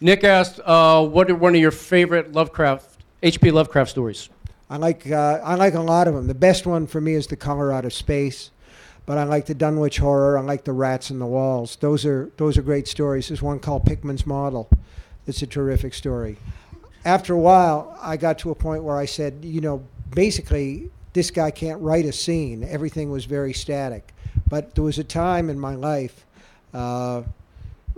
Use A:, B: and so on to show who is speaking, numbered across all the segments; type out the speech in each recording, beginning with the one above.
A: Nick asked, uh, "What are one of your favorite Lovecraft, H.P. Lovecraft stories?"
B: I like uh, I like a lot of them. The best one for me is the Color Out of Space, but I like the Dunwich Horror. I like the Rats in the Walls. Those are those are great stories. There's one called Pickman's Model. That's a terrific story. After a while, I got to a point where I said, you know, basically this guy can't write a scene. Everything was very static. But there was a time in my life. Uh,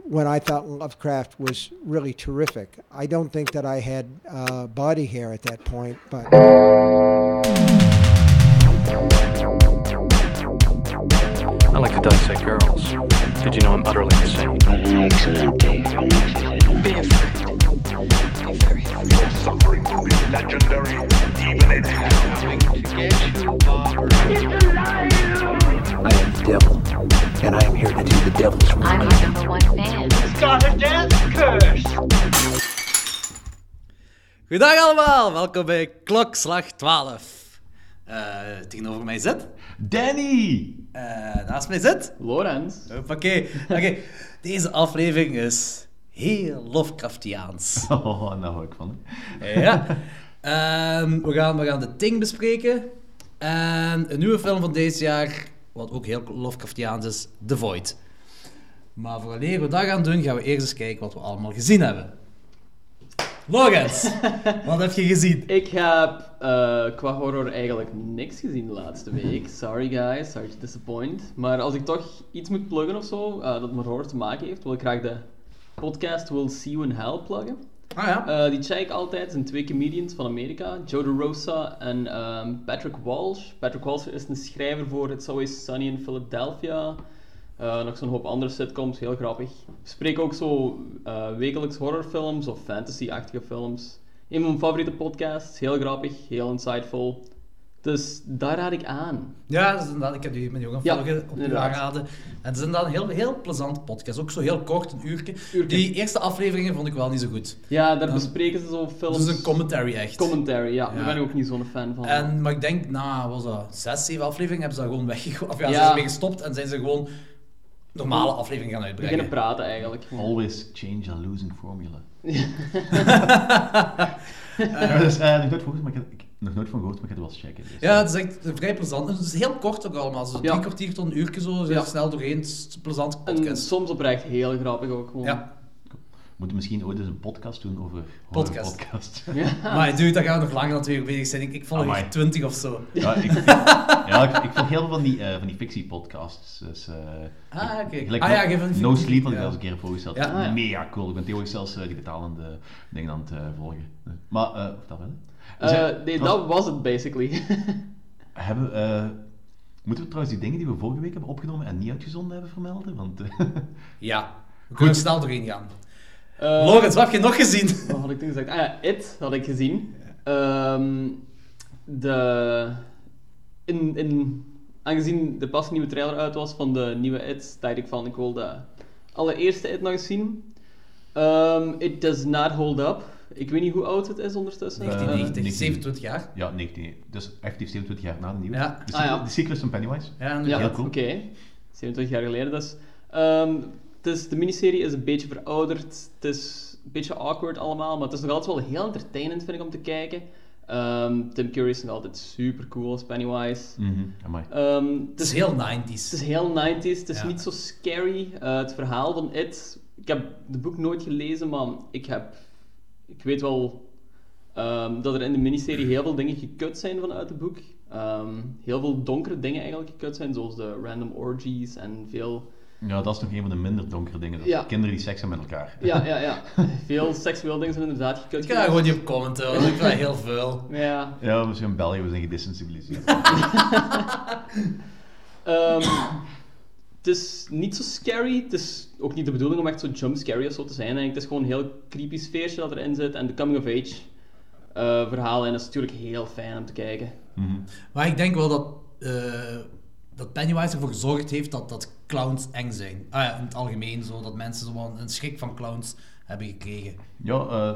B: when I thought Lovecraft was really terrific. I don't think that I had uh, body hair at that point, but.
C: I like to dissect girls. Did you know I'm utterly insane?
D: Be afraid. Be very afraid.
E: Suffering to be legendary, even in hell.
F: I am the devil, and I am here to do the devil's work.
G: I'm your number one fan.
H: Goedendag allemaal, welkom bij Klokslag 12. Eh, tegenover mij zit...
I: Danny!
H: eh, naast mij zit...
I: Lorenz.
H: Hoppakee. Oké, deze aflevering is heel Lovecraftiaans.
I: Oh, daar hou ik van. hè.
H: Ja. Ehm, we, gaan, we gaan de Ting bespreken. En een nieuwe film van deze jaar, wat ook heel Lovecraftiaans is, The Void. Maar vooraleer we dat gaan doen, gaan we eerst eens kijken wat we allemaal gezien hebben. Logans, wat heb je gezien?
I: Ik heb eh, qua horror eigenlijk niks gezien de laatste week. Sorry guys, sorry to disappoint. Maar als ik toch iets moet pluggen of zo, eh, dat met horror te maken heeft, wil ik graag de podcast Will See You in Hell pluggen.
H: Ah ja.
I: Eh, die check ik altijd. Het zijn twee comedians van Amerika, Joe DeRosa en ehm, Patrick Walsh. Patrick Walsh is een schrijver voor It's Always Sunny in Philadelphia. Eh, nog zo'n hoop andere sitcoms, heel grappig. Spreek ook zo eh, wekelijks horrorfilms of fantasy-achtige films. Een van mijn favoriete podcasts, heel grappig, heel insightful. Dus daar raad ik aan.
H: Ja, dat is inderdaad, ik heb die met Johan
I: Ja,
H: Velge op u
I: inderdaad.
H: aanraden. En het is inderdaad een heel, heel plezant podcast. Ook zo heel kort, een uurtje.
I: Uurtje.
H: Die eerste afleveringen vond ik wel niet zo goed.
I: Ja, daar bespreken ze zo films.
H: Dat is dus een commentary echt.
I: commentary, ja.
H: Ja.
I: Daar ben ik ook niet zo'n fan van.
H: En, maar ik denk, na wat was dat, zes, zeven afleveringen hebben ze dat gewoon weggegooid. Of ja,
I: Ja.
H: zijn ze ermee gestopt en zijn ze gewoon normale afleveringen gaan uitbrengen.
I: Beginnen praten eigenlijk.
J: Always change a losing formula.
H: Eh,
J: dat is eh, nog nooit van gehoord, maar ik heb- ik heb nog nooit van gehoord, maar ik ga het wel eens checken. Dus,
H: ja, het is echt vrij plezant. Het is heel kort ook allemaal. Zo
I: Ja.
H: drie kwartier tot een uurtje zo. Ze
I: Ja.
H: snel doorheen. Het is een plezante
I: En
H: podcast.
I: soms oprecht heel grappig ook gewoon.
H: Ja.
J: We moeten misschien ooit eens een podcast doen over
H: Podcast.
J: podcast.
H: Maar dude, daar gaan we nog langer natuurlijk bezig zijn. Ik, ik volg
J: Amai.
H: hier twintig of zo.
J: ja, ik, ja, ik, ik volg heel veel van die, eh, van die fictiepodcasts. Dus, eh,
H: Ah, oké.
J: gelijk
H: Ah,
J: no,
H: ja, je van die
J: No
H: fictie-
J: Sleep had ik
H: ja.
J: al eens een keer voorgesteld.
H: Ja, ah, ja.
J: Mega cool. Ik ben tegenwoordig zelfs eh, die betalende dingen aan het eh, volgen. Maar, eh, of dat wel? hè?
I: Eh,
J: Dus, eh,
I: nee,
J: trouwens,
I: dat was het basically.
J: hebben, we, eh, moeten we trouwens die dingen die we vorige week hebben opgenomen en niet uitgezonden hebben vermelden? Want, eh,
H: Ja. We kunnen er snel doorheen gaan.
I: Eh,
H: Lorenz, wat heb je nog gezien?
I: Wat had ik toen gezegd? Ah ja, It had ik gezien. Ehm, de... In, in... Aangezien de pas nieuwe trailer uit was van de nieuwe It, dacht ik van, ik wil de allereerste It nog eens zien. Ehm, it does not hold up. Ik weet niet hoe oud het is ondertussen.
J: Nee,
I: Eh,
H: 1990,
J: niks.
H: 27 jaar.
J: ja, 19, dus effectief 27 jaar na de nieuwe.
H: Ja.
J: De,
I: Ah, ja.
J: de cyclus van Pennywise.
H: Ja, inderdaad.
I: Ja,
J: Heel cool.
I: oké. 27 jaar geleden dus. Ehm, het is, de miniserie is een beetje verouderd. Het is een beetje awkward allemaal, maar het is nog altijd wel heel entertainend, vind ik, om te kijken. Ehm, Tim Curry is nog altijd super cool als Pennywise.
J: Mhm, amai.
I: Ehm,
H: Het is heel 90s.
I: het is heel 90s, het is
H: Ja.
I: niet zo scary. Eh, het verhaal van It. Ik heb het boek nooit gelezen, maar ik, heb, ik weet wel ehm, dat er in de miniserie heel veel dingen gekut zijn vanuit het boek. Ehm, heel veel donkere dingen eigenlijk gekut zijn, zoals de random orgies en veel
J: Ja, dat is nog een van de minder donkere dingen. Dat
I: Ja.
J: Kinderen die seks hebben met elkaar.
I: Ja, ja, ja. Veel seksueel dingen zijn inderdaad gekut.
H: Ik kan daar gewoon niet op commenten, want ik vind dat heel veel.
I: Ja.
J: Ja, we zijn in België, we zijn gedesensibiliseerd.
I: Ehm, het is niet zo scary. Het is ook niet de bedoeling om echt zo jumpscary of zo te zijn. Eigenlijk. Het is gewoon een heel creepy sfeertje dat erin zit. En de coming-of-age eh verhalen. En dat is natuurlijk heel fijn om te kijken.
J: Mhm.
H: Maar ik denk wel dat, eh, dat Pennywise ervoor gezorgd heeft dat, dat clowns eng zijn. Ah ja, in het algemeen zo, dat mensen zo wel een schrik van clowns hebben gekregen.
J: Ja, eh,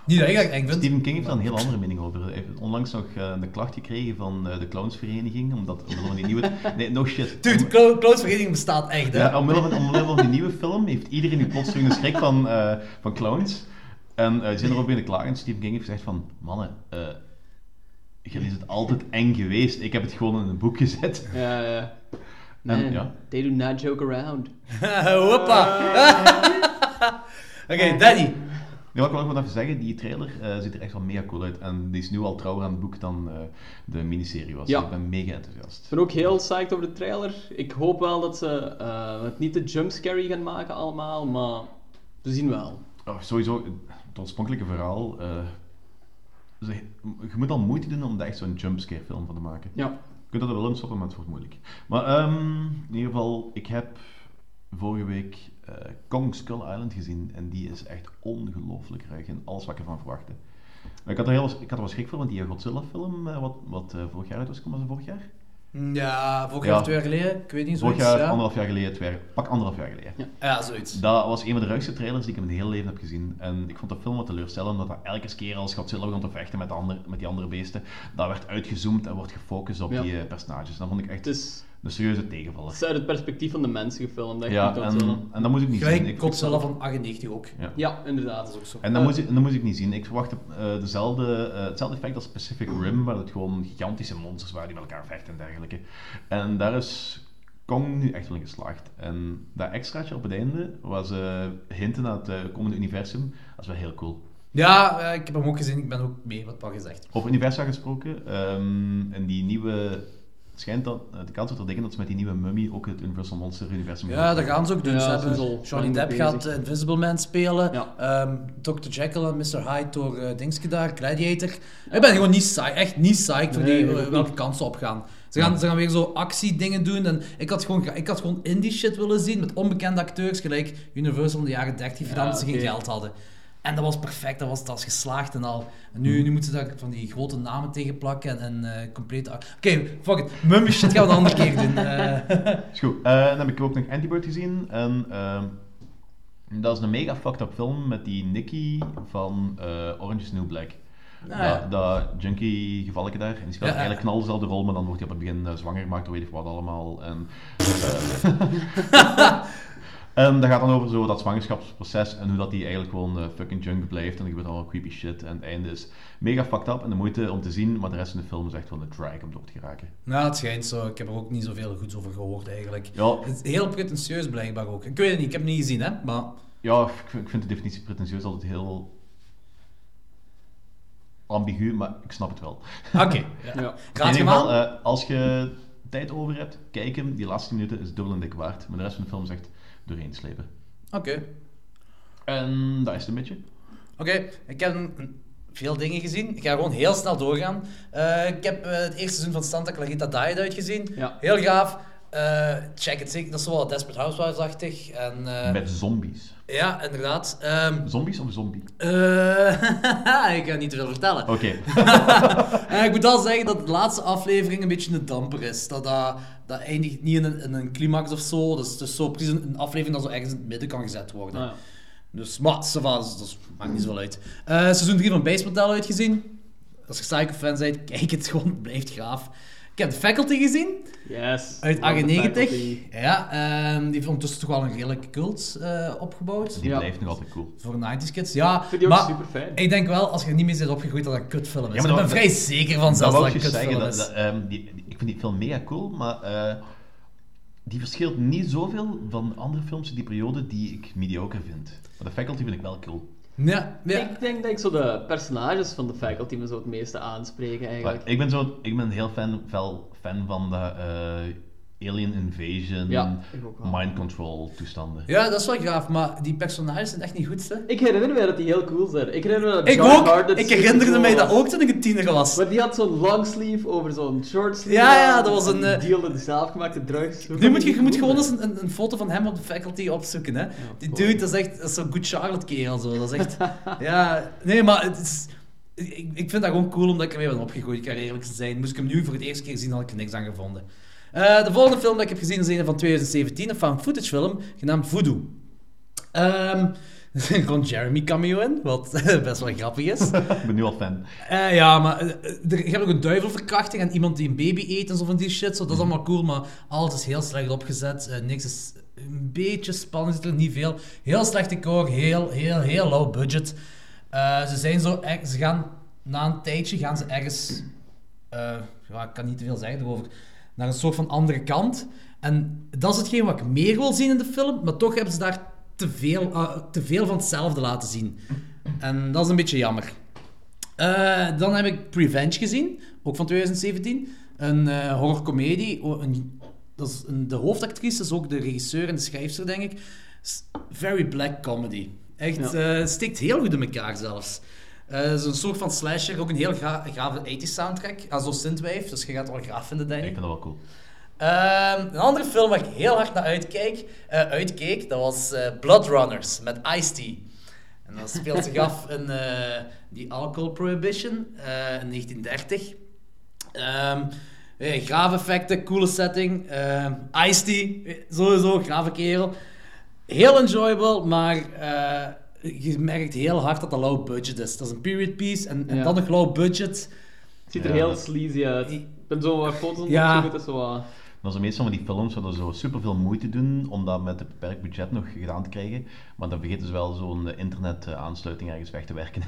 H: Of Niet dat ik dat eng vind.
J: Stephen King heeft daar een heel andere mening over. Hij heeft onlangs nog eh, een klacht gekregen van eh, de clownsvereniging, omdat omwille van die nieuwe... Nee, no shit.
H: Dude,
J: Om-
H: Clou- clownsvereniging bestaat echt, hè.
J: ja, omwille, van, omwille van die nieuwe film heeft iedereen nu plotseling een schrik van, eh, van clowns. En eh, ze zijn erop binnen klagen. En Stephen King heeft gezegd van, mannen, eh jullie is het altijd eng geweest. Ik heb het gewoon in een boek gezet.
I: Ja, ja. Eh, Man,
J: En, ja.
I: they do not joke around.
H: Hoppa. Oké, Danny.
J: Ja, wat ik wil ook nog even zeggen, die trailer eh, ziet er echt wel mega cool uit. En die is nu al trouwer aan het boek dan eh, de miniserie was.
I: Ja.
J: Dus ik ben mega enthousiast.
I: Ik ben ook heel psyched over de trailer. Ik hoop wel dat ze eh, het niet te jumpscary gaan maken allemaal, maar we zien wel.
J: Oh, sowieso, het oorspronkelijke verhaal. eh, ze- je moet al moeite doen om daar echt zo'n jumpscare film van te maken.
I: Ja.
J: Je kunt dat er wel in stoppen, maar het wordt moeilijk. Maar ehm, in ieder geval, ik heb vorige week eh, Kong Skull Island gezien. En die is echt ongelooflijk ruig en alles wat ik ervan verwachtte. Maar Ik had er, heel, ik had er wel schrik voor, want die Godzilla-film, eh, wat, wat eh, vorig jaar uit was gekomen, was het vorig jaar?
H: Mm, Ja, vorig
J: Ja.
H: jaar of twee jaar geleden. Ik weet niet,
J: Vorig
H: zoiets.
J: jaar,
H: ja.
J: anderhalf jaar geleden, twee jaar, pak anderhalf jaar geleden.
H: ja, zoiets.
J: Dat was een van de ruigste trailers die ik in mijn hele leven heb gezien. En ik vond de film wat teleurstellend, omdat dat elke keer als Godzilla begon te vechten met, de andere, met die andere beesten, dat werd uitgezoomd en wordt gefocust op
I: Ja.
J: die eh, personages. Dat vond ik echt
I: Het is,
J: een serieuze
I: het
J: tegenvaller.
I: is uit het perspectief van de mensen gefilmd, echt
J: Ja,
I: niet
J: en,
I: Godzilla.
J: en dat moet ik niet zien.
H: Gelijk
J: Ik-
H: Godzilla van 98 ook.
I: Ja, inderdaad.
H: Dat is ook zo.
J: En dat, moest, ik- dat moest ik niet zien. Ik verwachtte eh, dezelfde, eh, hetzelfde effect als Pacific Rim, waar het gewoon gigantische monsters waren die met elkaar vechten en dergelijke. En daar is Kong nu echt wel in geslaagd. En dat extraatje op het einde was eh, hinten naar het eh, komende universum. Dat is wel heel cool.
H: Ja, eh, ik heb hem ook gezien. Ik ben ook mee wat Paul gezegd.
J: Over Universa gesproken, ehm, en die nieuwe... Het schijnt dat, eh, de kans wordt er dik in dat ze met die nieuwe mummy ook het Universal Monster Universum
H: Ja,
J: gaan
H: dat gaan ze ook doen.
I: Ja,
H: ze
I: ze zijn
H: hebben,
I: zo
H: Johnny
I: lang
H: Depp
I: bezig.
H: gaat eh, Invisible Man spelen.
I: Ja.
H: Ehm, Dr. Jekyll en Mr. Hyde door eh Dingske daar, Gladiator. Ik ben gewoon niet psyched, echt niet psyched voor
I: Nee,
H: die,
I: ik ook
H: eh,
I: niet.
H: welke kansen opgaan. Ze gaan, ze gaan weer zo actiedingen doen. En ik, had gewoon, gra- ik had gewoon indie shit willen zien met onbekende acteurs, gelijk Universal in de jaren 30 gedaan dat ze geen
I: oké.
H: geld hadden. En dat was perfect, dat was, dat was geslaagd en al. En
I: Mhm.
H: nu, nu moeten ze daar van die grote namen tegen plakken en, en eh, complete... ac- Oké, fuck it. Mummy shit gaan we een andere keer doen. Eh,
J: Is goed. Eh, dan heb ik ook nog Antibird gezien. En ehm, dat is een mega fucked up film met die Nicky van eh, Orange is the New Black.
H: Ah, ja.
J: Dat, dat junkie gevalletje daar. En die speelt
H: Ja, ja.
J: eigenlijk knal dezelfde rol, maar dan wordt hij op het begin eh, zwanger gemaakt door weet ik wat allemaal. En, eh, en dat gaat dan over zo dat zwangerschapsproces en hoe dat die eigenlijk gewoon eh, fucking junk blijft. En er gebeurt allemaal creepy shit. En het einde is mega fucked up en de moeite om te zien, maar de rest van de film is echt wel een drag om door te geraken.
H: Nou, het schijnt zo. Ik heb er ook niet zoveel goeds over gehoord eigenlijk.
J: Ja,
H: Het is heel pretentieus blijkbaar ook. Ik weet het niet, ik heb het niet gezien, hè. Maar
J: Ja, ik vind- ik vind de definitie pretentieus altijd heel ambigu, maar ik snap het wel.
H: oké. ja.
I: Ja. Ah,
H: Raad
J: in
H: je
J: ieder geval,
H: maar.
J: eh, als je tijd over hebt, kijk hem. Die laatste minuten is dubbel en dik waard. Maar de rest van de film is echt doorheen slepen.
H: Oké.
J: En dat is het een beetje.
H: Oké, ik heb een- veel dingen gezien. Ik ga gewoon heel snel doorgaan. Eh, ik heb eh, het eerste seizoen van Santa Clarita Diet uitgezien.
I: Ja.
H: Heel gaaf. Eh, check het zeker. Dat is wel wat Desperate Housewives-achtig. En, eh,
J: Met zombies.
H: ja, inderdaad. Ehm,
J: Zombies of zombie?
H: eh, ik ga niet te veel vertellen.
J: Oké.
H: Eh, ik moet wel zeggen dat de laatste aflevering een beetje een damper is. Dat, dat, dat eindigt niet in een, in een climax of zo. Dus het is zo precies een, een aflevering dat zo ergens in het midden kan gezet worden.
I: Ah, ja.
H: Dus, maar, ça va, dus, dus maakt niet zoveel uit. Eh, seizoen 3 van Base Motel uitgezien. Als je Psycho-fan bent, kijk het gewoon, het blijft gaaf. Ik heb The Faculty gezien,
I: Yes.
H: uit
I: Love the
H: 98.
I: Oh, faculty.
H: Ja, ehm, die heeft ondertussen toch wel een redelijke cult eh, opgebouwd.
J: Die
I: Ja.
J: blijft nog altijd cool.
H: Voor 90s kids, ja.
I: Ik vind die ook
H: maar
I: super fijn.
H: ik denk wel, als je er niet mee zit opgegroeid, dat dat een kutfilm
J: Ja,
H: is.
J: maar
H: ik
J: dat-
H: ben vrij zeker van zelfs dat
J: wou
H: dat een
J: ik
H: kutfilm
J: zeggen.
H: is.
J: Dat, dat, ehm, die, die- ik vind die film mega cool, maar eh, die verschilt niet zoveel van andere films in die periode die ik mediocre vind. Maar de faculty vind ik wel cool.
H: Ja, ja.
I: Ik denk dat ik zo de personages van de faculty me zo het meeste aanspreken
J: Maar
I: eigenlijk.
J: ik ben, zo, ik ben heel fan, fel fan van de eh, Alien Invasion,
I: Ja, ik ook wel.
J: Mind Control toestanden.
H: ja, dat is wel gaaf, maar die personages zijn echt niet goed, hè?
I: Ik herinner me dat die heel cool zijn. Ik herinner me dat
H: Ik
I: John
H: ook!
I: Hart het
H: Ik
I: super
H: herinnerde
I: cool
H: mij dat
I: was.
H: ook toen ik een tiener was.
I: Maar die had zo'n long sleeve over zo'n short sleeve.
H: Ja, ja,
I: aan.
H: dat was een,
I: En
H: eh,
I: Die hadden de zelfgemaakte drugs. Hoe
H: Nu
I: kan
H: moet je, je moet
I: doen,
H: gewoon
I: hè?
H: eens een, een, een foto van hem op de faculty opzoeken, hè. Die
I: cool.
H: dude, dat is echt dat is zo'n Good Charlotte kerel, zo. Dat is echt... ja, nee, maar het is... Ik, ik vind dat gewoon cool, omdat ik ermee ben opgegroeid, ik kan eerlijk zijn. Moest ik hem nu voor het eerste keer zien, had ik er niks aan gevonden. Eh, de volgende film dat ik heb gezien is een van 2017, een found footage film, genaamd Voodoo. Ehm, Er komt Jeremy cameo in, wat best wel grappig is.
J: Ik ben nu al fan.
H: Eh, ja, maar eh, er, je hebt ook een duivelverkrachting en iemand die een baby eet en zo van die shit. Zo, dat is allemaal cool, maar alles is heel slecht opgezet. Eh, niks is een beetje spannend, zit er niet veel. Heel slecht decor, heel, heel, heel low budget. Eh, ze zijn zo, er- ze gaan na een tijdje gaan ze ergens, eh, ja, ik kan niet te veel zeggen erover, naar een soort van andere kant. En dat is hetgeen wat ik meer wil zien in de film, maar toch hebben ze daar te veel, eh, te veel van hetzelfde laten zien. En dat is een beetje jammer. Eh, dan heb ik Prevenge gezien, ook van 2017. Een eh horrorcomedie. O- een- dat is een- de hoofdactrice is ook de regisseur en de schrijfster, denk ik. S- Very black comedy. Echt, eh, steekt heel goed in elkaar zelfs. Eh, Het is een soort van slasher, ook een heel gra grave 80 soundtrack. Ah, zo synthwave, dus je gaat het wel graaf vinden, denk
J: Ik
H: ik.
J: vind dat wel cool.
H: Ehm, een andere film waar ik heel hard naar uitkeek, eh, uitkeek dat was eh, Blood Runners met Ice-T. En dat speelt zich af in eh, die alcohol prohibition eh, in 1930. Ehm eh, graafeffecten, coole setting. ehm Ice-T, eh, sowieso, grave kerel. Heel enjoyable, maar eh, je merkt heel hard dat dat low budget is. Dat is een period piece en, en
I: Ja.
H: dan nog low budget.
I: Het ziet er
J: Ja.
I: heel sleazy uit. Ik ben zo wat foto's aan het
H: Ja.
I: opzoeken, het is zo wat...
J: Dat zijn meestal van die films waar ze zo superveel moeite doen om dat met een beperkt budget nog gedaan te krijgen. Maar dan vergeten ze wel zo'n eh, internet-aansluiting ergens weg te werken.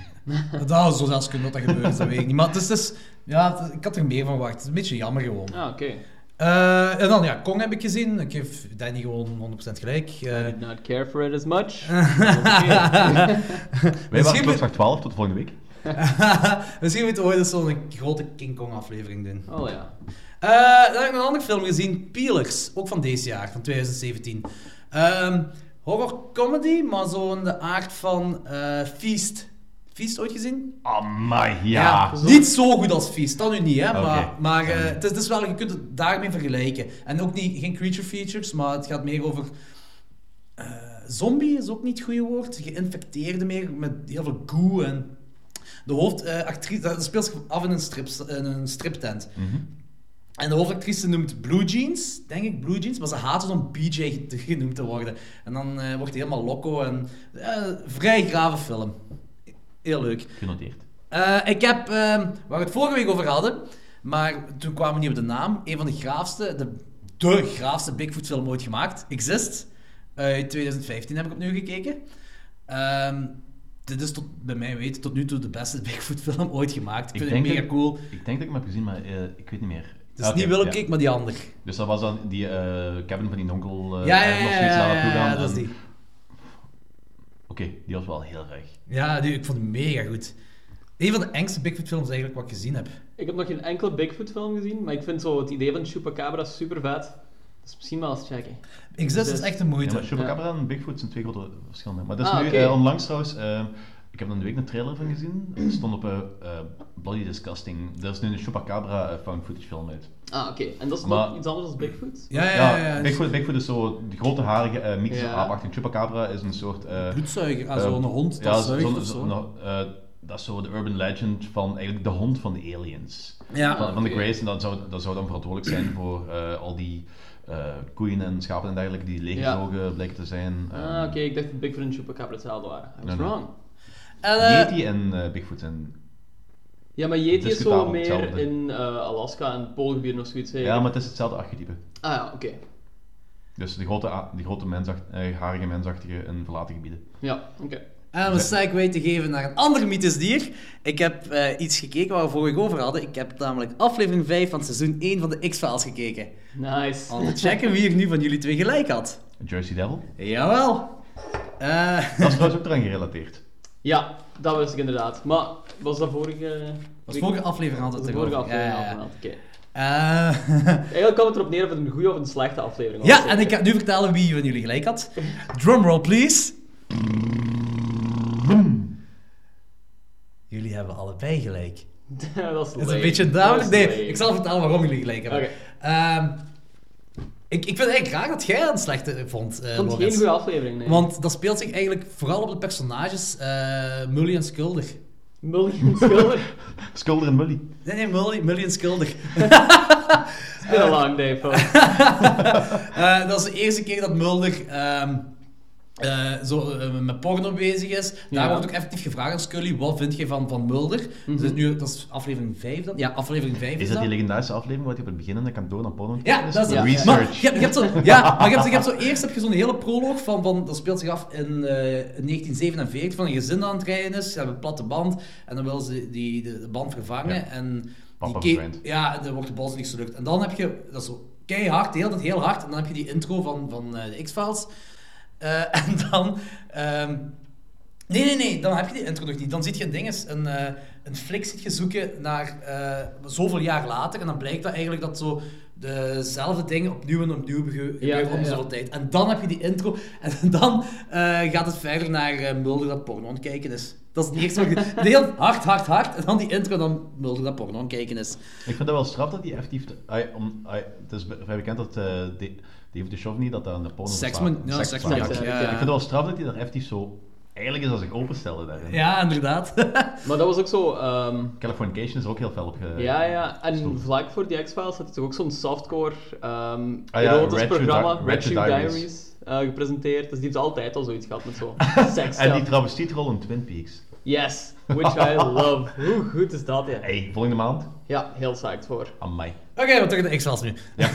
H: Dat zou zo zelfs kunnen dat dat gebeurt, dat weet ik niet. Maar het is dus... Ja, het- ik had er meer van verwacht. Het is een beetje jammer gewoon.
I: Ah, oké.
H: Eh, en dan, ja, Kong heb ik gezien. Ik geef Danny gewoon 100% gelijk. Eh,
I: I did not care for it as much.
J: Wij waren
H: misschien, moet-
J: Dus klokslag 12, tot volgende week.
H: misschien moeten we ooit eens zo'n grote King Kong aflevering doen.
I: Oh ja.
H: Eh, dan heb ik nog een andere film gezien, Peelers, ook van deze jaar, van 2017. Ehm horror comedy, maar zo in de aard van eh Feast. Feast ooit gezien?
J: Amai,
H: Ja,
J: ja.
H: niet zo goed als Feast, dat nu niet, hè?
J: Oké.
H: Maar, maar eh, het, is, het is wel, je kunt het daarmee vergelijken. En ook niet, geen creature features, maar het gaat meer over. eh, zombie is ook niet het goede woord. Geïnfecteerde meer met heel veel goo en. De hoofdactrice, dat speelt zich af in een, strip, in een striptent. En de hoofdactrice noemt Blue Jeans, denk ik, Blue Jeans, maar ze haat het om BJ te- genoemd te worden. En dan eh, wordt hij helemaal loco en eh, vrij grave film. Heel leuk.
J: Genoteerd.
H: Eh, ik heb, ehm, waar we het vorige week over hadden, maar toen kwamen we niet op de naam. Een van de graafste, de, de graafste Bigfoot film ooit gemaakt, Exist. Uit 2015 heb ik opnieuw gekeken. Ehm, dit is tot, bij mij weten tot nu toe de beste Bigfoot film ooit gemaakt. Ik,
J: Ik
H: vind
J: denk
H: het mega
J: dat-
H: cool.
J: Ik denk dat ik hem heb gezien, maar eh, ik weet niet meer.
H: Het is
J: Oké,
H: niet Willow
J: ja.
H: Kick, maar die ander.
J: Dus dat was dan die eh cabin van die onkel. eh,
H: ja, ja,
J: ergens
H: ja,
J: of
H: ja,
J: zoiets daar
H: ja,
J: naartoe
H: ja,
J: gaan
H: dat is
J: en-
H: die.
J: Oké, die was wel heel erg.
H: Ja, die, ik vond hem mega goed. Een van de engste Bigfoot films eigenlijk wat ik gezien heb.
I: Ik heb nog geen enkele Bigfoot film gezien, maar ik vind zo het idee van Chupacabra super vet. Dus misschien wel eens checken.
H: Exist is
I: Dus-
H: echt een
J: Ja,
H: moeite.
J: maar Chupacabra en Bigfoot zijn twee grote verschillende. Maar dat is
I: Ah,
J: nu
I: oké.
J: eh, onlangs trouwens. eh, ik heb er een week een trailer van gezien. Er stond op eh eh, Bloody Disgusting. Er is nu een Chupacabra eh, found footage film uit.
I: Ah, oké. En dat is
J: Maar-
I: nog iets anders dan Bigfoot?
H: Ja, ja, ja.
J: Ja,
H: ja, dus-
J: Bigfoot, Bigfoot is zo de grote harige eh mythische
I: Ja.
J: aapachtige. Chupacabra is een soort... eh,
H: Bloedzuiger, ah,
J: eh,
H: zo'n hond dat
J: ja, zo-
H: zuigt
J: zo'n-
H: of zo.
J: zo'n, eh, dat is zo de urban legend van eigenlijk de hond van de aliens.
H: ja.
J: van, van de
I: oké.
J: Grays. En dat zou, dat zou dan verantwoordelijk zijn voor eh, al die eh, koeien en schapen en dergelijke die leeggezogen blijken te zijn. Ehm,
I: Ah, oké. Ik dacht dat Bigfoot en Chupacabra hetzelfde waren. I was
J: Nee, nee.
I: wrong.
H: En, eh,
J: Yeti en eh, Bigfoot zijn...
I: Ja, maar Yeti is zo
J: Discutabel
I: meer
J: hetzelfde.
I: in eh, Alaska en Poolgebieden of zoiets. zeker?
J: Ja, maar het is hetzelfde archetype.
I: Ah ja, oké.
J: Dus de grote, a- de grote mensacht, eh, harige mensachtige en verlaten gebieden.
I: Ja, oké.
H: En om een segue te geven naar een ander mythisch dier. Ik heb eh, iets gekeken waar we vorige over hadden. Ik heb namelijk aflevering 5 van seizoen 1 van de X-Files gekeken.
I: Nice.
H: Om te checken wie er nu van jullie twee gelijk had.
J: Jersey Devil.
H: Jawel. Eh,
J: Dat is trouwens ook eraan gerelateerd.
I: Ja, dat wist ik inderdaad. Maar was dat vorige...
H: was vorige aflevering hadden
I: was
H: we
I: de
H: het
I: vorige
H: erover.
I: aflevering
H: Ja, ja, ja.
I: al Oké.
H: Eh,
I: Eigenlijk kwam het erop neer of het een goede of een slechte aflevering was.
H: ja, en ik ga nu vertellen wie van jullie gelijk had. Drumroll, please. Jullie hebben allebei gelijk.
I: dat is
H: Is het
I: lame.
H: een beetje duidelijk?
I: Dat is
H: Nee,
I: lame.
H: ik zal vertellen waarom jullie gelijk hebben.
I: Oké.
H: Ehm, ik, ik vind het eigenlijk raar dat jij een slechte vond, eh,
I: Ik vond het geen
H: Lorenz.
I: goede aflevering, nee.
H: Want dat speelt zich eigenlijk vooral op de personages eh Mully en Skulder.
I: Million Schilder.
J: Skulder en Mully.
H: Nee, nee, Mully, Mully en Skulder.
I: It's been a long day, folks.
H: Eh, dat is de eerste keer dat Mulder ehm, eh, zo, eh, met porno bezig is. Daar
I: Ja.
H: wordt ook effectief gevraagd aan Scully, wat vind je van, van Mulder? Dus
I: Mhm.
H: nu, dat is aflevering 5 dan? Ja, aflevering 5
J: Is dat die legendarische aflevering waar hij op het begin in de kantoor aan porno
H: Ja, dat is
J: Research.
H: Maar, je, hebt- je hebt zo, ja, maar je hebt, je hebt zo eerst heb je zo'n hele proloog van, van dat speelt zich af in eh, 1947 van een gezin dat aan het rijden is. Ze hebben een platte band en dan willen ze die, de, de band vervangen
J: Ja.
H: en
J: Papa
H: die
J: bevrijdt.
H: ja, en dan wordt de bos niet gelukt. En dan heb je dat is zo keihard, heel dat heel hard en dan heb je die intro van, van eh, de X-Files. Eh, en dan ehm, Nee, nee, nee, dan heb je die intro nog niet. Dan zit je een ding, eens, een, eh, een flik zit je zoeken naar eh, zoveel jaar later. En dan blijkt dat eigenlijk dat zo dezelfde dingen opnieuw en opnieuw bege- gebeuren om
I: ja, ja.
H: zoveel tijd. En dan heb je die intro en dan eh, gaat het verder naar eh, Mulder dat porno aan het kijken is. Dat is het eerste wat je... Heel hard, hard, hard. En dan die intro en dan Mulder dat porno aan het kijken is.
J: Ik vind dat wel straf dat die effectief... te- ai, om, ai, het is be- vrij bekend dat eh, de- David Duchovny dat daar aan de porno...
H: Seksman,
J: verslaafd-
H: ja,
J: seksverslaafd
H: seksman,
J: is.
H: ja.
I: ja,
J: Ik vind het wel straf dat hij daar effectief zo... Eigenlijk is als ik openstelde daarin.
H: Ja, inderdaad.
I: Maar dat was ook zo... ehm,
J: Californication is er ook heel fel op ge...
I: ja, ja. En
J: Stoel.
I: vlak voor die X-Files had hij toch ook zo'n softcore ehm
J: Ah ja,
I: erotisch
J: Red Shoe
I: programma,
J: Di-
I: Red
J: Red
I: Shoe
J: Shoe
I: Diaries,
J: Diaries.
I: eh, gepresenteerd. Dus die heeft altijd al zoiets gehad met zo'n seks.
J: En die travestietrol in Twin Peaks.
I: Yes, which I love. Hoe goed is dat, ja?
J: Hey, volgende maand?
I: Ja, heel psyched voor.
J: Amai.
H: Oké, we terug naar de X-Files nu.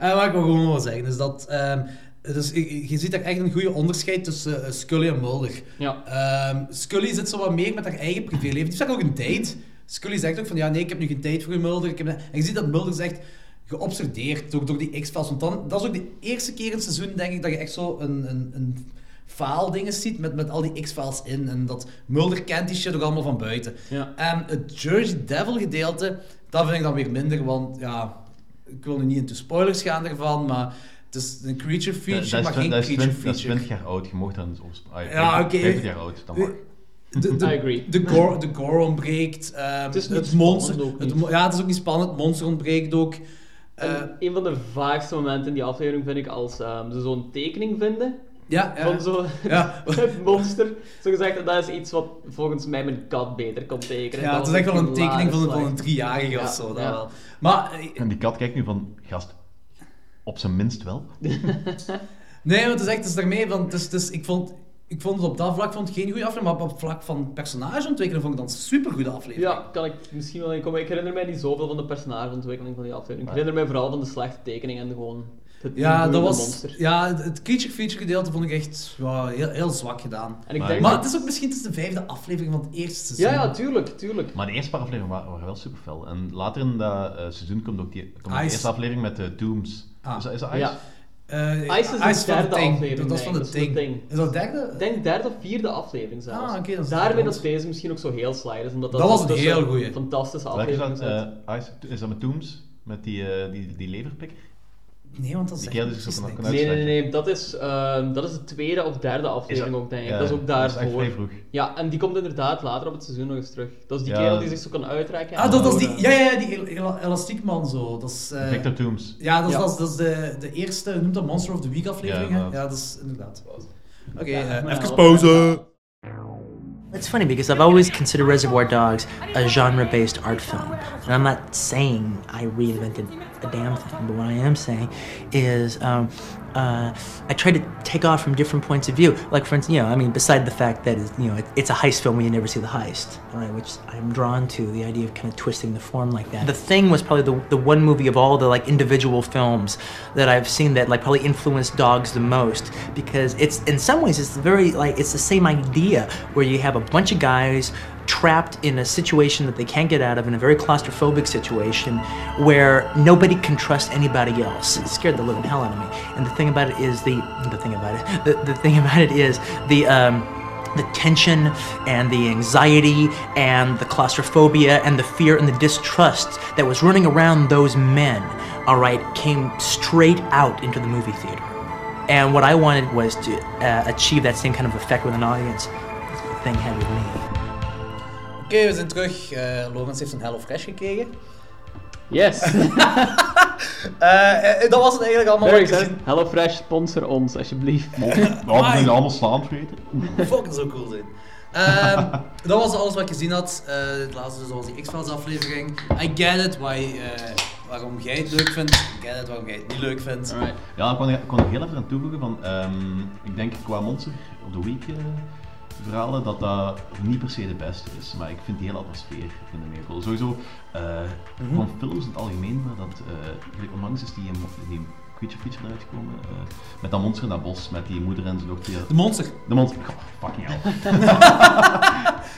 H: Eh, wat ik wil gewoon wil zeggen is dat... ehm, dus je, je ziet daar echt een goede onderscheid tussen eh, Scully en Mulder.
I: Ja.
H: Ehm, Scully zit zo wat meer met haar eigen privéleven. Die zegt ook een date. Scully zegt ook van, ja nee, ik heb nu geen tijd voor u, Mulder. Ik heb... En je ziet dat Mulder zegt, geobsedeerd door, door die X-Files. Want dan, dat is ook de eerste keer in het seizoen, denk ik, dat je echt zo een... een, een faaldingen ziet met, met al die X-Files in en dat Mulder kent die shit ook allemaal van buiten.
I: Ja.
H: En het Jersey Devil gedeelte, dat vind ik dan weer minder, want ja, ik wil nu niet into spoilers gaan ervan, maar het is een creature feature,
J: dat,
H: maar
J: is, twen-
H: geen
J: dat, is
H: creature
J: twin- dat is
H: feature.
J: 20 jaar oud. Je mocht dan eens opspelen.
H: Ja, oké. Eh,
J: 50 jaar oud, dan mag.
H: De, de,
I: I agree.
H: De gore, de gore ontbreekt. ehm,
I: Het is niet
H: het monster.
I: spannend ook
H: het
I: niet.
H: mo- ja, het is ook niet spannend. Het monster ontbreekt ook. Eh,
I: En een van de vaagste momenten in die aflevering vind ik als ehm, ze zo'n tekening vinden
H: ja, ja.
I: van zo
H: ja.
I: het monster. Zo gezegd, dat is iets wat volgens mij mijn kat beter kan tekenen.
H: Ja, het
I: Dat
H: is
I: was
H: echt wel een tekening van, een- van
I: hilarisch.
H: een driejarige
I: Ja,
H: of zo. Dat
I: ja.
H: wel. Maar eh,
J: En die kat kijkt nu van... Gast, op zijn minst wel.
H: Nee, want het is echt, het is daarmee, want het is, het is- ik, vond, ik vond het op dat vlak vond het geen goede aflevering, maar op het vlak van personage ontwikkelen vond ik dan een supergoede aflevering.
I: Ja, kan ik misschien wel inkomen. Ik herinner mij niet zoveel van de personageontwikkeling van die aflevering. Ik herinner mij vooral van de slechte tekening en gewoon het
H: Ja, dat
I: bloeiende
H: was,
I: monster.
H: ja, het- het creature feature gedeelte vond ik echt ja, heel, heel zwak gedaan.
I: En ik
J: Maar-
I: denk
H: Maar
I: dat-
H: het is ook misschien het is de vijfde aflevering van het eerste seizoen.
I: Ja, ja, tuurlijk, tuurlijk.
J: Maar de eerste paar afleveringen waren, waren wel super fel. En later in dat eh, seizoen komt ook die, komt de
H: Ice.
J: eerste aflevering met de Dooms.
H: Ah.
J: Is, dat, is dat Ice?
I: Ja.
H: Eh,
I: Ice is de
H: Ice van
I: derde
H: de Thing.
I: aflevering,
H: Dat is van
I: denk
H: de
I: ik. Dat is
H: Thing.
I: van de Thing.
H: Is dat derde?
I: Ik denk derde of vierde aflevering zelfs.
H: Ah, oké, dat is
I: Daarmee
H: goed.
I: dat deze misschien ook zo heel saai is. Omdat dat
H: Dat was een
I: ondertussen
H: heel goeie.
I: fantastische
J: Welke is
I: aflevering
J: dat?
I: is. uit.
J: eh, Ice? Is dat met Dooms? Met die, eh, die, die leverpikker?
H: Nee, want dat is
J: Die
H: echt
J: kerel die zich
H: precies
J: op een-
H: niks.
J: een
I: Nee, nee, nee, nee, dat is, ehm, dat is de tweede of derde aflevering ook, denk ik. dat is ook
J: daar Dat is echt
I: daarvoor.
J: vrij vroeg.
I: ja, en die komt inderdaad later op het seizoen nog eens terug. Dat is die
J: Ja.
I: kerel die zich zo kan uitrekken.
H: Ah, dat, dat is die... Ja, ja, ja, die el- el- elastiek man zo. Dat is... eh,
J: Victor Dooms.
H: Ja, dat is,
I: Ja.
H: Dat is, dat is de, de eerste, hoe noemt dat Monster of the Week aflevering? hè?
J: Ja,
H: Ja,
J: inderdaad.
H: dat is inderdaad. Oké,
I: Ja, nou,
H: eh,
I: maar-
H: even pauze.
G: It's funny because I've always considered Reservoir Dogs a genre based art film. And I'm not saying I reinvented a damn thing, but what I am saying is um, uh, I try to take off from different points of view. Like, for instance, you know, I mean, beside the fact that it's, you know, it, it's a heist film where you never see the heist, right? Which I'm drawn to, the idea of kind of twisting the form like that. The Thing was probably the, the one movie of all the like individual films that I've seen that like probably influenced dogs the most because it's in some ways it's very like it's the same idea where you have a bunch of guys trapped in a situation that they can't get out of in a very claustrophobic situation where nobody can trust anybody else. It scared the living hell out of me. And the thing about it is the the thing about it the, the thing about it is the um the tension and the anxiety and the claustrophobia and the fear and the distrust that was running around those men, all right, came straight out into the movie theater. And what I wanted was to uh, achieve that same kind of effect with an audience. That's what the thing had with me.
H: Oké, we zijn terug. Eh Lorenz heeft een Hello Fresh gekregen.
I: Yes!
H: Eh, eh, dat was het eigenlijk allemaal.
I: Very
H: wat ik
I: excited. HelloFresh, sponsor ons, alsjeblieft.
J: Oh, die allemaal slaan vergeten.
H: gezien- Fucking zo cool zijn. Ehm, dat was alles wat ik gezien had. Eh, het laatste dus was die X-Files aflevering. I get it why, eh, waarom jij het leuk vindt. Ik ken het waarom jij het niet leuk vindt.
I: Alright.
J: Ja, ik kon er, ik kon er heel even aan toevoegen van, ehm, ik denk qua Monster of the Week eh, verhalen dat dat niet per se de beste is, maar ik vind die hele atmosfeer in de meer cool. Sowieso eh, van films in het algemeen, maar dat eh, eigenlijk onlangs is die, een mo- die creature feature eruit gekomen eh, met dat monster in dat bos, met die moeder en zijn dochter.
H: De Monster
J: De monster, Goh, fucking hell.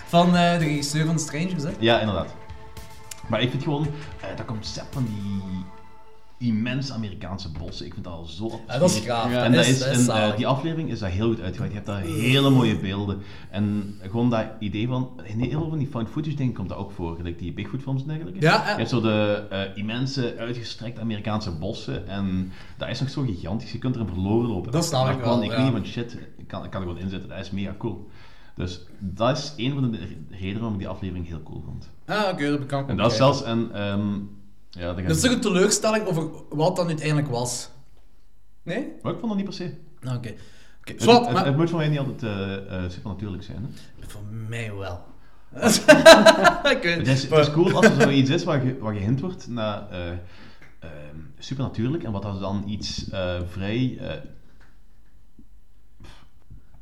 H: van eh, de regisseur van Strangers, hè?
J: Ja, inderdaad. Maar ik vind gewoon eh, dat concept van die immense Amerikaanse bossen, ik vind dat al zo
H: Ja, dat is
J: atmosferisch.
H: gaaf.
J: En dat is,
H: dat is
J: en,
H: zalig.
J: eh, die aflevering is daar heel goed uitgewerkt. Je hebt daar hele mooie beelden. En gewoon dat idee van... In heel veel van die found footage dingen komt dat ook voor. Gelijk die Bigfoot films en dergelijke.
H: Ja,
J: Je
H: eh,
J: hebt zo de eh, immense, uitgestrekte Amerikaanse bossen. En dat is nog zo gigantisch. Je kunt er verloren lopen.
H: Dat snap
J: Maar
H: ik
J: gewoon,
H: wel,
J: Ik
H: ja.
J: weet niet van shit. Ik kan, ik kan er gewoon inzetten. Dat is mega cool. Dus dat is een van de redenen waarom ik die aflevering heel cool vond.
H: ah, oké, dat kan ik
J: En
H: ook
J: dat
H: kijken.
J: is zelfs een... ehm, ja, dat
H: Dat is toch een teleurstelling over wat dan uiteindelijk was? Nee?
J: Maar Oh, ik vond dat niet per se.
H: Nou, Oké. Oké,
J: Het,
H: Zwart,
J: het-
H: maar...
J: het moet voor mij niet altijd eh, eh, supernatuurlijk zijn. Hè?
H: Voor mij wel. ik weet
J: Het is, het is cool als er zoiets is waar, ge, waar gehind wordt naar eh, ehm, supernatuurlijk en wat als dan iets eh, vrij. eh, pff,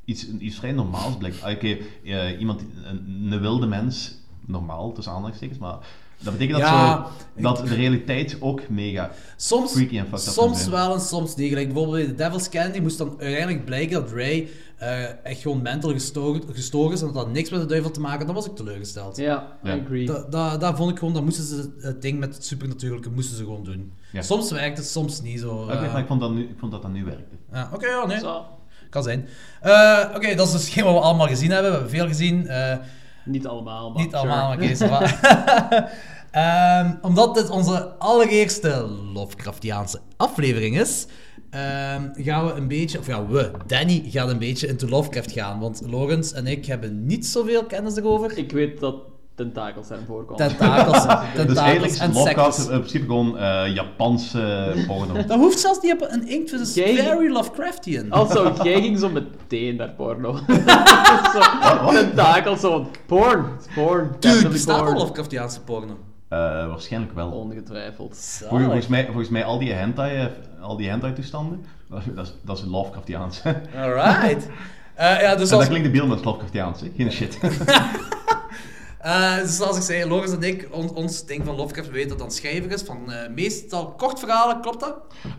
J: iets, iets vrij normaals blijkt. Ah, Oké, eh, iemand, die- een, een wilde mens, normaal tussen aanhalingstekens, maar dat betekent dat,
H: Ja,
J: zo, dat de realiteit ook mega
H: Soms,
J: freaky en fucked up kan
H: soms
J: zijn.
H: wel en soms niet. Gelijk bijvoorbeeld bij The Devil's Candy moest dan uiteindelijk blijken dat Ray eh, echt gewoon mental gestoord, gestoord is en dat dat niks met de duivel te maken had. Dan was ik teleurgesteld.
I: Ja, I
J: Ja.
I: agree.
H: Dat, dat, dat vond ik gewoon, dat moesten ze het ding met het supernatuurlijke moesten ze gewoon doen.
J: Ja.
H: Soms werkt het, soms niet zo.
J: Oké,
H: eh.
J: maar ik vond, dat nu, ik vond dat dat nu werkte.
H: Ja, Oké, ja, nee.
I: Zo,
H: Kan zijn. Eh, Oké, dat is dus hetgeen wat we allemaal gezien hebben. We hebben veel gezien. eh,
I: niet allemaal, maar
H: niet
I: sure.
H: allemaal, oké. ça va. Ehm, omdat dit onze allereerste Lovecraftiaanse aflevering is, ehm, gaan we een beetje, of ja, we, Danny, gaat een beetje into Lovecraft gaan. Want Logans en ik hebben niet zoveel kennis erover.
I: Ik weet dat tentakels zijn voorkomen.
H: Tentakels,
J: Dus eigenlijk
H: tentakels
J: is
H: en
J: Lovecraft
H: sectes.
J: in principe gewoon eh, Japanse porno.
H: Dat hoeft zelfs niet op een inkt, dus het is
I: Jij-
H: very Lovecraftian.
I: Also, jij ging zo meteen naar porno. zo, tentakels, zo. Porn, it's porn.
H: Dude,
I: definitely
H: bestaat
I: porn.
H: al Lovecraftiaanse porno?
J: Eh, waarschijnlijk wel.
H: Oh,
I: Ongetwijfeld.
J: Vol- volgens, mij, volgens mij al die hentai, eh, al die hentai toestanden, dat is, dat is, dat is Lovecraftiaans. en
H: Alright. Eh, ja, dus
J: dat
H: als,
J: klinkt de beeld met Lovecraftiaans, hè? geen shit.
H: eh, dus zoals ik zei, Loris en ik, on- ons ding van Lovecraft, we weten dat het een schrijver is van eh, meestal kort verhalen, klopt dat?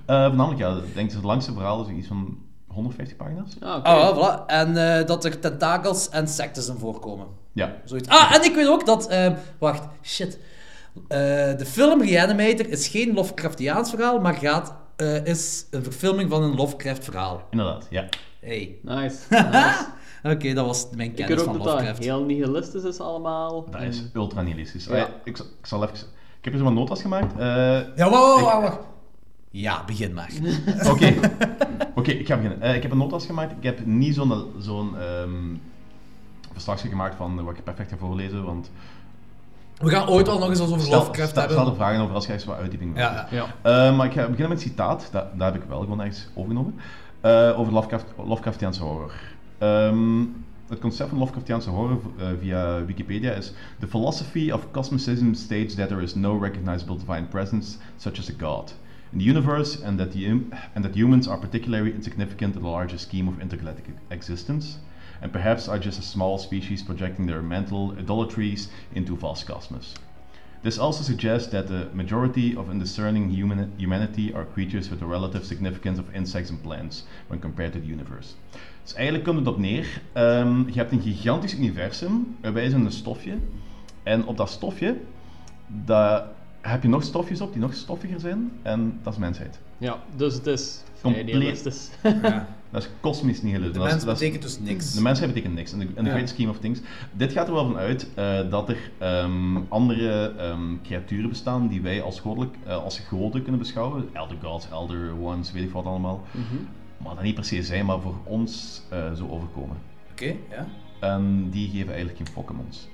J: Eh voornamelijk ja, ik denk dat het langste verhaal is iets van 150 pagina's.
I: Ah, oké.
H: Ah,
J: Oh,
H: ja, voilà. En eh, dat er tentakels en sectes in voorkomen.
J: Ja.
H: Zoiets. Ah, en ik weet ook dat... eh, wacht, shit. Eh, de film Reanimator is geen Lovecraftiaans verhaal, maar gaat, eh, is een verfilming van een Lovecraft verhaal.
J: Inderdaad, ja.
H: Hey.
I: Nice. nice.
H: Oké, dat was mijn
I: Ik weet
H: kennis
I: ook
H: van
I: dat dat
H: Lovecraft.
I: heel nihilistisch is allemaal.
J: Dat is ultra nihilistisch.
I: Ja.
J: Eh, ik, zal- ik zal even... Ik heb hier zo'n notas gemaakt. Eh,
H: Ja, wacht, wacht, wacht, wacht. Ja, begin maar.
J: Oké, Oké, ik ga beginnen. Eh, ik heb een notas gemaakt. Ik heb niet zo'n zo'n ehm, verslagje gemaakt van eh, wat ik perfect ga voorlezen, want...
H: We gaan ooit al nog eens over
J: Stel,
H: Lovecraft
J: stel,
H: hebben.
J: stel er vragen over als je eens wat uitdieping wilt.
H: Ja, ja.
I: Ja.
J: Eh, maar ik ga beginnen met een citaat, Da- daar heb ik wel gewoon ergens overgenomen. Eh, over Lovecraft, Lovecraftiaanse horror. Ehm, het concept van Lovecraftiaanse horror eh, via Wikipedia is: The philosophy of cosmicism states that there is no recognizable divine presence, such as a god, in the universe, and that, the, hum- and that humans are particularly insignificant in the larger scheme of intergalactic existence, and perhaps are just a small species projecting their mental idolatries into vast cosmos. This also suggests that the majority of undiscerning human humanity are creatures with the relative significance of insects and plants when compared to the universe. Dus eigenlijk komt het op neer, ehm, je hebt een gigantisch universum, wij zijn een stofje, en op dat stofje, daar heb je nog stofjes op die nog stoffiger zijn, en dat is mensheid.
I: Ja, dus het is vrij
J: Compleet.
I: nihilistisch.
J: Dat is kosmisch nihilisme.
H: De
J: dat is-
H: mens
J: dat is-
H: betekent dus niks.
J: de mensheid betekent niks in de, in the great scheme of things. Dit gaat er wel van uit eh, dat er ehm, andere ehm, creaturen bestaan die wij als, goddelijk, eh, als goden kunnen beschouwen. Elder gods, elder ones, weet ik wat allemaal. Maar dat niet per se zijn, maar voor ons eh, zo overkomen.
H: Oké, ja.
J: En die geven eigenlijk geen fok om ons.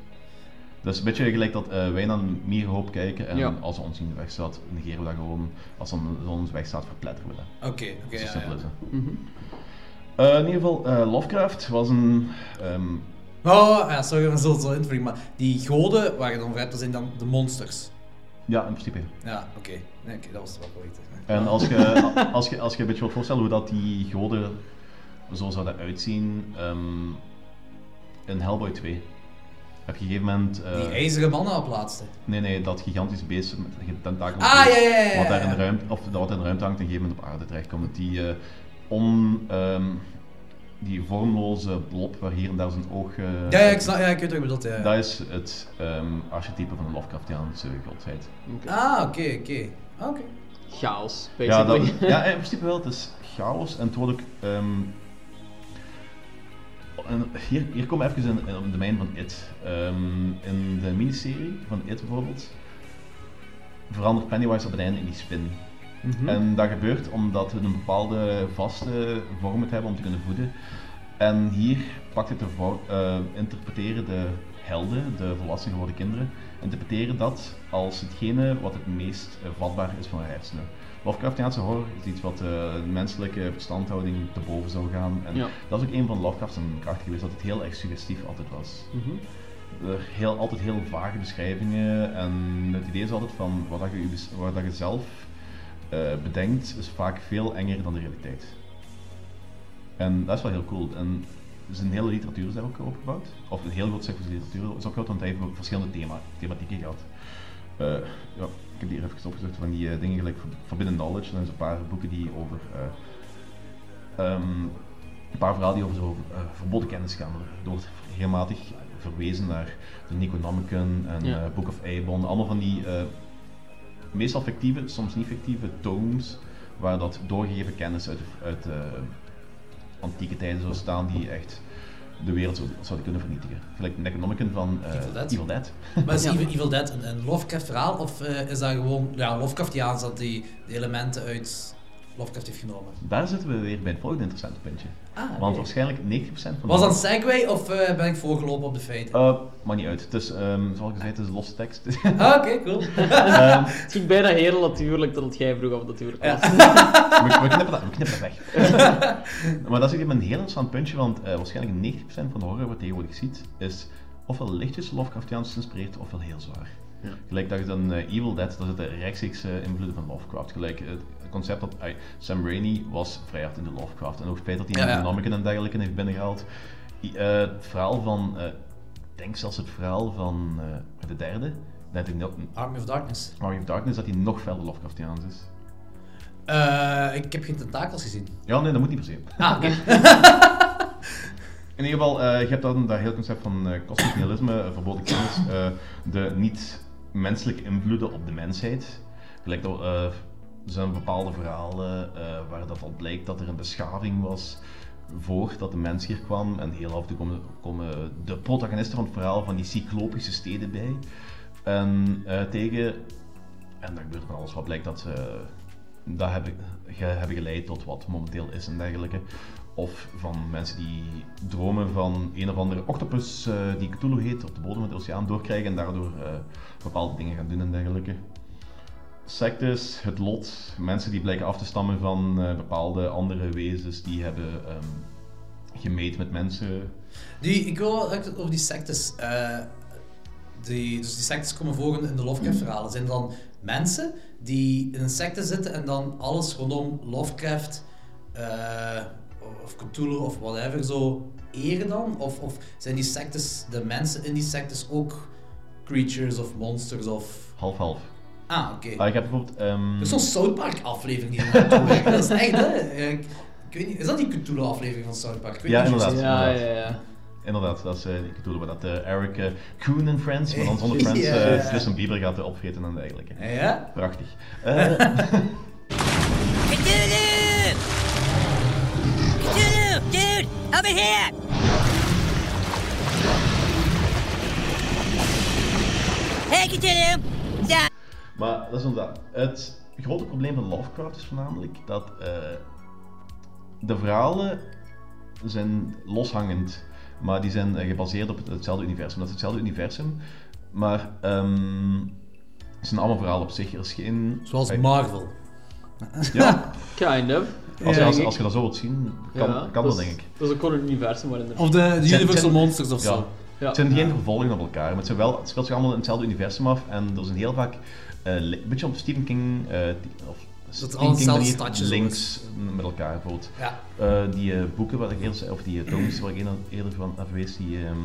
J: Dat is een beetje gelijk dat eh, wij naar een mierenhoop kijken en
I: Ja.
J: als ze ons in de weg staat, negeren we dat gewoon. Als ze ons weg staat, verpletteren we dat.
H: Oké, oké.
J: Zo
H: ja,
J: simpel
H: ja.
J: is het. Eh, in ieder geval, eh, Lovecraft was een ehm,
H: Oh, ja, sorry, we zullen het zo invliegen, maar die goden waar je het over hebt, dat zijn dan de monsters.
J: Ja, in principe.
H: Ja, oké. Nee, oké, dat was het wel weten.
J: En als je als je, als je een beetje wilt voorstellen hoe dat die goden zo zouden uitzien ehm, in Hellboy 2. Op een gegeven moment... eh,
H: Die e- ijzeren mannen op laatste.
J: nee, nee, dat gigantische beest met de tentakels.
H: Ah, ja, ja, ja, ja,
J: Wat daar in
H: ja.
J: de ruimte, of dat wat in de ruimte hangt en op een gegeven moment op aarde terechtkomt. Dat Die eh, on... ehm, die vormloze blob waar hier en daar zijn oog... eh,
H: Ja, ja, ik snap, ja, ik weet wat je bedoelt, ja.
J: Dat is het ehm, archetype van de Lovecraftiaanse godheid.
H: Ah, oké, oké. Ah, Oké.
I: Chaos,
J: Ja, dat,
I: basically.
J: ja, in principe wel. Het is chaos en het wordt ook... ehm, en hier, hier komen we even in, in op het domein van It. Ehm, in de miniserie van It bijvoorbeeld verandert Pennywise op het einde in die spin. En dat gebeurt omdat we een bepaalde vaste vorm het hebben om te kunnen voeden. En hier pakt het de vo- eh, interpreteren de helden, de volwassen geworden kinderen, interpreteren dat als hetgene wat het meest eh, vatbaar is voor hun hersenen. Lovecraftiaanse horror is iets wat eh, de menselijke verstandhouding te boven zou gaan. En
I: Ja.
J: dat is ook een van Lovecraft's krachten geweest, dat het heel erg suggestief altijd was.
I: Mhm.
J: Er heel, altijd heel vage beschrijvingen en het idee is altijd van wat dat je, je bes- wat dat je zelf eh, bedenkt is vaak veel enger dan de realiteit. En dat is wel heel cool. En zijn hele literatuur is daar ook opgebouwd. Of een heel groot stuk van zijn literatuur is opgebouwd, want hij heeft verschillende thema, thematieken gehad. Eh, ja, ik heb hier even opgezocht van die eh, dingen gelijk Forbidden Knowledge. Er zijn zo'n paar boeken die over... eh, ehm, een paar verhalen die over zo, eh, verboden kennis gaan. Er wordt regelmatig verwezen naar de Necronomicon en
I: Ja.
J: eh, Book of Aebon. Allemaal van die eh, meestal fictieve, soms niet fictieve tomes waar dat doorgegeven kennis uit, de- uit eh, antieke tijden zou staan die echt de wereld zou- zouden kunnen vernietigen. Gelijk de Necronomicon van eh,
H: Evil Dead.
J: Evil Dead.
H: Maar is Evil, Evil Dead een, een Lovecraft-verhaal of eh, is dat gewoon ja, Lovecraftiaans dat die de elementen uit Lovecraft heeft genomen?
J: Daar zitten we weer bij het volgende interessante puntje.
H: Ah, oké.
J: Want waarschijnlijk 90% van de-
H: Was dat een segue of eh, ben ik voorgelopen op de feiten?
J: Eh, maakt niet uit. Het is, ehm, zoals ik zei, het is losse tekst.
H: Ah, oké, cool.
J: Ehm,
I: Het ging bijna heel natuurlijk dat het jij vroeg of het natuurlijk was.
J: we, we knippen dat, we knippen dat weg. maar dat is even een heel interessant puntje, want eh, waarschijnlijk 90% van de horror wat tegenwoordig ziet, is ofwel lichtjes Lovecraftiaans geïnspireerd, ofwel heel zwaar. Gelijk dat je dan eh, Evil Dead, dat zitten rechtstreeks eh, invloeden van Lovecraft. Gelijk eh, het concept dat ai, Sam Raimi was vrij hard in de Lovecraft. En ook het feit dat hij
H: Ja, ja.
J: ja, en dergelijke heeft binnengehaald. I- eh, het verhaal van, eh, ik denk zelfs het verhaal van eh, de derde, dat hij nog,
H: Army of Darkness.
J: Army of Darkness, dat hij nog verder Lovecraftiaans is.
H: Eh, ik heb geen tentakels gezien.
J: Ja, nee, dat moet niet per se.
H: Ah, oké.
J: In ieder geval, eh, je hebt dan dat heel concept van eh kosmisch nihilisme, eh, verboden kennis, eh, de niet-menselijke invloeden op de mensheid. Gelijk dat, eh, er zijn bepaalde verhalen eh, waar dat al blijkt dat er een beschaving was voordat de mens hier kwam. En heel af en toe komen, komen de protagonisten van het verhaal van die cyclopische steden bij. En eh, tegen, en dat gebeurt van alles wat blijkt dat ze dat hebben, ge- hebben geleid tot wat momenteel is en dergelijke. Of van mensen die dromen van een of andere octopus eh, die Cthulhu heet op de bodem van de oceaan doorkrijgen en daardoor eh, bepaalde dingen gaan doen en dergelijke. Sectes, het lot, mensen die blijken af te stammen van eh, bepaalde andere wezens die hebben ehm gemeet met mensen.
H: Die, ik wil wel even over die sectes. eh, die, dus die sectes komen voor in de Lovecraft-verhalen. Zijn dan mensen die in een secte zitten en dan alles rondom Lovecraft eh, of Cthulhu of whatever zo eren dan? Of, of zijn die sectes, de mensen in die sectes ook creatures of monsters of...
J: Half-half.
H: Ah, oké.
J: Ah, ik heb bijvoorbeeld... ehm,
H: Er is zo'n South Park aflevering die er naartoe werkt. Dat is echt, hè? Ik, ik weet niet, is dat die Cthulhu aflevering van South Park? Ik weet
J: Ja,
H: niet
J: inderdaad.
I: Ja, ja, ja.
J: Inderdaad, dat is, eh, ik bedoel wat dat eh, Eric eh, Koen en Friends, maar dan zonder
H: Ja.
J: Friends, eh Justin Bieber gaat eh, opvreten en dergelijke.
H: precies. Ja?
J: Prachtig. Eh,
D: Cthulhu! Cthulhu! Dude! Over here! Hey, Cthulhu! Down!
J: maar dat is inderdaad. Het grote probleem van Lovecraft is voornamelijk dat eh, de verhalen zijn loshangend, maar die zijn eh, gebaseerd op het- hetzelfde universum. Dat is hetzelfde universum, maar ehm, het zijn allemaal verhalen op zich. Er is geen...
H: Zoals
J: Eh,
H: Marvel.
J: Ja,
I: Kind of.
J: als,
I: denk
J: als,
I: ik.
J: als je dat zo wilt zien, kan,
I: Ja, Dus
J: kan dat
I: is-
J: denk ik.
I: Dat is ook gewoon een universum waarin er...
H: Of de, de
J: Zijn-
H: Universal
J: zijn-
H: Monsters of
J: Ja,
H: zo.
I: Ja.
J: Het zijn geen vervolgen op elkaar, maar het, zijn wel, het speelt zich allemaal in hetzelfde universum af. En er zijn heel vaak, eh, li- een beetje op Stephen King, eh, die- of Stephen
H: allemaal
J: King
H: hetzelfde
J: manier,
H: stadje zo
J: links met elkaar bijvoorbeeld.
H: Ja.
J: Eh, die eh, boeken waar ik eerder, zei- of die eh, films waar ik eerder- eerder van naar verwees, die, ehm,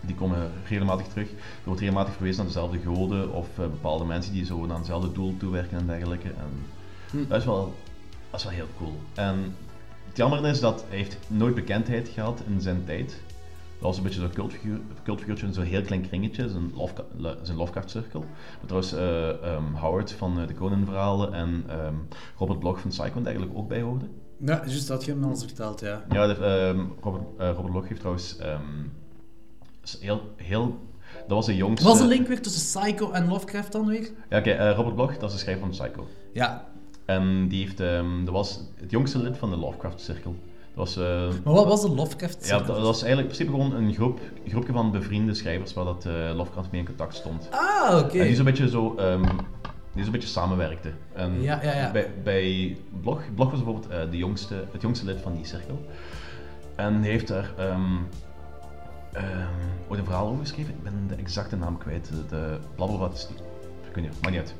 J: die komen regelmatig terug. Er wordt regelmatig verwezen naar dezelfde goden of eh, bepaalde mensen die zo naar hetzelfde doel toewerken en dergelijke. En dat, is wel, dat is wel heel cool. En het jammer is dat hij heeft nooit bekendheid gehad in zijn tijd. Dat was een beetje zo'n cultfiguur, cultfiguurtje in zo'n heel klein kringetje, zijn, Lovecraft, zijn Lovecraft-cirkel. Maar trouwens, eh, ehm, Howard van eh, de Conan-verhalen en ehm, Robert Bloch van Psycho en dergelijke ook bij hoorden.
H: Ja, juist dat je hem ons verteld, ja.
J: Ja, de- ehm, Robert, eh, Robert Bloch heeft trouwens ehm, is heel, heel... Dat was de jongste...
H: Was de link weer tussen Psycho en Lovecraft dan weer?
J: Ja, oké, eh, Robert Bloch, dat is de schrijver van Psycho.
H: Ja.
J: En die heeft, ehm, dat was het jongste lid van de Lovecraft-cirkel. Dat was...
H: Oh,
J: eh,
H: Maar wat was de Lovecraft?
J: ja, dat, dat was eigenlijk in principe gewoon een groep, groepje van bevriende schrijvers waar dat, eh, Lovecraft mee in contact stond.
H: Ah, oké.
J: En die zo'n beetje zo... ehm, die zo'n beetje samenwerkte. En
H: Ja, ja, ja.
J: Bij, bij Blog, Blog was bijvoorbeeld eh, de jongste, het jongste lid van die cirkel. En die heeft daar ehm ehm, ooit een verhaal over geschreven. Ik ben de exacte naam kwijt. De, de blabbervat, ik weet niet, maar niet uit.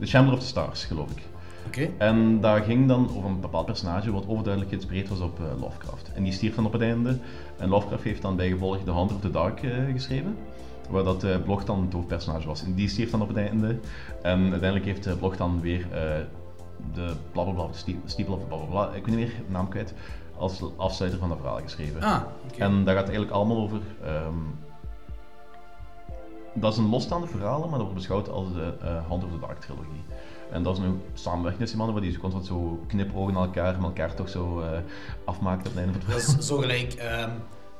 J: The Shambler of the Stars, geloof ik.
H: Oké.
J: En daar ging dan over een bepaald personage wat overduidelijk geïnspireerd was op eh, Lovecraft. En die stierf dan op het einde. En Lovecraft heeft dan bijgevolg The Hunter of the Dark eh, geschreven. Waar dat eh Blog dan het hoofdpersonage was. En die stierf dan op het einde. En uiteindelijk heeft eh, Blog dan weer eh, de blablabla, of de stie- Steeple of blablabla, ik weet niet meer de naam kwijt, als afsluiter van dat verhaal geschreven.
H: Ah, oké.
J: En daar gaat het eigenlijk allemaal over. ehm, dat is een losstaande verhaal, maar dat wordt beschouwd als de eh Hand of the Dark trilogie. En dat is nu samenwerking tussen die mannen, waar die zo constant zo knipogen naar elkaar, maar elkaar toch zo eh afmaakt op het einde van het
H: Dat is zo gelijk. ehm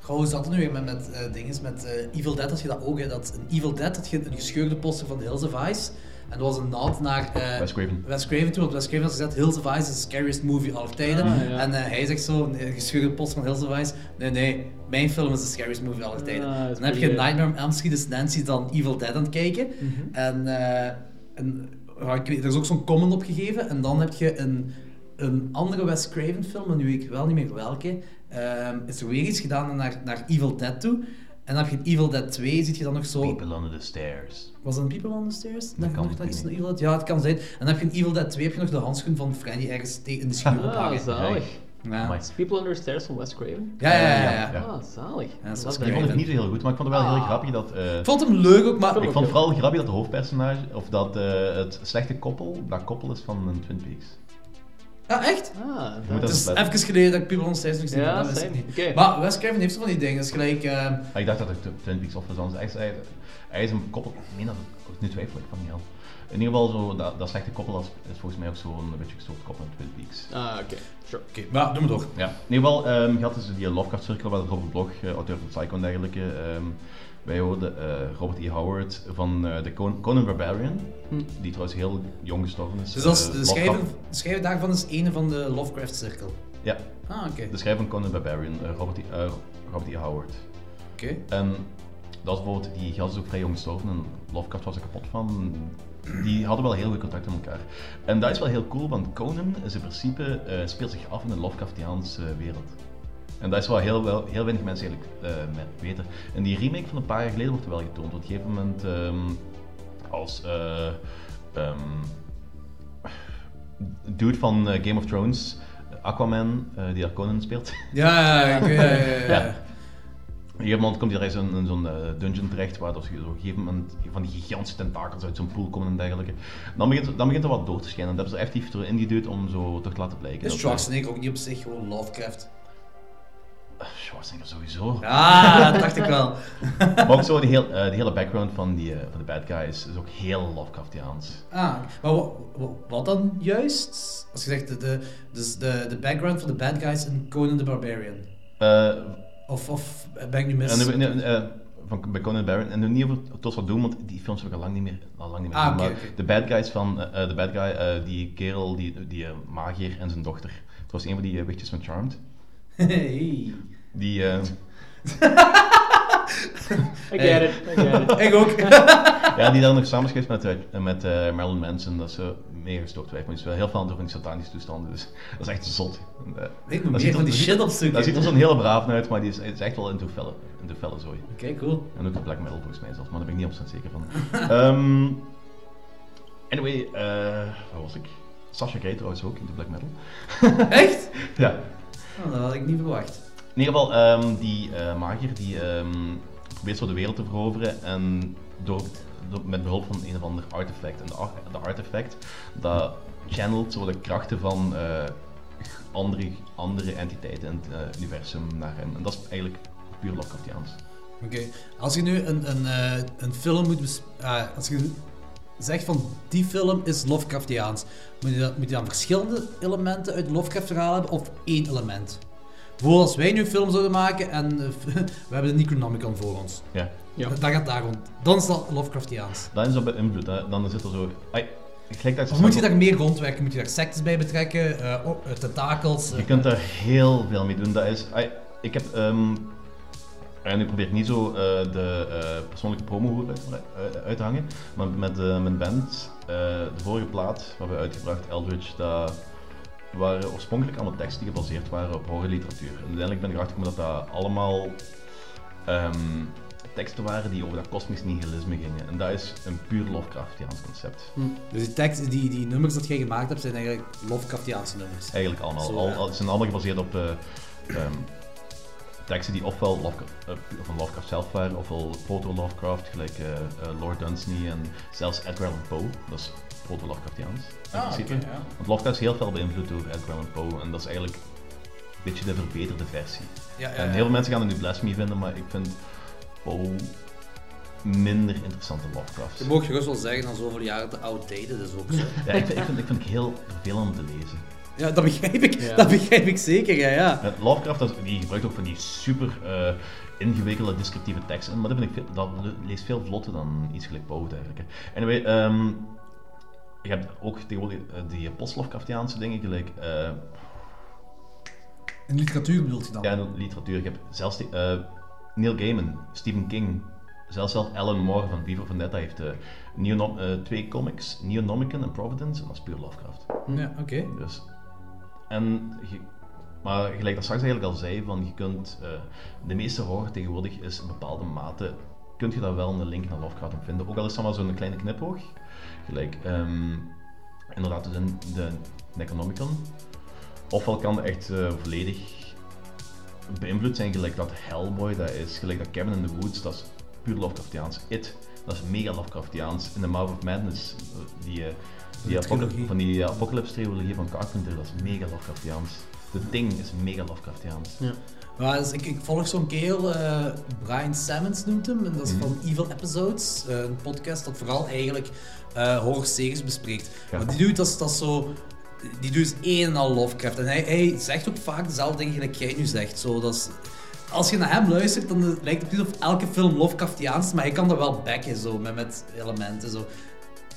H: Gauw zat er nu weer met, met eh, dinges, met eh, Evil Dead had je dat ook. Hè, dat in Evil Dead had je een gescheurde poster van de Hills of Ice. En dat was een naad naar eh,
J: Wes Craven.
H: Wes Craven toe. Op Wes Craven had gezegd, Hills of Ice is de scariest movie aller tijden.
I: Ah, ja.
H: En eh, hij zegt zo, een gescheurde poster van Hills of Ice. Nee, nee, mijn film is de scariest movie aller tijden.
I: Ah, dat is
H: dan heb je
I: pretty, Mhm. ja.
H: Nightmare on Elm Street, is Nancy dan Evil Dead aan het kijken. En, eh, en ja, ik weet- er is ook zo'n comment opgegeven. En dan heb je een, een andere Wes Craven film, maar nu weet ik wel niet meer welke. ehm, is er weer iets gedaan naar, naar Evil Dead toe. En dan heb je in Evil Dead 2, zit je dan nog zo...
J: People Under the Stairs.
H: Was dat een People on the Stairs? Dat
J: kan,
H: nog
J: ik
H: dat iets
J: weet
H: in Evil Dead? Ja, het kan zijn. En dan heb je in Evil Dead 2 heb je nog de handschoen van Freddy ergens te- in de schuur
I: Ah,
H: ophangen.
I: zalig.
H: Ja.
J: Amai.
I: People Under Stairs van Wes Craven.
H: Ja, ja, ja, ja.
J: Ja, ja.
I: Ah, zalig.
H: dat is
I: Dat
H: wel
J: Die
I: is
J: vond ik niet zo heel goed, maar ik vond het wel heel grappig dat... eh,
H: Ik Ah. vond hem leuk ook, maar...
J: ik vond het vooral grappig dat de hoofdpersonage, of dat eh, het slechte koppel, dat koppel is van een Twin Peaks.
H: Ja, echt?
I: Ah,
J: Je moet
H: Het
J: dat
H: is
J: eens letten.
H: even geleden dat ik People on the Stairs nog gezien heb,
I: Ja,
H: dat wist ik
I: same.
H: niet.
I: Oké.
H: Maar Wes Craven heeft zo van die dingen. Dat is gelijk... eh,
J: Ah, ik dacht dat het Tw- Twin Peaks of was, anders. Hij is, hij, hij is een koppel. Ik meen dat het. Nu twijfel ik van niet al. In ieder geval, zo, dat, dat slechte koppel is, is volgens mij ook zo'n beetje een soort koppel in Twin Peaks.
I: Ah, oké. Sure.
H: Oké, maar doe maar door.
J: Ja, in ieder geval ehm gaat dus die Lovecraft-cirkel waar Robert Bloch, eh, auteur van Psycho en dergelijke. ehm, wij hoorden eh, Robert E. Howard van eh, de Con- Conan Barbarian, die trouwens heel jong gestorven is.
H: Dus dat Hm. is,
J: Eh,
H: de,
J: Lovecraft-
H: schrijver, de schrijver daarvan is een van de Lovecraft-cirkel.
J: Ja,
H: Ah, oké.
J: de schrijver van Conan Barbarian, eh, Robert, E., eh, Robert E. Howard.
H: Oké.
J: En Ehm, dat is bijvoorbeeld, die gast is ook vrij jong gestorven en Lovecraft was er kapot van. Die hadden wel heel goed contact met elkaar. En dat is wel heel cool, want Conan is in principe, eh, speelt zich af in een Lovecraftiaanse eh, wereld. En dat is wel heel, wel, heel weinig mensen eigenlijk eh, me- weten. En die remake van een paar jaar geleden wordt er wel getoond. Op een gegeven moment ehm, als eh, ehm, dude van eh, Game of Thrones, Aquaman, eh, die daar Conan speelt.
H: Ja, ja, ik weet- ja, ja, ja, ja.
J: Op een gegeven moment komt hij ergens in, in zo'n eh, dungeon terecht, waar dat ze op een gegeven moment van die gigantische tentakels uit zo'n pool komen en dergelijke. Dan begint, dan begint er wat door te schijnen. Dat hebben ze effectief erin geduwd om zo toch te laten blijken.
H: Is
J: dat-
H: Schwarzenegger ook niet op zich gewoon Lovecraft?
J: Eh, Schwarzenegger sowieso.
H: Ah, dat dacht ik wel.
J: Maar ook zo, de, heel, eh, de hele background van, die, eh, van de bad guys is ook heel Lovecraftiaans.
H: Ah, maar wa- wa- wat dan juist? Als je zegt, de, de, dus de, de background van de bad guys in Conan the Barbarian.
J: Eh,
H: Of, of ben ik nu mis?
J: en, nu- nu- eh, van, bij Conan Baron. En nu niet over tot wat doen, want die films heb ik al lang niet meer, al lang niet meer
H: Ah,
J: gezien.
H: oké,
J: Maar
H: oké.
J: de bad guys van, eh, eh, de bad guy, eh, die kerel, die, die eh, magier en zijn dochter. Het was een van die eh, wichtjes van Charmed.
H: Hey.
J: Die, eh,
I: I get it, I get it.
H: Ik ook.
J: Ja, die daar nog samen schrijft met, eh, met eh, Marilyn Manson, dat ze meer gestopt werd. Maar die is wel heel veel aan van die satanische toestanden, dus dat is echt zot. Eh,
H: Ik
J: dat
H: moet
J: ziet
H: meer van
J: er-
H: die shit opzoeken.
J: Daar ziet er zo'n hele braaf uit, maar die is, is echt wel into felle, into felle zooi.
H: Oké, cool.
J: En ook de black metal volgens mij zelfs, maar daar ben ik niet op zeker van. Ehm, anyway, eh waar was ik? Sasha Grey trouwens ook in de black metal.
H: Echt?
J: Ja,
H: Oh, dat had ik niet verwacht.
J: in ieder geval, ehm, die eh magier die ehm, probeert zo de wereld te veroveren en door, door- met behulp van een of ander artefact. En de, ar- de artefact, dat channelt zo de krachten van eh, andere, andere entiteiten in het eh, universum naar hem. En dat is eigenlijk puur Lovecraftiaans.
H: Oké, als je nu een, een, eh, een film moet bes- ah, als je zegt van die film is Lovecraftiaans, moet je, dat, moet je dan verschillende elementen uit Lovecraft verhaal hebben of één element? Bijvoorbeeld als wij nu een film zouden maken en eh, we hebben de Necronomicon voor ons.
J: Ja.
I: Ja.
H: Dan gaat daar rond. Dan is dat Lovecraftiaans.
J: Dan is dat beïnvloed, hè. dan zit er zo... Ai, gelijk dat
H: Of moet je daar meer rondwerken? Moet je daar sectes bij betrekken? eh, o- eh, tentakels? eh,
J: Je kunt daar heel veel mee doen. Dat is, I- ik heb, ehm, en ik probeer niet zo eh, de eh, persoonlijke promo uit, eh, uit te hangen, maar met eh, mijn band, eh, de vorige plaat waar we uitgebracht, Eldritch, dat waren oorspronkelijk allemaal teksten die gebaseerd waren op horrorliteratuur. En uiteindelijk ben ik erachter gekomen dat dat allemaal ehm, teksten waren die over dat kosmisch nihilisme gingen. En dat is een puur Lovecraftiaans concept.
H: Dus die, tekst, die, die nummers dat jij gemaakt hebt zijn eigenlijk Lovecraftiaanse nummers.
J: Eigenlijk allemaal.
H: Zo,
J: al,
H: ja.
J: al- het zijn allemaal gebaseerd op eh, ehm, teksten die ofwel Lovecraft, eh, van Lovecraft zelf waren, ofwel proto-Lovecraft, gelijk eh, eh, Lord Dunsany en zelfs Edgar Allan Poe. Dat is proto-Lovecraftiaans. in
H: Ah,
J: principe. Want Lovecraft is heel veel beïnvloed door Edgar Allan Poe en dat is eigenlijk een beetje de verbeterde versie.
H: Ja,
J: En heel veel mensen gaan het nu blasphemy vinden, maar ik vind Poe minder interessant dan Lovecraft.
H: Je mag gerust wel zeggen, na zoveel jaren te outdated is ook zo.
J: Ja, ik, vind- ik vind, ik vind het heel vervelend om te lezen.
H: Ja, dat begrijp ik.
I: Ja.
H: Dat begrijp ik zeker, ja. ja.
J: Met Eh, Lovecraft, dat, die gebruikt ook van die super eh, ingewikkelde descriptieve teksten. Maar dat, vind ik, veel- dat le- leest veel vlotter dan iets gelijk Poe eigenlijk. hè. Anyway, ehm je hebt ook tegenwoordig eh, die post-Lovecraftiaanse dingen gelijk. eh,
H: In literatuur bedoelt je dan?
J: ja, in de literatuur. Je hebt zelfs die, eh, Neil Gaiman, Stephen King, zelfs zelf Alan Moore van Viva Vendetta heeft eh, Neonom- eh, twee comics, Neonomicon en Providence, en dat is puur Lovecraft.
H: Ja, oké.
J: Dus, en, je- maar gelijk dat straks eigenlijk al zei, van je kunt, eh, de meeste horror tegenwoordig is in bepaalde mate, kun je daar wel een link naar Lovecraft op vinden. Ook al is dat maar zo'n kleine knipoog. Gelijk, ehm, inderdaad, dus in de Necronomicon. Ofwel kan het echt eh, volledig beïnvloed zijn, gelijk dat Hellboy dat is, gelijk dat Cabin in the Woods, dat is puur Lovecraftiaans. It, dat is mega Lovecraftiaans. In the Mouth of Madness, eh, die, eh, die
H: De trilogie.
J: apoca- van die eh, apocalypse-trilogie van Carpenter, dat is mega Lovecraftiaans. The Thing is mega Lovecraftiaans.
H: Maar dus ik, ik volg zo'n kerel, eh, Brian Sammons noemt hem, en dat
J: Mhm.
H: is van Evil Episodes, eh, een podcast dat vooral eigenlijk eh horrorseries bespreekt.
J: Ja.
H: Maar die doet dat, is- dat is zo... Die doet is één en al Lovecraft. En hij, hij zegt ook vaak dezelfde dingen gelijk jij nu zegt. Zo, dat is, als je naar hem luistert, dan eh, lijkt het niet of elke film Lovecraftiaans is, maar hij kan dat wel backen zo, met, met elementen. Zo.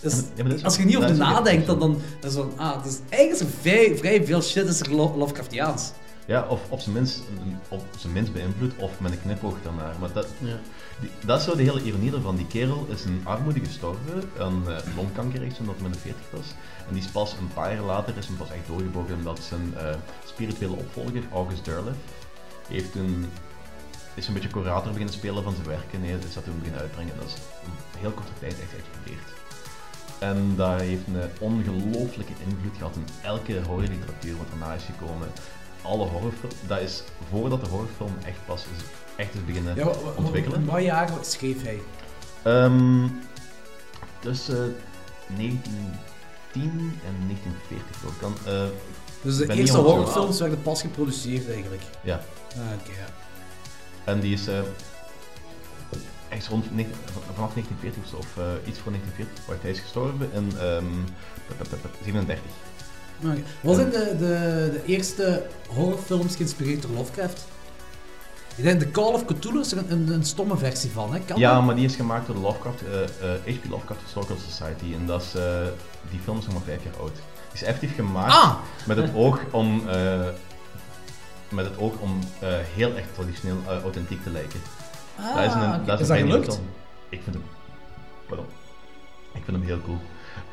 H: Dus,
J: Ja, maar dat is-
H: als je niet
J: dat
H: over
J: is ook
H: nadenkt,
J: echt
H: dan, dan, dan is van, ah, dus eigenlijk is er vrij, vrij veel shit is er Lo- Lovecraftiaans.
J: Ja, of op zijn minst, op zijn minst beïnvloed, of met een knipoog daarnaar. Maar dat,
I: Ja.
J: die- dat is zo de hele ironie ervan. Die kerel is in armoede gestorven, aan eh longkanker echt, toen dat hij met de 40 was. En die is pas een paar jaar later, is hem pas echt doorgebogen, omdat zijn eh, spirituele opvolger, August Derleth, heeft toen, is een beetje curator beginnen spelen van zijn werk en hij is dat toen beginnen uitbrengen. Dat is in heel korte tijd echt explodeerd. En dat heeft een ongelooflijke invloed gehad in elke horrorliteratuur wat erna is gekomen. Alle horrorfilms, dat is voordat de horrorfilm echt pas is, echt is beginnen
H: Ja, wa- wa-
J: ontwikkelen.
H: In wat jaar schreef hij?
J: Ehm, tussen 1910 en 1940 geloof ik. Kan, eh,
H: Dus de
J: ben
H: eerste
J: niet honderd
H: horrorfilms werden pas geproduceerd eigenlijk.
J: ja,
H: Ah, oké. ja.
J: en die is eh, echt rond, negen- vanaf 1940 of zo, of eh, iets voor 1940. Wacht, hij is gestorven in ehm, 37.
H: Ah, oké. Wat zijn de, de, de eerste horrorfilms geïnspireerd door Lovecraft? Ik denk de Call of Cthulhu is er een, een, een stomme versie van, hè? Kan
J: Ja,
H: dat?
J: maar die is gemaakt door de Lovecraft, eh, eh, H.P. Lovecraft Historical Society. En dat is, eh, die film is nog maar vijf jaar oud. Die is effectief gemaakt
H: Ah!
J: met het oog om, eh, met het oog om eh, heel echt traditioneel eh, authentiek te lijken. dat is een,
H: Ah, oké.
J: dat is
H: Is
J: een
H: dat
J: Penny
H: gelukt?
J: Newton. Ik vind hem... Pardon. Ik vind hem heel cool.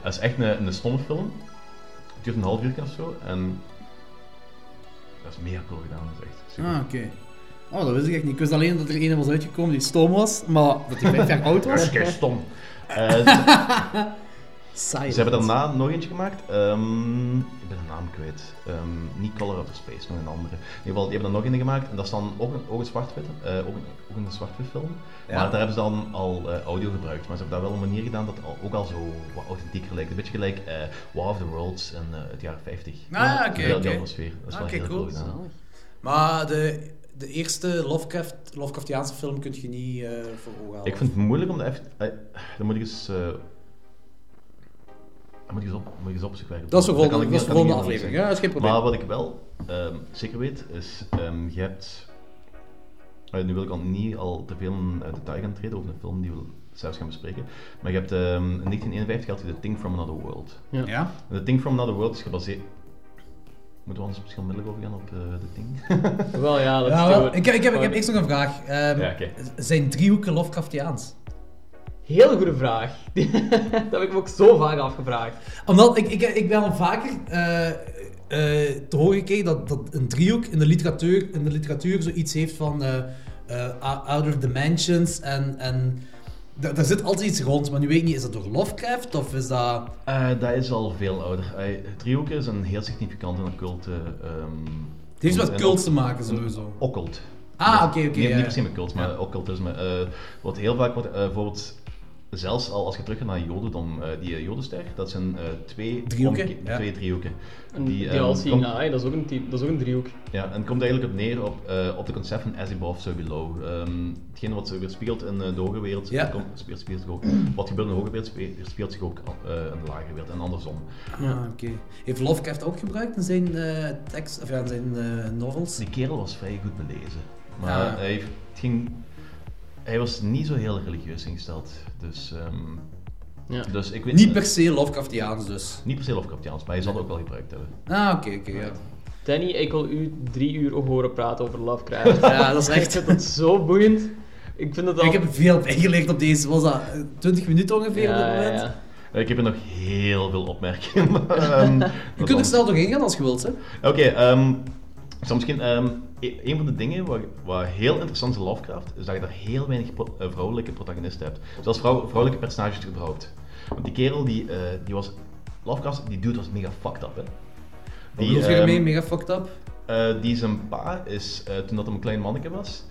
J: Het is echt een, een stomme film. Het duurt een half uur of zo. En... Dat is mega cool gedaan. Dat is echt super.
H: Ah, oké. Oh, dat wist ik echt niet. Ik wist alleen dat er een was uitgekomen die stom was, maar dat hij vijf jaar oud
J: Dat is
H: was.
J: kei stom. Eh,
H: Saai.
J: Ze hebben daarna nog eentje gemaakt. Ehm, ik ben de naam kwijt. Ehm, niet Color Out of Space, nog een andere. In ieder geval, die hebben er nog een gemaakt. En dat is dan ook een, ook een zwart-wit eh, ook een, ook een zwart-wit film. Maar daar hebben ze dan al eh, audio gebruikt. Maar ze hebben daar wel een manier gedaan dat het al, ook al zo wat authentieker lijkt. Een beetje gelijk eh, War of the Worlds in eh, het jaar 50.
H: Ah, oké,
J: Heel
H: oké. Ah,
J: die atmosfeer. Dat is
H: Oké,
J: wel heel
H: cool.
J: cool gedaan.
H: Maar de, de eerste Lovecraft, Lovecraftiaanse film kun je niet eh, voor ogen halen.
J: Ik vind het moeilijk om de even... eh, dan moet ik eens... eh, dan moet ik eens op, moet ik eens opzoeken. waar ik-
H: Dat is de
J: kan
H: volgende,
J: ik
H: dat
J: niet-
H: is de
J: kan ik
H: volgende
J: niet
H: aflevering.
J: zeggen.
H: Ja, dat is geen probleem.
J: Maar wat ik wel ehm, zeker weet, is ehm, je hebt... eh, nu wil ik al niet al te veel in eh, detail gaan treden over een film die we zelfs gaan bespreken. Maar je hebt ehm, in 1951 had je The Thing from Another World.
H: Ja?
J: En The Thing from Another World is gebaseerd... Moeten we anders misschien onmiddellijk overgaan op eh The Thing?
I: Wel ja, dat is
H: Ja,
I: toch
H: wel,
I: wat-
H: ik, ik, heb, ik heb
I: gewoon-
H: eerst nog een vraag. Ehm,
J: Ja, oké.
H: Zijn driehoeken Lovecraftiaans?
I: Heel goede vraag. dat heb ik me ook zo vaak afgevraagd.
H: Omdat ik, ik, ik ben al vaker eh, eh, te horen gekregen dat, dat een driehoek in de literatuur, in de literatuur zoiets heeft van eh eh, Outer Dimensions en, en daar, daar zit altijd iets rond. Maar nu weet ik niet, is dat door Lovecraft of is dat...
J: Eh, dat is al veel ouder. Eh driehoeken is een heel significante occulte... ehm
H: Het heeft met
J: en
H: cults te maken sowieso.
J: Occult. Dus
H: Ah, oké, oké.
J: niet,
H: ja.
J: niet per se met cult, maar occultisme. Eh, wat heel vaak wordt, eh, bijvoorbeeld, zelfs al als je teruggaat naar Jodendom, eh, die eh, Jodenster, dat zijn eh, twee,
H: Driehoeken,
J: omke-
H: ja.
J: twee driehoeken.
I: Een
J: Die,
I: die nou,
J: ehm,
I: als
J: komt-
I: dat is ook een type, dat is ook een driehoek.
J: Ja, en het komt eigenlijk op neer op, eh, op de concept van as above, so below. Ehm, hetgeen wat ze weerspiegelt in eh, de hoge wereld,
H: Ja.
J: komt, speelt, speelt zich ook, wat gebeurt in de hoge wereld, spe- speelt zich ook eh, in de lagere wereld en andersom.
H: Ah, oké. Heeft Lovecraft ook gebruikt in zijn eh, tekst, of ja, in zijn eh, novels?
J: Die kerel was vrij goed belezen, maar
H: Ah.
J: hij, heeft- het ging, hij was niet zo heel religieus ingesteld. Dus, ehm,
I: Ja.
J: dus ik weet
H: Niet per se Lovecraftiaans dus.
J: Niet per se Lovecraftiaans, maar je zal het ook wel gebruikt hebben.
H: Ah, oké, oké, ja.
I: Danny, ik wil u drie uur horen praten over Lovecraft.
H: Ja, dat is
I: Ik
H: echt...
I: vind dat zo boeiend. Ik vind dat al...
H: Ik heb veel bijgeleerd op deze, was dat eh, 20 minuten ongeveer op dit
I: ja, ja,
H: moment?
I: ja.
J: Eh, Ik heb er nog heel veel opmerkingen. maar, ehm,
H: Je
J: dat
H: kunt er
J: dan-
H: snel doorheen gaan als je wilt, hè.
J: Oké, ehm ik zal misschien ehm, e- een van de dingen waar, waar heel interessant is in Lovecraft, is dat je daar heel weinig pro- eh, vrouwelijke protagonisten hebt. Zelfs vrouw, vrouwelijke personages überhaupt. Want die kerel die, eh, die was. Lovecraft, die dude was mega fucked up, hè.
H: Wat bedoel je
J: ehm,
H: ermee? Mega fucked up?
J: eh, die zijn pa is, eh, toen dat hem een klein manneke was,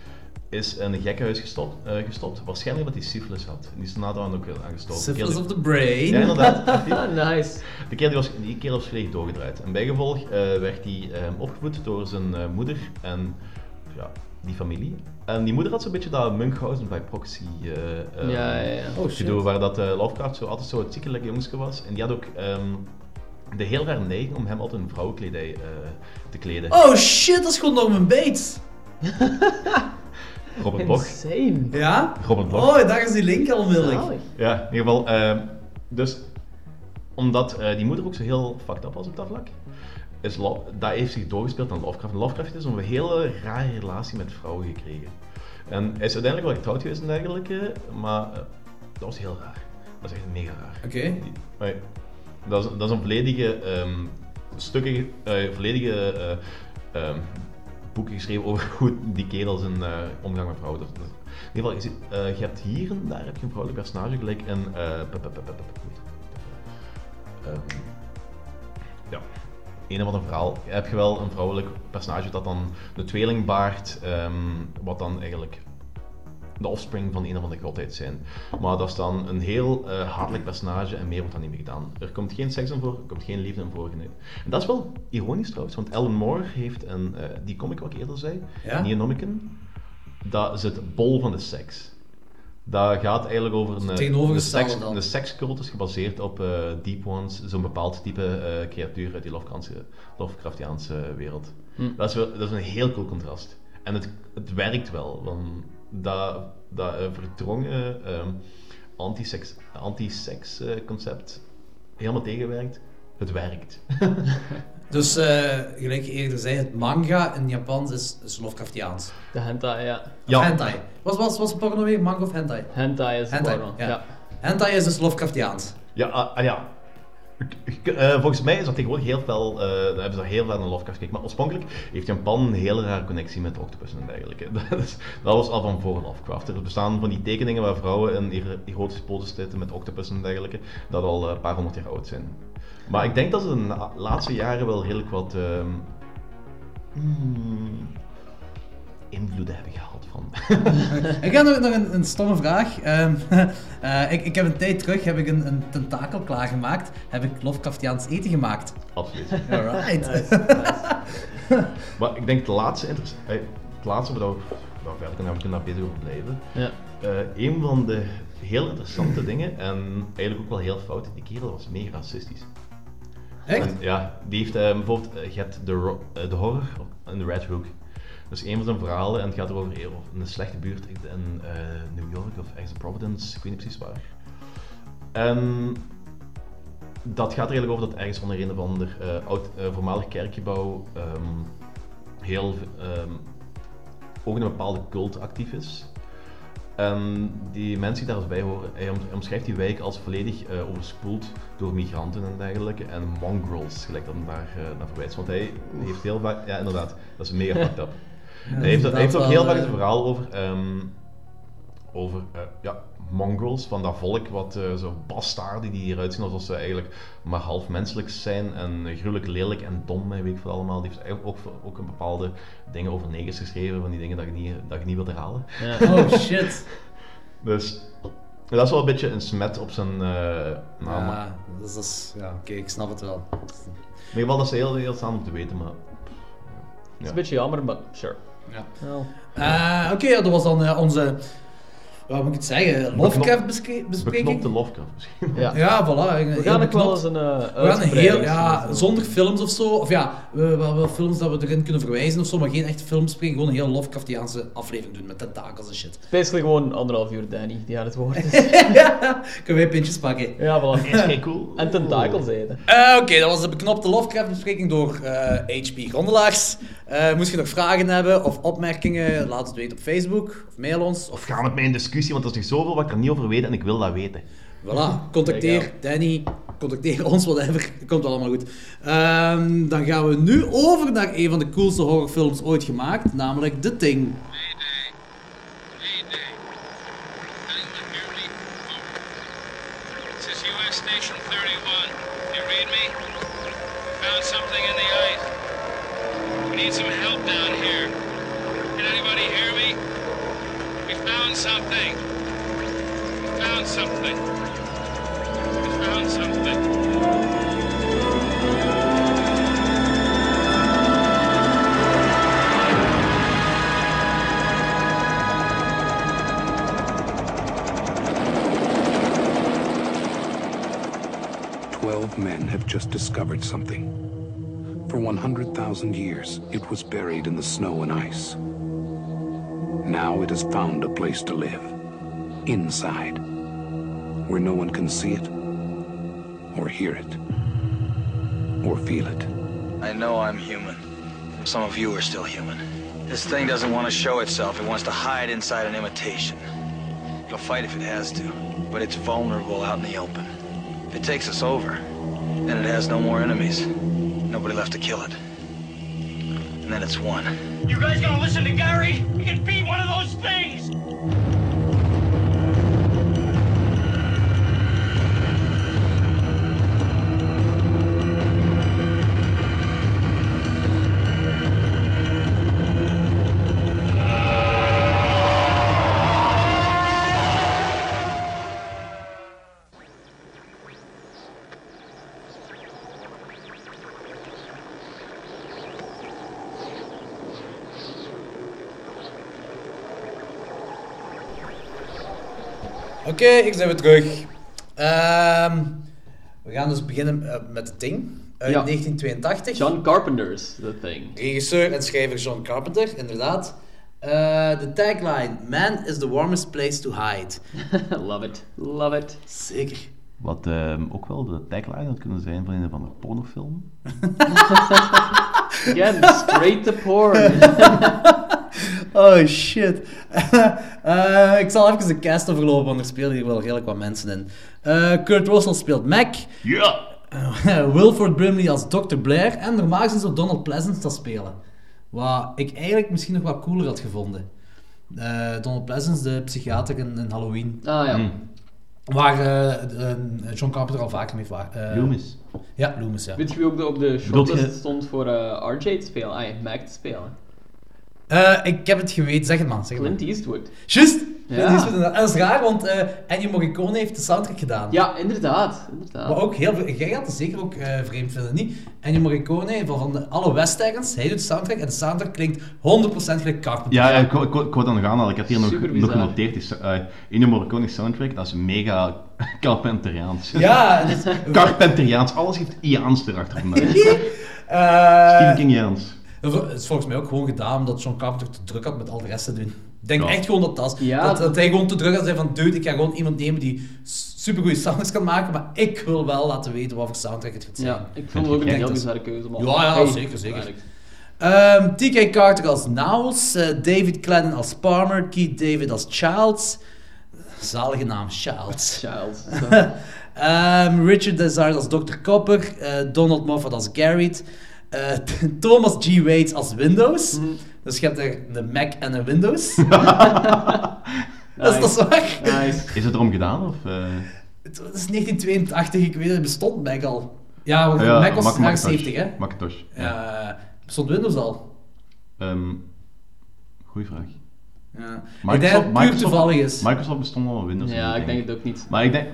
J: is in een gekkenhuis gestopt, eh, gestopt. Waarschijnlijk omdat hij syfilis had. En die is daarna dan ook weer aangestoken. De kerel
H: Syphilis
J: die-
H: of the brain.
J: Ja, inderdaad. Die-
I: Ah, nice.
J: De kerel die was, die kerel was volledig doorgedraaid. En bijgevolg eh, werd hij opgevoed door zijn eh, moeder en ja, die familie. En die moeder had zo'n beetje dat Munchausen bij proxy eh, eh,
I: Ja, ja, ja.
H: Oh,
J: gedoe,
H: shit.
J: waar dat eh, Lovecraft zo altijd zo het ziekelijke jongske was. En die had ook ehm, de heel erg neiging om hem altijd een vrouwenkledij eh, te kleden.
H: Oh shit, dat is gewoon Norman Bates.
J: Robert Boch.
I: Insane.
H: Ja?
J: Robert Bloch.
H: Oh, daar is die link al middeling.
I: Zalig.
J: Ja, in ieder geval. ehm, dus omdat eh, die moeder ook zo heel fucked up was op dat vlak, is Lo- dat heeft zich doorgespeeld aan Lovecraft. En Lovecraft heeft zo'n hele rare relatie met vrouwen gekregen. En hij is uiteindelijk wel getrouwd geweest en dergelijke, maar eh, dat was heel raar. Dat is echt mega raar.
H: Oké.
J: Die- maar dat, is, dat is een volledige ehm stukken, eh, volledige eh, ehm, boeken geschreven over hoe die kerel zijn eh, omgang met vrouwen. Dat- dat- in ieder geval, je, ziet, eh, je hebt hier en daar heb je een vrouwelijk personage gelijk in. eh, p- p- p- p- p- ehm, ja, een of ander verhaal. Heb je wel een vrouwelijk personage dat dan de tweeling baart, ehm, wat dan eigenlijk de offspring van een of andere godheid zijn. Maar dat is dan een heel eh hartelijk personage en meer wordt dan niet meer gedaan. Er komt geen seks in voor, er komt geen liefde in voor. nee. En dat is wel ironisch trouwens, want Alan Moore heeft een, eh, die comic wat ik eerder zei,
H: Ja?
J: Neonomicon, dat is het bol van de seks. Dat gaat eigenlijk over een, eh, een,
H: tegenovergestelde
J: seks,
H: dan.
J: een sekscult is gebaseerd op eh, Deep Ones, zo'n bepaald type eh, creatuur uit die Lovecraftse- Lovecraftiaanse wereld.
H: Hm.
J: Dat, is wel, dat is een heel cool contrast. En het, het werkt wel, want dat, dat eh, verdrongen ehm anti-seks anti-seks, eh, concept helemaal tegenwerkt het werkt.
H: Dus eh, gelijk je eerder zei, het manga in Japans is, is Lovecraftiaans.
I: De hentai, ja.
H: Ja.
J: Ja,
H: Hentai. Wat was, was porno weer? Manga of hentai?
I: Hentai is
H: Hentai,
I: hentai, porno.
H: ja.
I: Ja.
H: Hentai is dus Lovecraftiaans.
J: ja, ah, ah, ja. Ik- ik- eh, volgens mij is dat tegenwoordig heel veel, eh, daar hebben ze heel veel naar Lovecraft gekeken. Maar oorspronkelijk heeft Japan een hele rare connectie met octopussen en dergelijke. Dat, is- dat was al van voor Lovecraft. Er bestaan van die tekeningen waar vrouwen in er- erotische poses zitten met octopussen en dergelijke, dat al eh, een paar honderd jaar oud zijn. Maar ik denk dat ze de na- laatste jaren wel redelijk wat ehm, hmm, invloeden hebben gehaald van.
H: Ik heb nog nog een, een stomme vraag. Ehm, eh, ik, ik heb een tijd terug heb ik een, een tentakel klaargemaakt. Heb ik Lovecraftiaans eten gemaakt.
J: Absoluut.
H: Alright.
J: Maar ik denk het laatste, interess- eh, het laatste waar we, waar we verder kunnen, we kunnen daar bezig over blijven.
I: ja.
J: Eh, een van de heel interessante dingen, en eigenlijk ook wel heel fout, die kerel was mega racistisch.
H: Echt?
J: En, ja, die heeft eh, bijvoorbeeld, eh, je hebt de, ro- eh, de horror in de Red Hook. Dat is een van zijn verhalen en het gaat erover eh, over een slechte buurt in eh, New York of ergens in Providence, ik weet niet precies waar. En dat gaat er eigenlijk over dat ergens onder een of ander eh, oud, eh, voormalig kerkgebouw ehm, heel, v- ehm, ook een bepaalde cult actief is. En Ehm, die mensen die daarbij horen, hij om- hij omschrijft die wijk als volledig eh, overspoeld door migranten en dergelijke. En mongrels, gelijk dat hem daar eh, naar verwijst. Want hij heeft heel vaak, ja inderdaad, dat is mega fucked up. hij heeft, hij heeft ook heel vaak het verhaal over, ehm, over eh, ja, mongrels, van dat volk wat eh, zo bastaarden die eruit zien alsof ze eigenlijk maar half menselijk zijn en eh, gruwelijk lelijk en dom en weet ik veel allemaal. Die heeft eigenlijk ook, ook een bepaalde dingen over negers geschreven, van die dingen dat je niet, dat je niet wilt herhalen.
I: ja.
H: Oh shit.
J: Dus dat is wel een beetje een smet op zijn eh, naam. Maar
H: Ja, Dus dat is- dat is- ja, oké, ik snap het wel.
J: In ieder geval, dat is heel, heel staan om te weten, maar
I: Het is een beetje jammer, maar sure.
H: Ja.
I: Wel,
H: Eh, oké, ja, dat was dan eh, onze, wat moet ik het zeggen, Lovecraft besche-
J: beknopte
H: bespreking.
J: Lovecraft misschien.
I: Ja.
H: Ja, voilà.
I: We gaan ook wel eens een eh, uitgebreide
H: heel, ja,
I: discussie
H: zonder films of zo, of ja, we- wel, wel films dat we erin kunnen verwijzen of zo, maar geen echte filmbespreking, gewoon een heel Lovecraftiaanse aflevering doen met tentakels en shit.
I: doen. Basically gewoon anderhalf uur Danny die aan het woord is.
H: Kunnen wij pintjes pakken?
I: ja, voilà.
J: Is geen cool.
I: En tentakels eten.
H: Eh, Oké, dat was de beknopte Lovecraft-bespreking door eh, HP Grondelaars. Eh, moest je nog vragen hebben of opmerkingen, laat het weten op Facebook of mail ons. Of
J: Of gaan we met mij in discussie, want er is nog zoveel wat ik er niet over weet en ik wil dat weten.
H: Voilà, contacteer Danny, contacteer ons, whatever. Komt wel allemaal goed. Ehm, dan gaan we nu over naar een van de coolste horrorfilms ooit gemaakt, namelijk The Thing.
K: This is U.S. Station 31. You read me? Found something in the ice. We need some help down here. Can anybody hear me? We found something. We found something. We found something.
F: Twelve men have just discovered something. For 100,000 years, it was buried in the snow and ice. Now it has found a place to live. Inside. Where no one can see it, or hear it, or feel it.
K: I know I'm human. Some of you are still human. This thing doesn't want to show itself. It wants to hide inside an imitation. It'll fight if it has to, but it's vulnerable out in the open. If it takes us over, then it has no more enemies. Nobody left to kill it. And then it's one. You guys gonna listen to Gary? We can beat one of those things!
H: Oké, ik zijn weer terug. Ehm, we gaan dus beginnen eh, met The Thing uit
I: Ja.
H: 1982.
I: John Carpenter's The Thing.
H: Regisseur en schrijver John Carpenter, inderdaad. Eh, de tagline: Man is the warmest place to hide.
I: Love it. Love it.
H: Zeker.
J: Wat ehm, ook wel de tagline had kunnen zijn van een van de pornofilm.
I: Again, straight to porn.
H: oh shit. Eh, ik zal even de cast overlopen, want er spelen hier wel redelijk wat mensen in. Eh, Kurt Russell speelt Mac. Eh,
J: Ja!
H: Wilford Brimley als Dr. Blair. En normaal zijn ze Donald Pleasance dat spelen. Wat ik eigenlijk misschien nog wat cooler had gevonden. Eh, Donald Pleasance, de psychiater in, in Halloween.
I: Ah ja.
H: Waar eh, eh, John Carpenter al vaker mee eh, vaak.
J: Loomis.
H: Ja, Loomis, ja.
I: Weet je wie ook op de
J: Bedoelt
I: shortlist
J: je-
I: stond voor eh, RJ te spelen? Ah, Mac te spelen.
H: Eh, ik heb het geweten, zeg het maar. Zeg het maar.
I: Clint Eastwood.
H: Juist!
I: Ja.
H: Clint Eastwood, inderdaad. En dat is raar, want eh Ennio Morricone heeft de soundtrack gedaan.
I: Ja, inderdaad. inderdaad.
H: Maar ook heel veel- jij gaat het zeker ook eh, vreemd vinden, niet? Ennio Morricone, van, van de, alle westerns, hij doet de soundtrack en de soundtrack klinkt 100% gelijk Carpenter.
J: Ja, ja ik, wou- ik, wou- ik wou dan gaan halen. Ik heb hier nog,
I: Super
J: nog
I: bizar.
J: genoteerd. Die, so- eh Ennio Morricone soundtrack, dat is mega Carpenteriaans.
H: Ja, dus,
J: Carpenteriaans, alles heeft Iaans erachter vandaag.
H: eh,
J: Stephen Kingiaans.
H: het is volgens mij ook gewoon gedaan omdat John Carpenter te druk had met al de rest te doen. Ik denk
J: Ja.
H: echt gewoon dat dat, is.
I: Ja,
H: dat, dat
I: dat-
H: hij gewoon te druk had en zei van dude, ik ga gewoon iemand nemen die supergoeie soundtracks kan maken, maar ik wil wel laten weten wat voor soundtrack het gaat zijn.
I: Ja, ik vond het ook een
J: Ja,
I: heel
J: dat is-
I: bizarre keuze. Maar
H: Ja, ja,
I: Hey,
H: zeker, zeker.
I: eigenlijk.
H: Ehm, TK Carter als Naus, David Glennon als Palmer, Keith David als Childs. Zalige naam, Childs.
I: Child. zo.
H: Ehm, Richard Desard als Dr. Copper, eh, Donald Moffat als Garrett, eh, Thomas G. Waits als Windows.
J: Mhm.
H: Dus je hebt er een Mac en een Windows. dat is
I: Nice.
H: toch zwaar?
I: Nice.
J: Is het erom gedaan? Of, eh?
H: Het is 1982, ik weet het, bestond Mac al. Ja, want
J: Ah Ja,
H: Mac was
J: Mac-
H: in de jaren
J: Macintosh.
H: 70, hè?
J: Macintosh. Ja.
H: Ja, eh, bestond Windows al.
J: Ehm goeie vraag.
H: Ja. ik denk dat het puur toevallig is.
J: Microsoft bestond al op Windows.
I: Ja, ik denk het ook niet.
J: Maar ik denk...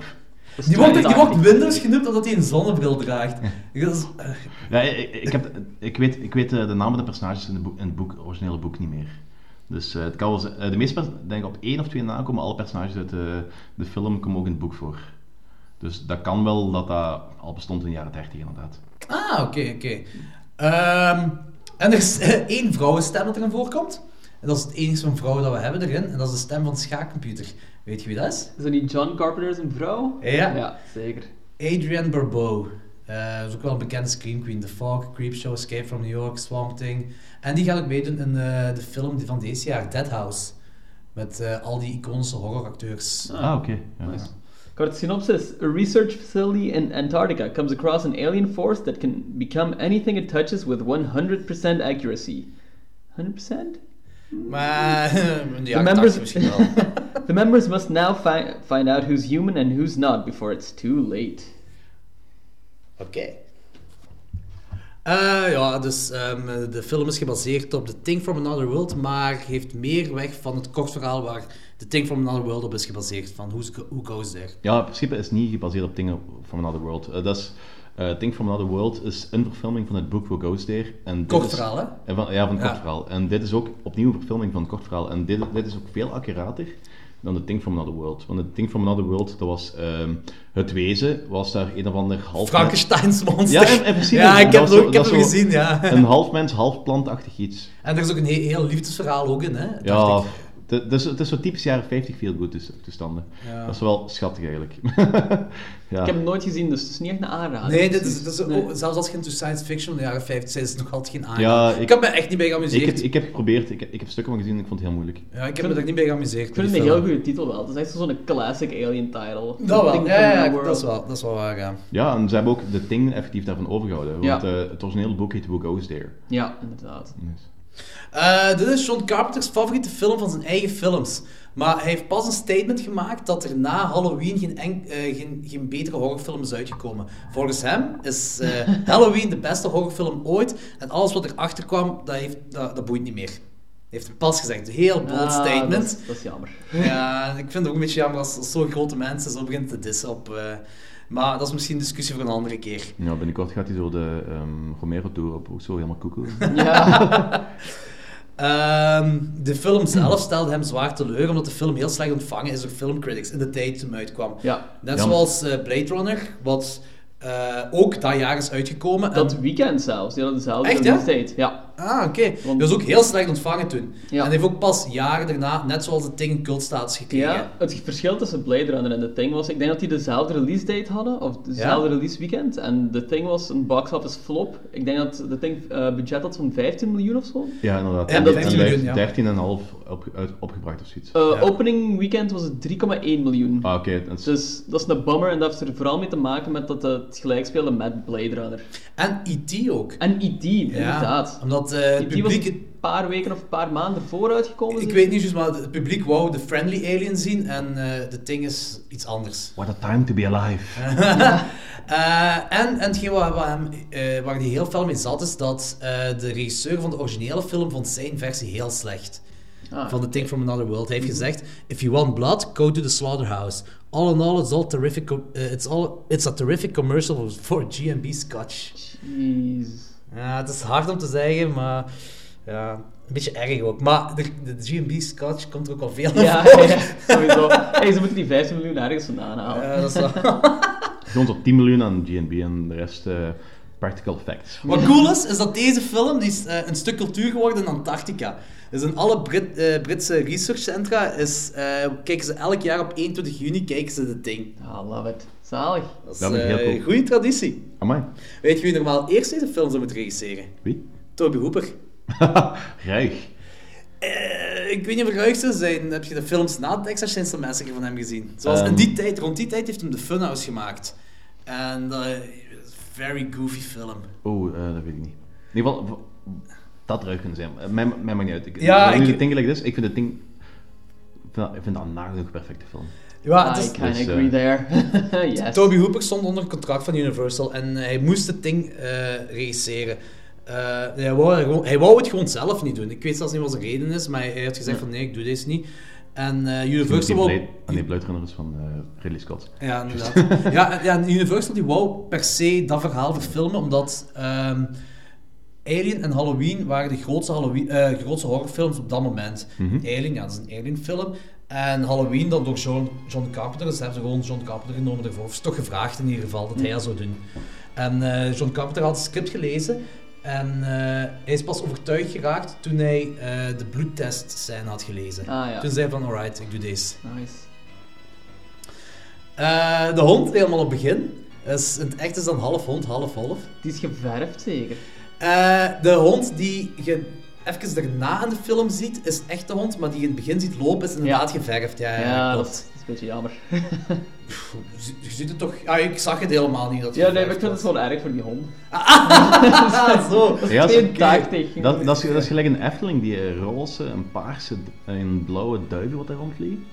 I: Dat is
H: Die wordt, die
I: 82.
H: wordt Windows genoemd omdat hij een zonnebril draagt. Dat is- eh,
J: Ja, ik, ik, heb, ik weet, ik weet eh, de namen van de personages in, de boek, in het boek, originele boek niet meer. Dus eh, het kan wel zijn- eh, de meeste pers- denk ik op één of twee na komen alle personages uit de, de film komen ook in het boek voor. Dus dat kan wel dat dat al bestond in de jaren 30 inderdaad.
H: Ah, oké, oké. Ehm, en er is eh, één vrouwenstem dat erin voorkomt. En dat is het enige van vrouwen dat we hebben erin. En dat is de stem van de schaakcomputer. Weet je wie dat is?
I: Is dat niet John Carpenter zijn vrouw?
H: Ja.
I: Ja, zeker.
H: Adrienne Barbeau. Eh, dat is ook wel een bekende scream queen. The Fog, Creepshow, Escape from New York, Swamp Thing. En die gaat ook meedoen in eh, de film die van deze jaar, Dead House. Met eh, al die iconische horroracteurs.
I: Ah.
J: Ah, oké. Ja.
I: Nice. Got a synopsis. A research facility in Antarctica comes across an alien force that can become anything it touches with 100% accuracy. 100%?
H: Maar in de jaren
I: members-
H: 80 misschien wel.
I: The members must now fi- find out who's human and who's not before it's too late.
H: Oké. Eh, ja, dus ehm, de film is gebaseerd op The Thing from Another World, maar heeft meer weg van het kort verhaal waar The Thing from Another World op is gebaseerd. Van Who's Go- Who Goes There.
J: Ja, in principe is niet gebaseerd op Thing from Another World. Eh, dat is, eh, Thing from Another World is een verfilming van het boek Who Goes There. En dit
H: Kort
J: is-
H: verhaal, hè?
J: En van, ja, van het
H: Ja.
J: kort verhaal. En dit is ook opnieuw een verfilming van het kort verhaal. En dit, dit is ook veel accurater dan The Thing from Another World. Want The Thing from Another World, dat was... ehm, het wezen was daar een of ander half...
H: Frankenstein's Monster.
J: Ja, in- in principe.
H: Ja, ik
J: Dat
H: heb
J: is
H: het, ook,
J: zo-
H: ik heb
J: dat
H: het
J: is zo-
H: gezien, ja.
J: Een half mens, half plantachtig iets.
H: En er is ook een heel, heel liefdesverhaal ook in, hè? dacht
J: Ja,
H: ik.
J: het het is, het is zo typisch jaren 50 feel good toestanden. Dat is wel schattig eigenlijk. ja.
I: Ik heb hem nooit gezien, dus het is niet echt een aanrader. Dus-
H: Nee, dit is, dit is
I: Nee.
H: oh, zelfs als je into science fiction in de jaren 50 zijn, is het nog altijd geen aanrader.
J: Ja,
H: ik,
J: ik-
H: heb me echt niet bij
J: Ik
H: geamuseerd.
J: heb, ik heb geprobeerd, ik heb, ik heb stukken van gezien en ik vond het heel moeilijk.
H: ja, ik heb me er niet bij geamuseerd.
I: Ik vind het een heel goede titel wel. Het is echt zo'n classic alien title.
H: Dat wel,
I: Thing
H: ja,
I: from
H: ja,
I: the
H: ja,
I: world.
H: dat is wel, dat is wel waar, ja.
J: Ja, en ze hebben ook de Thing effectief daarvan overgehouden. Want
I: Ja.
J: eh, het originele boek heet Who Goes There.
I: Ja, inderdaad.
H: Eh, dit is John Carpenter's favoriete film van zijn eigen films. Maar hij heeft pas een statement gemaakt dat er na Halloween geen, enk- eh, geen, geen betere horrorfilm is uitgekomen. Volgens hem is eh, Halloween de beste horrorfilm ooit. En alles wat erachter kwam, dat, heeft, dat, dat boeit niet meer. Heeft hij pas gezegd. Een heel bold
I: Ah,
H: statement.
I: Dat is, dat is jammer.
H: Ja, ik vind het ook een beetje jammer als, als zo'n grote mensen zo beginnen te dissen op... eh, maar dat is misschien een discussie voor een andere keer.
J: Ja, binnenkort gaat hij zo de ehm, Romero-tour op, ook zo helemaal koekoe.
H: Ehm, de film zelf stelde hem zwaar teleur, omdat de film heel slecht ontvangen is door filmcritics in de tijd toen hij uitkwam.
I: Ja.
H: Net
J: Jammer.
H: zoals eh, Blade Runner, wat eh, ook dat jaar is uitgekomen.
I: Dat
H: en,
I: weekend zelfs. Die hadden dezelfde
H: Echt,
I: in de
H: ja?
I: States. Ja.
H: Ah, oké. Dat was ook heel slecht ontvangen toen. En heeft ook pas jaren daarna, net zoals de Thing, cultstatus gekregen.
I: Ja, het verschil tussen Blade Runner en The Thing was, ik denk dat die dezelfde release date hadden, of dezelfde release weekend, en The Thing was een box office flop. Ik denk dat The Thing eh, budget had van 15 miljoen of zo.
J: Ja, inderdaad.
I: En
J: En
I: dat
J: die- en
I: is
J: die
I: miljoen, ja.
J: heeft 13,5 op, uit, opgebracht of zoiets.
I: Eh, Opening weekend was het 3,1 miljoen.
J: Ah, oké. dat is-
I: Dus dat is een bummer en dat heeft er vooral mee te maken met dat het gelijk speelde met Blade Runner.
H: En E.T. ook.
I: En E.T. inderdaad.
H: Omdat eh, het
I: E.T.
H: publiek...
I: was een paar weken of een paar maanden dus- vooruit gekomen.
H: Ik weet niet juist, maar het publiek wou de friendly alien zien en eh de thing is iets anders.
J: What a time to be alive.
H: Eh, en, en hetgeen waar, waar, hem, eh, waar hij heel fel mee zat, is dat eh, de regisseur van de originele film vond zijn versie heel slecht.
I: Ah. Mhm.
H: van The Thing from Another World. Hij heeft gezegd, if you want blood, go to the slaughterhouse. All in all, it's, all terrific com- eh, it's, all, it's a terrific commercial for G&B Scotch.
I: Jeez.
H: Ja, het is hard om te zeggen, maar ja, een beetje erg ook. Maar de, de G&B Scotch komt er ook al veel aan
I: Ja,
H: voor.
I: ja, sowieso. Hey, ze moeten die 15 miljoen ergens vandaan halen.
H: Ja, dat is wel-
J: Gewoon op 10 miljoen aan GNB en de rest eh, practical facts.
H: Wat cool is, is dat deze film die is, eh, een stuk cultuur geworden in Antarctica. Dus in alle Brit- eh, Britse researchcentra is, eh, kijken ze elk jaar op 21 juni kijken ze de ding.
I: Ah, love it. Zalig.
H: Dat is
J: Dat is heel
H: een
J: cool.
H: goede traditie.
J: Amai,
H: Weet je wie normaal eerst deze film zou moeten regisseren?
J: wie?
H: Toby Hooper.
J: Ruig.
H: Eh, ik weet niet of er ruig zou zijn. Heb je de films na de Texas Chainsaw Massacre van hem gezien? Zoals
J: Ehm.
H: in die tijd, rond die tijd heeft hem de Funhouse gemaakt. En dat is een very goofy film.
J: Oh, eh, dat weet ik niet. In ieder geval, v- dat ruig kunnen zijn. Eh, Mij, mij maakt niet uit. Ik,
H: Ja,
J: ik,
H: ik-
J: ik, ik, like this, ik vind het ding... Ik vind dat- ik vind dat een nagenoeg perfecte film.
H: Ja,
I: I can
J: Dus, eh,
I: agree there. yes.
H: Toby Hooper stond onder contract van Universal en hij moest het ding eh, regisseren. Eh, hij, wou, er gewoon- hij wou het gewoon zelf niet doen. Ik weet zelfs niet wat zijn reden is, maar hij hij heeft gezegd van nee, ik doe deze niet. En eh, Universal
J: Die
H: wou...
J: Blade, ah, nee, Blade Runner is van eh, Ridley Scott.
H: Ja, inderdaad. ja, en- ja, en Universal die wou per se dat verhaal verfilmen, omdat ehm, Alien en Halloween waren de grootste, Halloween, eh, grootste horrorfilms op dat moment.
I: Mhm.
H: Alien, ja, dat is een Alien-film. En Halloween dan door John, John Carpenter. Dus hebben ze gewoon John Carpenter genomen daarvoor. Of is toch gevraagd in ieder geval, dat
I: Mhm.
H: hij dat zou doen. En eh, John Carpenter had het script gelezen. En eh, hij is pas overtuigd geraakt toen hij eh, de bloedtestscène had gelezen.
I: Ah, ja.
H: Toen zei hij van, alright, ik doe deze.
I: Nice.
H: Eh, de hond, helemaal op het begin. Dus in het echt is dan half hond, half half.
I: Die is geverfd zeker.
H: Eh, de hond die je even daarna in de film ziet, is echt de hond. Maar die je in het begin ziet lopen, is inderdaad geverfd. Ja,
I: Ja,
H: ja,
I: dat,
H: klopt.
I: is, dat is een beetje jammer.
H: Pff, je- Je ziet het toch... Ah, ik zag het helemaal niet. Dat het
I: ja, nee, maar ik
H: geverfd
I: vind het wel erg voor die hond.
H: was. Ah, zo.
J: Ja, dat is-
I: 82.
J: Dat, dat, is, dat is gelijk een Efteling, die eh, roze, een paarse en een blauwe duiven wat daar rondvliegen.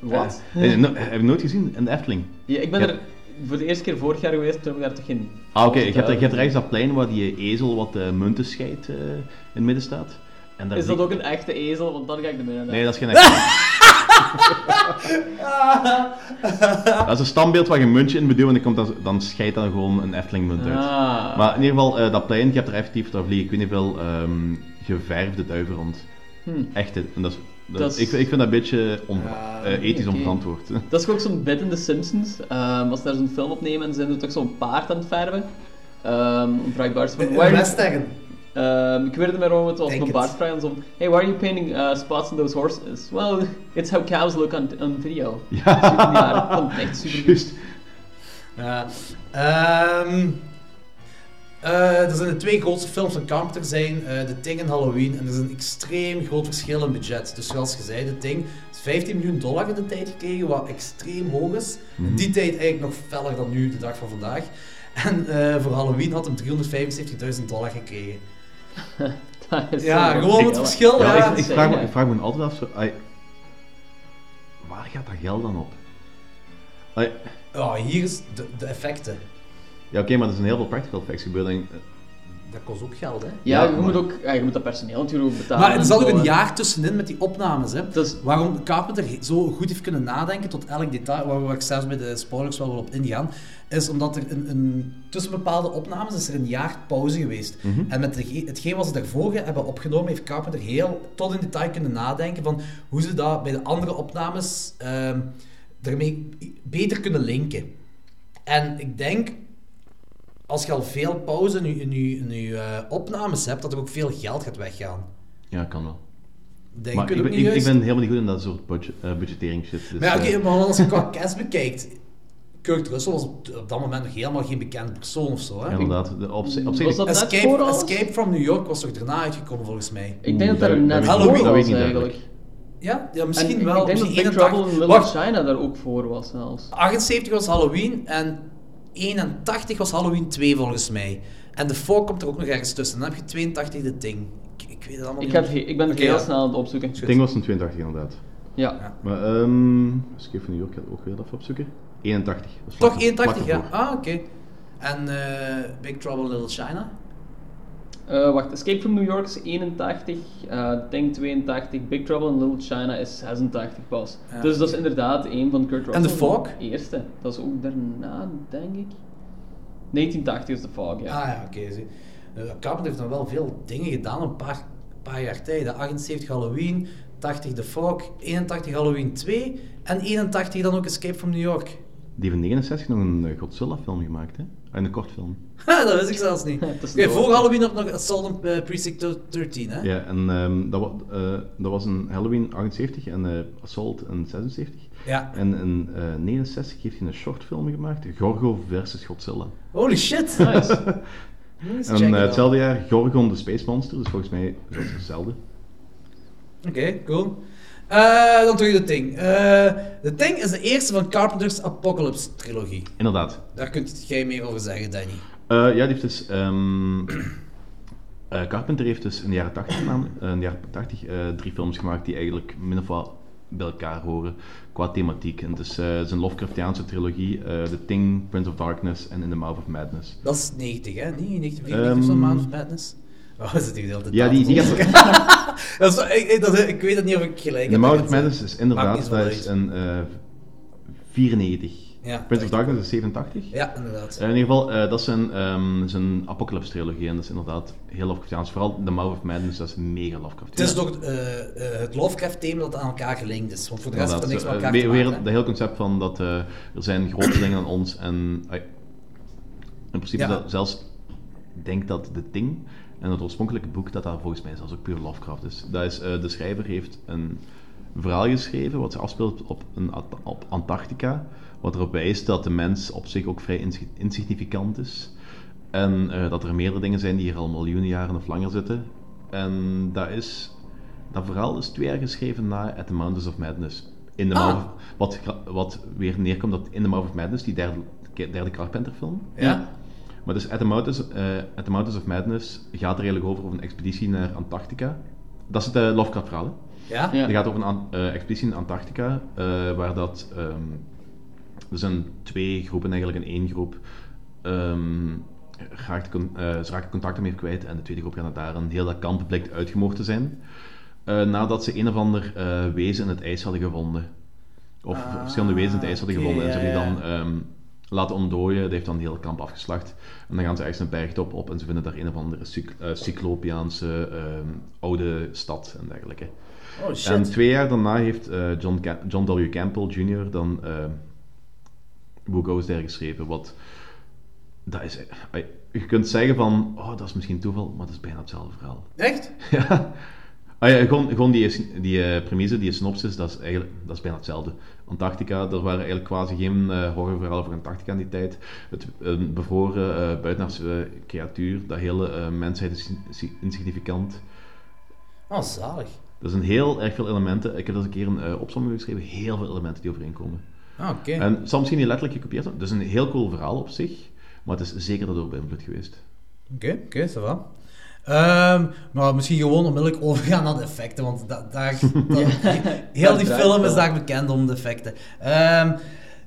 I: Wat?
J: Eh, nee, no- heb je nooit gezien? In de Efteling?
I: Ja, ik ben
J: Ja.
I: er voor de eerste keer vorig jaar geweest, toen heb ik daar toch geen...
J: Ah, oké. Je, hebt er- je hebt rechts dat plein waar die ezel wat eh, munten scheidt eh, in het midden staat. En daar
I: Is
J: zie-
I: dat ook een echte ezel? Want dan ga ik er binnen.
J: Nee, dat is geen Efteling. dat is een standbeeld waar je een muntje in beduwt en dan, komt dat, dan scheidt dan gewoon een Efteling munt uit.
I: Ah.
J: Maar in ieder geval, eh, dat plein, je hebt er effectief, daar vliegen ik weet niet veel, ehm, geverfde duiven rond.
I: Hm.
J: Echt, hè. en dat is, dat-
I: Dat is-
J: Ik, ik vind dat een beetje on- eh, ethisch
I: oké.
J: onverantwoord. hè.
I: Dat is ook zo'n bed in The Simpsons. Ehm, als ze daar zo'n film opnemen en ze zijn er toch zo'n paard aan het verven. Ehm een vraagbaar is van... Why
H: Mustang.
I: Ehm, ik weet het meer waarom het was
H: Denk
I: van
H: het.
I: Bart Vrijen. Zo, hey, why are you painting uh, spots on those horses? Well, it's how cows look on, on video. Ja, dat vond ik echt super
J: Juist.
H: Ja. Ehm eh, er zijn de twee grootste films van Carpenter zijn eh The Thing en Halloween. En er is een extreem groot verschil in budget. Dus zoals je zei, The Thing is 15 miljoen dollar in de tijd gekregen, wat extreem hoog is. In die tijd eigenlijk nog feller dan nu, de dag van vandaag. En eh, voor Halloween had hem 375.000 dollar gekregen.
I: Dat is
H: Ja,
I: zo'n
H: gewoon het
I: verschil,
H: verschil.
J: Ja,
H: Ja,
J: ik, ik, vraag me, ik vraag me altijd af, zo, ai, waar gaat dat geld dan op? Ai, ja,
H: Ja, Oh, hier is de, de effecten.
J: oké, maar er zijn heel veel practical effects gebeurd. En, eh,
H: Dat kost ook geld, hè?
I: Ja,
J: Ja,
I: je,
J: maar-
I: moet ook, ja, je moet dat personeel natuurlijk ook betalen.
H: Maar er zat ook
I: en zo,
H: een
I: hè.
H: jaar tussenin met die opnames. Hè?
I: Dat is-
H: Waarom Carpenter he- zo goed heeft kunnen nadenken tot elk detail, waar, waar ik zelfs bij de spoilers wel wil op ingaan, is omdat er een, een, tussen bepaalde opnames is er een jaar pauze geweest. En met de, hetgeen wat ze daarvoor hebben opgenomen, heeft Carpenter heel tot in detail kunnen nadenken van hoe ze dat bij de andere opnames ehm daarmee beter kunnen linken. En ik denk als je al veel pauze in je, in je, in je, eh, opnames hebt, dat er ook veel geld gaat weggaan.
J: Ja, kan wel.
H: Denk
J: maar
H: het
J: ik,
H: ook
J: ben-
H: niet
J: ik, ik
H: juist?
J: ben helemaal niet goed in dat soort budget, eh, budgettering shit. Dus,
H: Maar ja, oké,
J: eh,
H: maar als je qua cast bekijkt, Kurt Russell was op, op dat moment nog helemaal geen bekend persoon of zo. Hè?
J: ja, inderdaad. de- Op, zich- op zich...
H: Was dat
I: net
H: Escape,
I: voor alles?
H: Escape from New York was toch daarna uitgekomen volgens mij?
I: Ik denk
J: dat
I: dat daar
J: weet-
I: net
J: dat weet ik
I: voor
J: niet,
I: was
J: dat weet ik niet
I: eigenlijk.
H: Ja, ja
I: En
H: misschien
I: ik-
H: wel.
I: ik denk dat
H: misschien
I: Big Trouble in
H: 81
I: Little
H: Wacht,
I: China daar ook voor was zelfs.
H: 78 was Halloween en 81 was Halloween 2 volgens mij. En de Fog komt er ook nog ergens tussen. Dan heb je 82 de Ding. Ik, ik weet het allemaal
I: Ik,
H: niet.
I: heb,
H: meer.
I: ge- ik ben het
H: Oké,
I: heel
H: ja.
I: snel aan het opzoeken.
J: Het ding was een 82 inderdaad.
I: Ja.
J: Maar ehm Escape from New York ga ik ook weer even opzoeken. 81. dat is vlak-
H: Toch 81,
J: vlak
H: ja.
J: ervoor.
H: Ah, oké. En eh, Big Trouble in Little China?
I: Eh, wacht, Escape from New York is 81, eh Ding 82, Big Trouble in Little China is 86 pas.
H: Ja.
I: Dus dat is inderdaad één van Kurt Russell.
H: The Fog?
I: Eerste. Dat is ook daarna, denk ik. 1980 is The Fog, ja.
H: Ah ja, oké. zie. Eh, Carpenter heeft dan wel veel dingen gedaan op een paar, paar jaar tijd. hè. 78 Halloween, 80 The Fog, 81 Halloween 2 en 81 dan ook Escape from New York.
J: Die heeft in 69 nog een eh, Godzilla-film gemaakt, hè? En een kort film.
H: Ha, dat wist ik zelfs niet.
I: Het is
H: Oké,
I: een
H: voor
I: dood.
H: Halloween had nog Assault on eh, Precinct 13, hè?
J: Ja, en ehm, dat, wa- eh, dat was een Halloween 78 en eh, Assault een 76.
H: Ja.
J: En in eh, 69 heeft hij een shortfilm gemaakt, Gorgo versus Godzilla.
H: Holy shit!
I: Nice.
H: Eens
J: En
H: checken
J: eh,
H: dan.
J: hetzelfde jaar Gorgon the Space Monster, dus volgens mij is dat hetzelfde.
H: Oké, cool. Eh, dan terug de Thing. Eh, De Thing is de eerste van Carpenter's Apocalypse trilogie.
J: Inderdaad.
H: Daar kunt jij meer over zeggen, Danny.
J: Eh, ja, die heeft dus... ehm, eh, Carpenter heeft dus in de jaren 80, namelijk- eh, in de jaren 80 eh, drie films gemaakt die eigenlijk min of wel bij elkaar horen qua thematiek. En het is eh, zijn Lovecraftiaanse trilogie, eh, The Thing, Prince of Darkness en In the Mouth of Madness.
H: Dat is 90, hè? Niet 1994 of zo,
J: Ehm.
H: Maand of Madness. Oh, is het hier de hele tijd
J: Ja, die, die
H: aan het
J: gaat...
H: dat is, ik, ik- dat, ik weet het niet of ik gelijk
J: The
H: heb.
J: Mouth
H: Ik-
J: of Madness is
H: Maakt niet
J: inderdaad
H: zoveel
J: dat is
H: uit.
J: een eh, 94.
H: Ja,
J: Prince of Darkness is 87.
H: Ja, inderdaad.
J: Eh, in ieder geval, eh, dat is een, ehm, zijn Apocalypse-trilogie en dat is inderdaad heel Lovecraftiaans. Vooral The Mouth of Madness, dat is mega Lovecraftiaans.
H: Het is door eh, eh, het Lovecraft-thema dat aan elkaar gelinkt is. Want voor de rest heeft dat niks met elkaar
J: Inderdaad, eh,
H: te
J: we- weer,
H: maken. hè.
J: Het hele concept van dat eh, er zijn grotelingen aan ons en ai, in principe
H: Ja.
J: dat zelfs ik denk dat de Ting en het oorspronkelijke boek dat daar volgens mij zelfs ook puur Lovecraft is. Dat is eh, de schrijver heeft een verhaal geschreven wat zich afspeelt op, een, At- op Antarctica, wat erop wijst dat de mens op zich ook vrij insi- insignificant is. En eh, dat er meerdere dingen zijn die hier al miljoenen jaren of langer zitten. En dat is dat verhaal is twee jaar geschreven na At the Mountains of Madness. In de
H: Ah.
J: Mouth- wat, gra- wat weer neerkomt dat In the Mouth of Madness, die derde, derde Carpenter film.
H: Ja?
J: Maar dus At the, Mountains, eh, At the Mountains of Madness gaat er eigenlijk over, over een expeditie naar Antarctica. Dat is het eh, Lovecraft verhaal. hè?
H: Ja?
I: Ja.
J: Het gaat over een an- eh, expeditie in Antarctica, eh, waar dat... ehm, er zijn twee groepen eigenlijk. In één groep ehm, raakt con- eh, ze raken contacten meer kwijt en de tweede groep gaat naar daar. En heel dat kamp blijkt uitgemoord te zijn. eh, nadat ze een of ander eh, wezen in het ijs hadden gevonden. Of
H: Ah,
J: verschillende wezen in het ijs hadden
H: oké,
J: gevonden. En ze
H: ja,
J: hebben die
H: ja.
J: dan ehm, laten ontdooien. Dat heeft dan het hele kamp afgeslacht. En dan gaan ze ergens een bergtop op en ze vinden daar een of andere cyc- eh, cyclopiaanse ehm, oude stad en dergelijke.
H: Oh shit.
J: En twee jaar daarna heeft eh, John, Ca- John W. Campbell Jr. dan eh Who Goes There geschreven. Wat, dat is, eh, je kunt zeggen van, oh, dat is misschien toeval, maar dat is bijna hetzelfde verhaal.
H: Echt?
J: ja. Ah ja, gewoon, gewoon die, is- die eh, premise, die synopsis, dat is, eigenlijk, dat is bijna hetzelfde. Antarctica, er waren eigenlijk quasi geen eh, horrorverhalen voor Antarctica in die tijd. Het een bevroren eh buitenaardse eh, creatuur, dat hele eh, mensheid is ins- insignificant.
H: Oh, zalig.
J: Er zijn heel erg veel elementen. Ik heb dat eens een keer een eh, opsomming geschreven. Heel veel elementen die overeenkomen.
H: Ah, oké.
J: En soms misschien niet letterlijk gekopieerd. worden. Dat is een heel cool verhaal op zich. Maar het is zeker daardoor beïnvloed geweest.
H: Oké, oké, ça va. Ehm, maar misschien gewoon onmiddellijk overgaan naar de effecten, want da- daar, dat- heel die
I: draait
H: film
I: wel.
H: is daar bekend om de effecten. Ehm,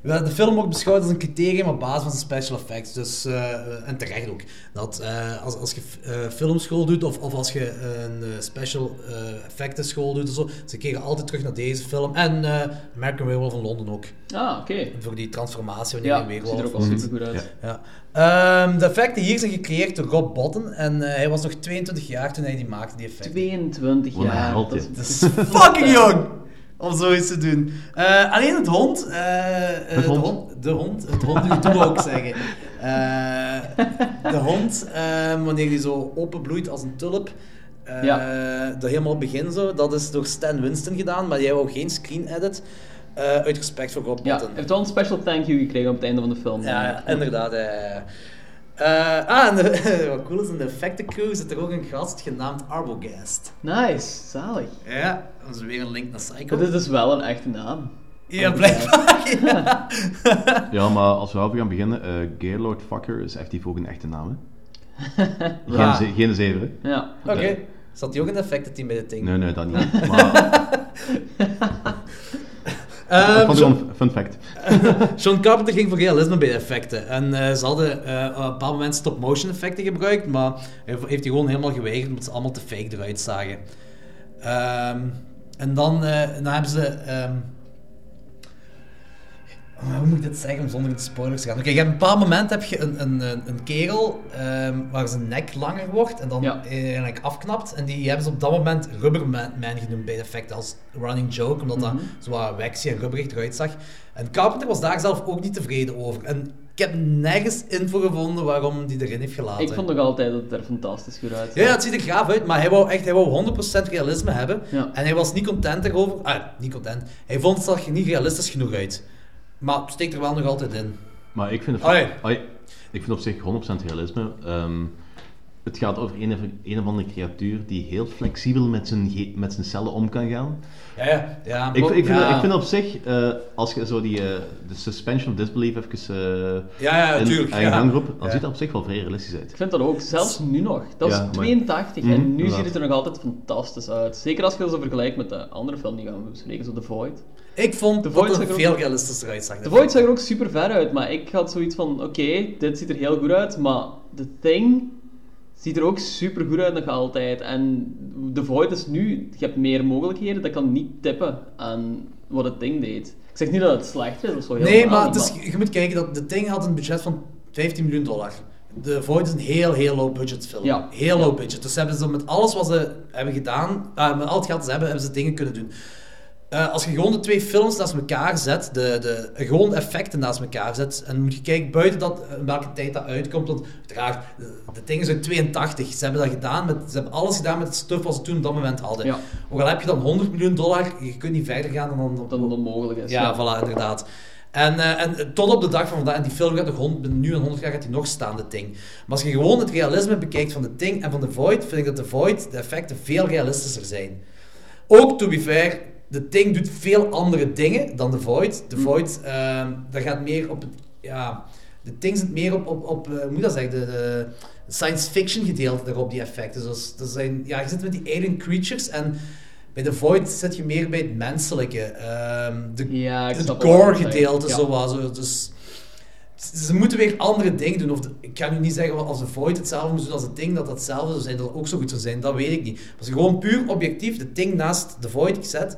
H: we hebben de film ook beschouwd als een criterium op basis van zijn special effects, dus, eh, en terecht ook. Dat eh, als, als je f- eh, filmschool doet of, of als je een eh, special eh, effecten school doet of zo, ze keren altijd terug naar deze film. En eh American Werewolf in Londen ook,
I: Ah, oké.
H: voor die transformatie wanneer
I: Ja,
H: je
I: ziet er
H: werewolf
I: ook al super goed uit.
J: Ja.
H: ja. Ehm, de effecten hier zijn gecreëerd door Rob Botten en eh, hij was nog 22 jaar toen hij die maakte, die effecten.
I: 22
J: Wat een
I: jaar.
J: held,
I: dat is- dus
J: hè.
H: Dat is fucking jong om zoiets te doen. Eh, alleen het hond, eh, eh,
J: Het
H: de
J: hond.
H: hond, de hond, het hond, ik doe ook zeggen. Eh, Eh, de hond, eh, wanneer die zo openbloeit als een tulp. eh, Dat helemaal begin zo. Dat is door Stan Winston gedaan, maar jij wou geen screen edit. eh, uit respect voor Rob
I: Ja,
H: Bottin.
I: hij heeft wel een special thank you gekregen op het einde van de film.
H: Ja, ja, inderdaad. ja, ja, ja. Eh, ah, en de- wat cool is, in de effectencrew zit er ook een gast genaamd Arbogast.
I: Nice, zalig.
H: Ja, dat is weer een link naar Psycho.
I: Dat is dus wel een echte naam.
H: Ja, blijkbaar. ja.
J: Ja, maar als we over gaan beginnen, eh Gaylord Fucker is echt die volgende echte naam. Hè? Geen,
H: Ja.
J: ze- geen zever, hè?
I: Ja.
H: Oké. Zat die ook in de effectenteam bij dit ding?
J: Nee, nee, dat niet. Maar
I: Ehm,
J: dat vond ik wel
H: John,
J: een fun fact.
H: John Carpenter ging voor realisme bij de effecten. En eh, ze hadden eh, op een bepaald moment stop-motion effecten gebruikt, maar hij heeft die gewoon helemaal geweigerd omdat ze allemaal te fake eruit zagen. Ehm, en dan, eh, dan hebben ze... ehm, Maar hoe moet ik dit zeggen om zonder in de spoilers te gaan? Oké, je hebt een bepaald moment heb je een, een, een, een kerel ehm, waar zijn nek langer wordt en dan
I: Ja.
H: eh, eigenlijk afknapt. En die hebben ze op dat moment Rubberman Man genoemd bij de effecten als running joke, omdat dat zo wat waxy en rubberig eruit zag. En Carpenter was daar zelf ook niet tevreden over. En ik heb nergens info gevonden waarom die erin heeft gelaten.
I: Ik vond nog altijd dat het er fantastisch goed uit.
H: Ja, ja, het ziet er gaaf uit, maar hij wou echt hij wou 100% realisme hebben.
I: Ja.
H: En hij was niet content daarover. Ah, niet content. Hij vond het zag er niet realistisch genoeg uit. Maar het steekt er wel nog altijd in.
J: Maar ik vind, het,
H: Allee.
J: Allee, ik vind op zich 100% realisme. Ehm, het gaat over een of, een of andere creatuur die heel flexibel met zijn, ge- met zijn cellen om kan gaan.
H: Ja, ja. ja
J: Ik,
H: maar-
J: ik, vind,
H: ja.
J: ik vind op zich, eh, als je zo die eh, de suspension of disbelief even eh,
H: Ja, ja,
J: in,
H: tuurlijk,
J: aan je
H: ja.
J: gang roept, dan
H: Ja.
J: ziet dat op zich wel vrij realistisch uit. Dus
I: Ik vind dat ook, zelfs nu nog. Dat was
J: Ja, maar-
I: 82
J: Mhm,
I: en nu ziet het
J: inderdaad.
I: er nog altijd fantastisch uit. Zeker als je dat zo vergelijkt met de andere film die gaan we bespreken, zo The Void.
H: Ik vond
I: De
H: dat
I: Void
H: het
I: zag er ook-
H: veel realistischer uitzag.
I: The Void zag er ook super ver uit, maar ik had zoiets van, oké, dit ziet er heel goed uit, maar The Thing ziet er ook super goed uit nog altijd. En The Void is nu, je hebt meer mogelijkheden, dat kan niet tippen aan wat het Thing deed. Ik zeg niet dat het slechter is of zo.
H: Nee,
I: helemaal
H: maar,
I: niet,
H: het is, je moet kijken, dat de ding had een budget van 15 miljoen dollar. The Void is een heel, heel low budget film.
I: Ja.
H: Heel low budget. Dus ze hebben ze met alles wat ze hebben gedaan, eh, met al het geld dat ze hebben, hebben ze dingen kunnen doen. Eh, als je gewoon de twee films naast elkaar zet, de, de, gewoon effecten naast elkaar zet, en moet je kijken buiten dat, eh, welke tijd dat uitkomt, want uiteraard, eh, de ding is uit 82. Ze hebben dat gedaan, met, ze hebben alles gedaan met het stuff wat ze toen op dat moment hadden.
I: Ja.
H: Ook al heb je dan 100 miljoen dollar, je kunt niet verder gaan dan, dan,
I: dat het onmogelijk is.
H: ja, voilà, inderdaad. En, eh, en tot op de dag van vandaag, en die film gaat nog 100, binnen nu en 100 jaar gaat die nog staan, de Ting. Maar als je gewoon het realisme bekijkt van de Ting en van de Void, vind ik dat de Void, de effecten veel realistischer zijn. Ook, to be fair, de Ting doet veel andere dingen dan de Void. De Void, ehm daar gaat meer op het, ja... De Ting zit meer op, op, op eh, hoe moet je dat zeggen, de, de science fiction gedeelte daarop, die effecten. Dus dat zijn, ja, je zit met die alien creatures en... Bij de Void zit je meer bij het menselijke. Ehm, de
I: Ja, ik
H: het
I: snap wat je
H: gore
I: zegt.
H: gedeelte,
I: Ja.
H: zo was. zo, Dus ze moeten weer andere dingen doen. Of de- ik kan nu niet zeggen wat als de Void hetzelfde moest doen als de Ting, dat dat hetzelfde zou zijn, dat het ook zo goed zou zijn. Dat weet ik niet. Maar als je gewoon puur objectief de Ting naast de Void zet,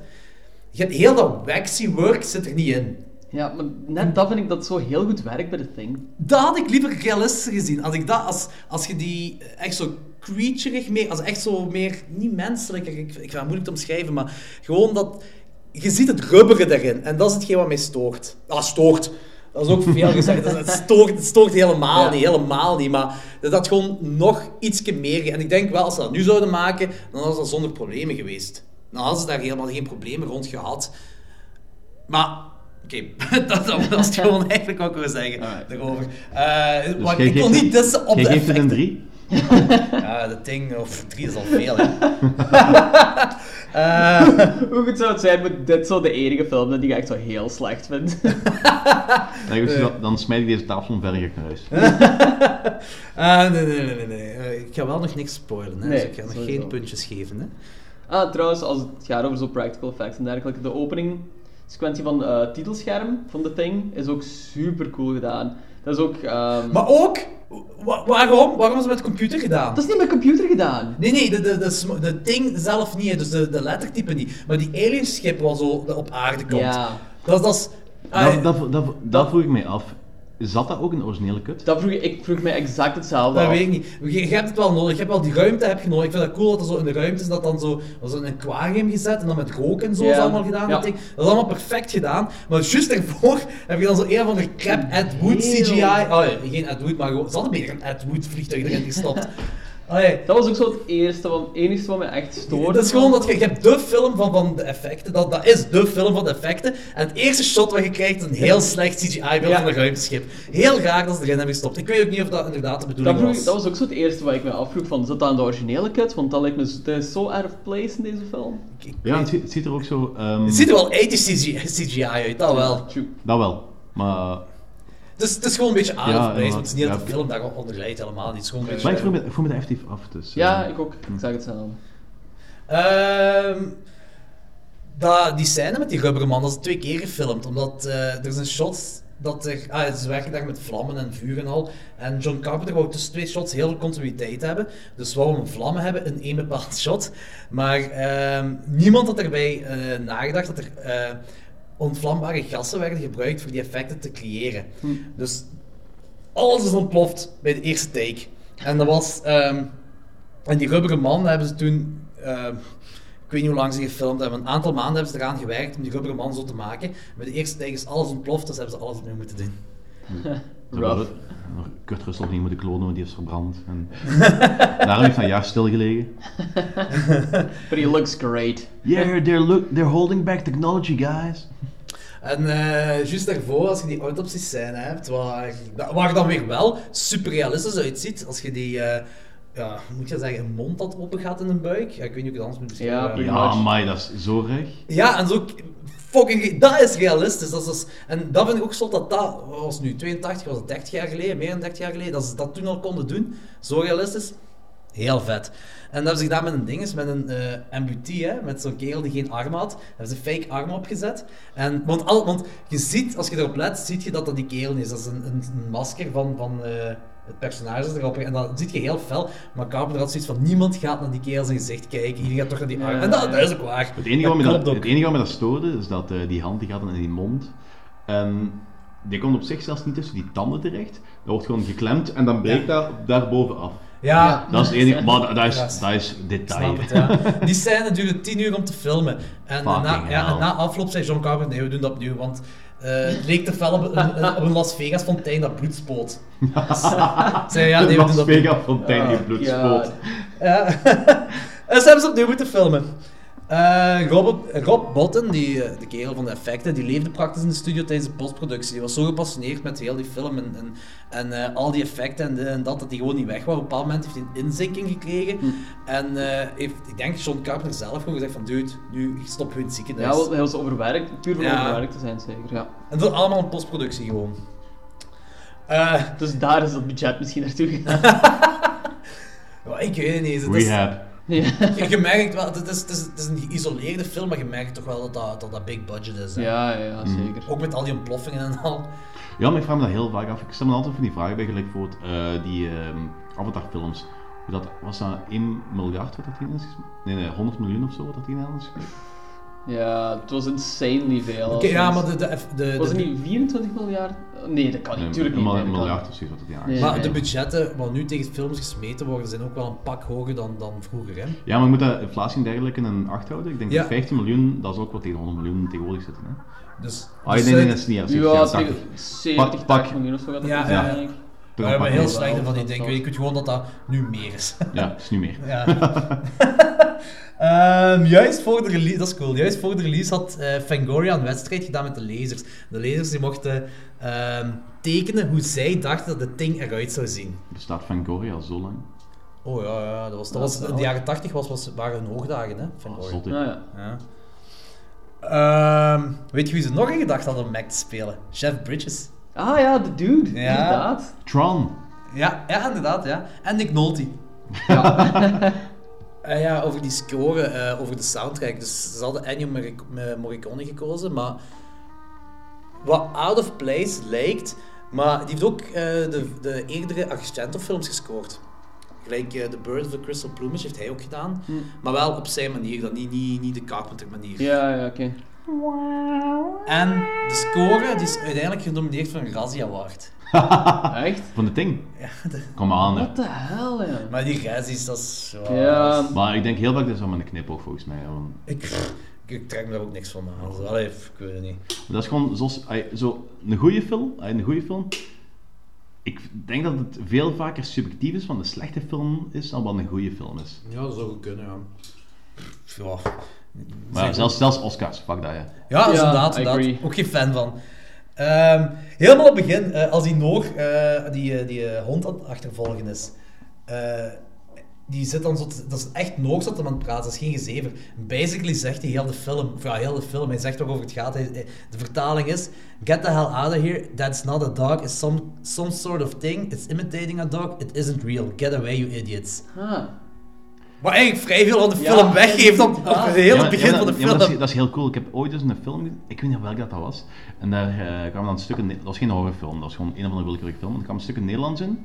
H: je hebt heel dat waxy work zit er niet in.
I: Ja, maar net dat vind ik dat zo heel goed werkt bij The Thing.
H: Dat had ik liever realistischer gezien. Als, ik dat, als, als je die eh, echt zo creatureig meer, als echt zo meer, niet menselijk, ik, ik vind het moeilijk te omschrijven, maar gewoon dat, je ziet het rubberen daarin. En dat is hetgeen wat mij stoort. Ah, stoort. Dat is ook veel gezegd. Dat is- Het stoort, het stoort helemaal
I: Ja.
H: niet, helemaal niet. Maar dat had gewoon nog ietsje meer. En ik denk wel, als ze dat nu zouden maken, dan was dat zonder problemen geweest. Dan hadden ze daar helemaal geen problemen rond gehad. Maar, oké, dat, dat was het gewoon eigenlijk wat ik wil zeggen
J: Alright.
H: daarover. Eh,
J: Dus
H: want
J: jij
H: ik wil
J: geeft
H: niet
J: het-
H: dissen op
J: jij
H: de
J: geeft het een
H: effecten.
J: 3?
H: Ja, de ding of drie is al veel, hè.
I: Hoe goed zou het zijn met dit zo de enige film dat ik echt zo heel slecht vind?
J: Dan, geef ik ze dat- dan smijt ik deze tafel omver en ga ik naar huis.
H: Ah, nee, nee, nee, nee. nee. Eh, ik ga wel nog niks spoilen, hè.
I: Nee,
H: dus ik ga nog
I: sowieso.
H: geen puntjes geven, hè.
J: Mm.
I: ah, trouwens, als het gaat over zo practical effects en dergelijke, de opening sequentie van eh, het titelscherm van The Thing is ook super cool gedaan. Dat is ook... ehm,
H: Maar ook, wa- waarom? Waarom is het met computer gedaan?
I: Dat is niet met computer gedaan.
H: Nee, nee, de, de, de, sm- de ding zelf niet, hè, dus de, de lettertype niet. Maar die alienschip wat zo op aarde komt.
I: Ja.
H: Dat, dat is... ah,
J: Dat, dat, dat, dat vroeg ik mij af. Zat dat ook in de originele cut?
I: Dat vroeg, ik vroeg mij exact hetzelfde
H: Dat
I: af.
H: weet ik niet. Je, je hebt het wel nodig. Je hebt wel die ruimte heb je nodig. Ik vind het cool dat er zo in de ruimte is dat dan zo was in een aquarium gezet en dan met rook en zo is
I: Ja.
H: allemaal gedaan.
I: Ja.
H: Dat, ding. dat is allemaal perfect gedaan. Maar juist daarvoor heb je dan zo een van de crap Ed Wood
I: Heel-
H: CGI. Oh ja, geen Ed Wood, maar gewoon, ze hadden beter een Ed Wood vliegtuig erin gestopt. Allee.
I: Dat was ook zo het eerste, want het enige wat mij echt stoorde.
H: Dat is gewoon dat je, je hebt de film van, van de effecten, dat, dat is de film van de effecten. En het eerste shot wat je krijgt is een heel slecht CGI-beeld van een ruimteschip. Heel raar dat ze erin hebben gestopt. Ik weet ook niet of dat inderdaad de
I: dat,
H: bedoeling
I: vroeg,
H: was.
I: dat was ook zo het eerste wat ik me afvroeg van, zit dat aan de originele cut? Want dat lijkt me zo, dat is zo out of place in deze film.
J: Ja, het, zie- het ziet er ook zo... ehm,
H: Het ziet er wel 80 CGI, uit, dat wel.
J: Dat wel. Maar,
H: Dus het is gewoon een beetje out
J: Ja,
H: of place,
J: ja,
H: want het is niet
J: ja,
H: dat de
J: oké.
H: film daaronder leidt helemaal niet. Het is gewoon een beetje...
J: maar ik voel me, ik voel me er effectief af. Dus,
I: Ja,
J: eh,
I: ik ook. Ik zag hetzelfde.
H: Ehm, dat, die scène met die rubberman, dat is twee keer gefilmd. Omdat eh, er is een shot dat er... Ah, ze werken daar met vlammen en vuur en al. En John Carpenter wou tussen twee shots heel veel continuïteit hebben. Dus wou hem vlammen hebben in één bepaald shot. Maar ehm, niemand had erbij eh, nagedacht dat er... eh, ontvlambare gassen werden gebruikt voor die effecten te creëren. Dus alles is ontploft bij de eerste take. En dat was... ehm, en die rubberen man hebben ze toen, eh, ik weet niet hoe lang ze gefilmd hebben, een aantal maanden hebben ze eraan gewerkt om die rubberen man zo te maken. Maar de eerste tijd is alles ontploft, dus hebben ze alles opnieuw moeten doen.
J: Ze hebben Kurt Russell niet moeten klonen, want die is verbrand. En daarom heeft hij een jaar stilgelegen.
I: But he looks great.
J: Yeah, they're, look, they're holding back technology, guys.
H: En eh, juist daarvoor, als je die autopsie-scène hebt, waar, waar dan weer wel super realistisch uitziet, als je die, eh, ja, hoe moet je dat zeggen, een mond dat open gaat in een buik. Ja, ik weet niet hoe ik het anders moet beschrijven.
I: Ja, pretty
J: Ja,
I: much.
J: maar dat is zo recht.
H: Ja, en zo fucking... ge- Dat is realistisch. Dat is, dus- en dat vind ik ook zot dat dat... wat was het nu 82, was het 30 jaar geleden? Meer dan 30 jaar geleden. Dat ze dat toen al konden doen. Zo realistisch. Heel vet. En dat hebben ze gedaan met een ding, is met een eh amputee, hè, met zo'n kerel die geen arm had. Hebben ze fake arm opgezet. En, want, al, want je ziet, als je erop let, ziet je dat dat die kerel is. Dat is een, een, een masker van, van eh, het personage erop. En dat ziet je heel fel. Maar Carpenter had zoiets van, niemand gaat naar die kerel zijn gezicht kijken. Iedereen gaat toch naar die arm.
I: Ja.
H: en dat, dat is ook waar.
J: Het enige, wat me dat,
H: klopt ook.
J: het enige wat me dat stoorde, is dat eh, die hand die gaat dan in die mond. En die komt op zich zelfs niet tussen die tanden terecht. Dat wordt gewoon geklemd en dan breekt dat daarbovenaf.
H: Ja,
J: Dat is het enige, maar dat, dat is,
H: Ja, s-
J: dat is
H: ik
J: detail.
H: snap het, ja. Die scène duurde 10 uur om te filmen. En
J: Fucking
H: na, ja, en
J: hell.
H: na afloop zei John Carpenter, nee, we doen dat opnieuw, want eh, het leek te fel op een, op een Las Vegas fontein dat bloed spoot. Dus, zei, ja, nee, we doen
J: Las
H: dat opnieuw.
J: Vegas fontein die bloed spoot.
H: Ja. en ze hebben ze opnieuw moeten filmen. Eh, Robert- Rob Botten, die, eh, de kerel van de effecten, die leefde praktisch in de studio tijdens de postproductie. Die was zo gepassioneerd met heel die film en, en, en eh, al die effecten en, dit en dat, dat hij gewoon niet weg was. Op een bepaald moment heeft hij een inzinking gekregen. En eh, heeft, ik denk, John Carpenter zelf gewoon gezegd van, dude, nu stop je in het ziekenhuis.
I: Ja, eh. want hij was overwerkt. Puur van
H: Ja.
I: overwerkt te zijn, zeker. Ja.
H: En dat allemaal in postproductie gewoon. Eh,
I: Dus daar is dat budget misschien naartoe gegaan.
H: ja, ik weet het niet. Het is-
J: Rehab.
I: ja.
H: Je, je merkt wel, het is, het, is, het is een geïsoleerde film, maar je merkt toch wel dat dat, dat, dat big budget is. hè.
I: ja,
J: Hm.
I: Oh, ja, zeker.
H: Ook met al die ontploffingen en al.
J: Ja, maar ik vraag me dat heel vaak af. Ik stel me altijd van die vragen bij gelijk voor die ehm Avatar-films. Hoe Dat, was dat 1 miljard wat dat in is? gesproken? Nee, nee, 100 miljoen of zo wat dat in is. gesproken?
I: Ja, het was insanely veel.
H: Oké, ja,
I: Soms-
H: maar de, de, eff- de,
I: Was
H: de,
I: het niet 24 miljard? Nee, dat kan niet.
J: Nee,
I: Tuurlijk
J: een
I: niet.
J: mil-
I: nee,
J: Een
I: dat kan
J: miljard
I: niet.
J: of zoiets wat dat in
I: Nee.
J: is.
H: maar de budgetten wat nu tegen films gesmeten worden, zijn ook wel een pak hoger dan, dan vroeger. Hè?
J: Ja, maar je moet dat inflatie en dergelijke in acht houden. Ik denk
H: Ja.
J: dat 15 miljoen, dat is ook wat tegen 100 miljoen tegenwoordig zitten. Hè?
H: Dus,
J: Ah,
H: dus
J: nee, nee,
H: het-
J: dat is niet erg.
I: eh, Ja,
J: 70,
I: tegen 70,
J: Pak- pak.
I: 80 miljoen of zo gaat dat
H: Ja,
I: zijn,
H: ja.
I: denk ik.
H: we hebben heel
J: ja,
H: slecht van die
I: dat
H: dingen.
I: zal-
H: Je kunt gewoon dat dat nu meer is.
J: ja, dat is niet meer.
H: Ja. Ehm, juist voor de release, dat is cool. Juist voor de release had eh, Fangoria een wedstrijd gedaan met de lezers. De lezers die mochten ehm, tekenen hoe zij dachten dat het ding eruit zou zien.
J: Bestaat Fangoria al zo lang?
H: Oh ja, ja dat was, dat
I: Ja,
H: was, in
I: wel.
H: de jaren 80 was, was, waren hun hoogdagen, hè? Fangoria.
J: Zot, hè.
I: Ja, Ah, ja.
H: Ja. Ehm, weet je wie ze nog in gedachten hadden om Mac te spelen? Chef Bridges.
I: Ah ja, de dude.
H: Ja.
I: Inderdaad.
J: Tron!
H: Ja, ja inderdaad, ja. En Nick Nolte. Eh, ja, over die score, eh, over de soundtrack. Dus ze hadden Ennio Morric- eh, Morricone gekozen, maar... Wat out of place lijkt, maar die heeft ook eh, de, de eerdere Argento-films gescoord. Gelijk eh, The Bird of the Crystal Plumage heeft hij ook gedaan,
I: Hm.
H: maar wel op zijn manier, dan niet, niet, niet de Carpenter-manier.
I: Ja, ja, oké.
H: En de score die is uiteindelijk genomineerd voor een Razzie Award.
I: Echt?
J: Van de ting. Kom aan, hè.
I: What the hell, ja.
H: Maar die gazies, dat is... ja,
I: Ja.
H: dat is-
J: Maar ik denk heel vaak dat is wel met een knipoog, volgens mij. want-
H: Ik, ik trek me daar ook niks van aan. Dus, Allee, ik weet het niet.
J: Dat is gewoon zo'n zo, een goede film. ai, Een goede film. Ik denk dat het veel vaker subjectief is van een slechte film is dan wat een goede film is.
H: Ja, dat zou goed kunnen, ja. Ja,
J: Maar ja, zelfs, zelfs Oscars, fuck dat ja.
H: ja, dat is
I: Ja,
H: inderdaad,
I: I
H: inderdaad.
I: agree.
H: Ook geen fan van. Ehm, helemaal op het begin, eh, als die Noor eh, die, eh, die eh, hond aan het achtervolgen is. eh, die zit dan zo, te- dat is echt Noor zat hem aan het praten, dat is geen gezever. Basically zegt hij heel de film, of ja, heel de film, hij zegt waarover het gaat. Hij- hij- de vertaling is, get the hell out of here, that's not a dog, it's some, some sort of thing, it's imitating a dog, it isn't real, get away you idiots.
I: Ah.
H: Maar eigenlijk vrij veel van de
I: Ja,
H: film weggeeft op, op het hele
J: Ja, maar-
H: begin
J: ja, maar
H: van de
J: dat- ja, maar
H: film.
J: dat, is, dat is heel cool. Ik heb ooit eens een film gezien, ik weet niet welke dat, dat was. En daar eh, kwamen dan stukken, Ne- dat was geen horrorfilm, dat was gewoon een of andere willekeurige film. Er kwamen stukken Nederlands in.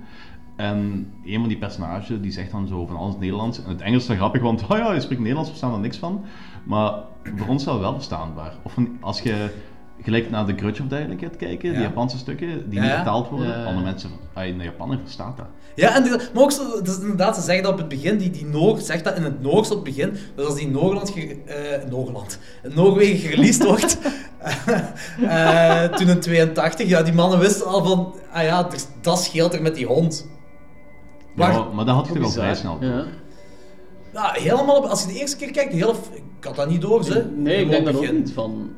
J: En een van die personages die zegt dan zo van alles Nederlands. En het Engels is dan grappig, want oh ja, je spreekt Nederlands, we verstaan er niks van. Maar voor ons is dat wel verstaanbaar. Of een- als je gelijk naar de Grudge of dergelijke gaat kijken, die
H: Ja.
J: Japanse stukken die
H: Ja,
J: niet
H: ja.
J: vertaald worden,
I: Ja, ja.
J: andere mensen, ah, een Japaner verstaat dat.
H: Ja, en die, maar ook zo, dus inderdaad, ze zeggen dat op het begin, die, die Noor zegt dat in het Noors op het begin, dus als die Noorland, ge, eh, Noorland, Noorwegen gereleased wordt, eh, toen in 82, ja, die mannen wisten al van, ah ja, er- dat scheelt er met die hond.
J: Ja,
H: Maar-
J: maar, maar dat had je
H: Hoe
J: toch al vrij
H: bizar.
J: snel.
I: Ja.
H: Ja, helemaal, op, als je de eerste keer kijkt, de hele, f- ik had dat niet door, ze.
I: Nee, ik
H: Helemaal
I: denk
H: op het
I: daar ook
H: begin.
I: niet van.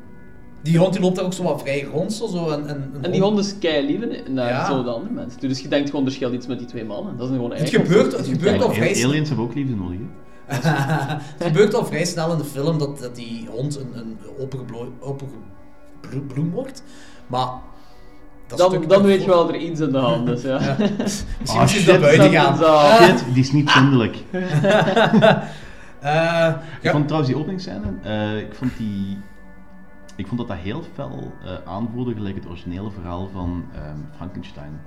H: Die hond die loopt daar ook zo wat vrij rond, zo, zo en, en,
I: En die hond is keilief naar
H: Ja.
I: nou, zo de andere mensen. toe. Dus je denkt gewoon, er scheelt iets met die twee mannen. Dat is gewoon
H: Het
I: eigenlijk...
H: gebeurt, het gebeurt al
J: Al-
H: vrij snel.
J: Aliens hebben ook liefde nodig. hè.
H: het gebeurt al vrij snel in de film dat, dat die hond een, een opengeblo- opengeblo- bloem wordt. Maar dat
I: Dan,
H: stuk
I: dan
H: ervoor-
I: weet je wel dat er iets in de hand is, ja.
H: Misschien
J: Ah,
H: moet je daar
J: shit,
H: buiten
I: dat
H: gaan.
I: is al-
H: Eh,
J: Shit, die is niet zindelijk.
H: eh,
J: Ik
H: ja,
J: vond trouwens die openingsscène, eh, ik vond die... Ik vond dat dat heel fel eh aanvoelde gelijk het originele verhaal van ehm, Frankenstein.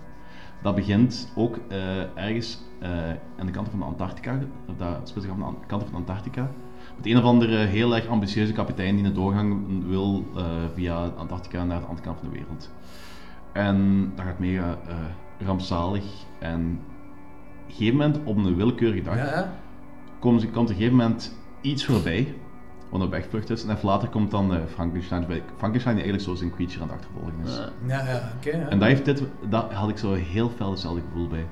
J: Dat begint ook eh, ergens eh, aan de kant van de Antarctica, of dat speelt zich af aan de kant van de Antarctica. Met een of andere heel erg ambitieuze kapitein die een doorgang wil eh, via Antarctica naar de andere kant van de wereld. En dat gaat mega eh, rampzalig en op een gegeven moment op een willekeurige dag
H: ja, ja.
J: komt, komt dus op een gegeven moment iets voorbij, wat een wegvlucht is. En even later komt dan eh, Frankenstein bij. Frankenstein die eigenlijk zo zijn creature aan het achtervolgen is.
I: Ja.
H: ja, ja, oké. ja.
J: En daar, heeft dit, daar had ik zo heel fel hetzelfde gevoel bij.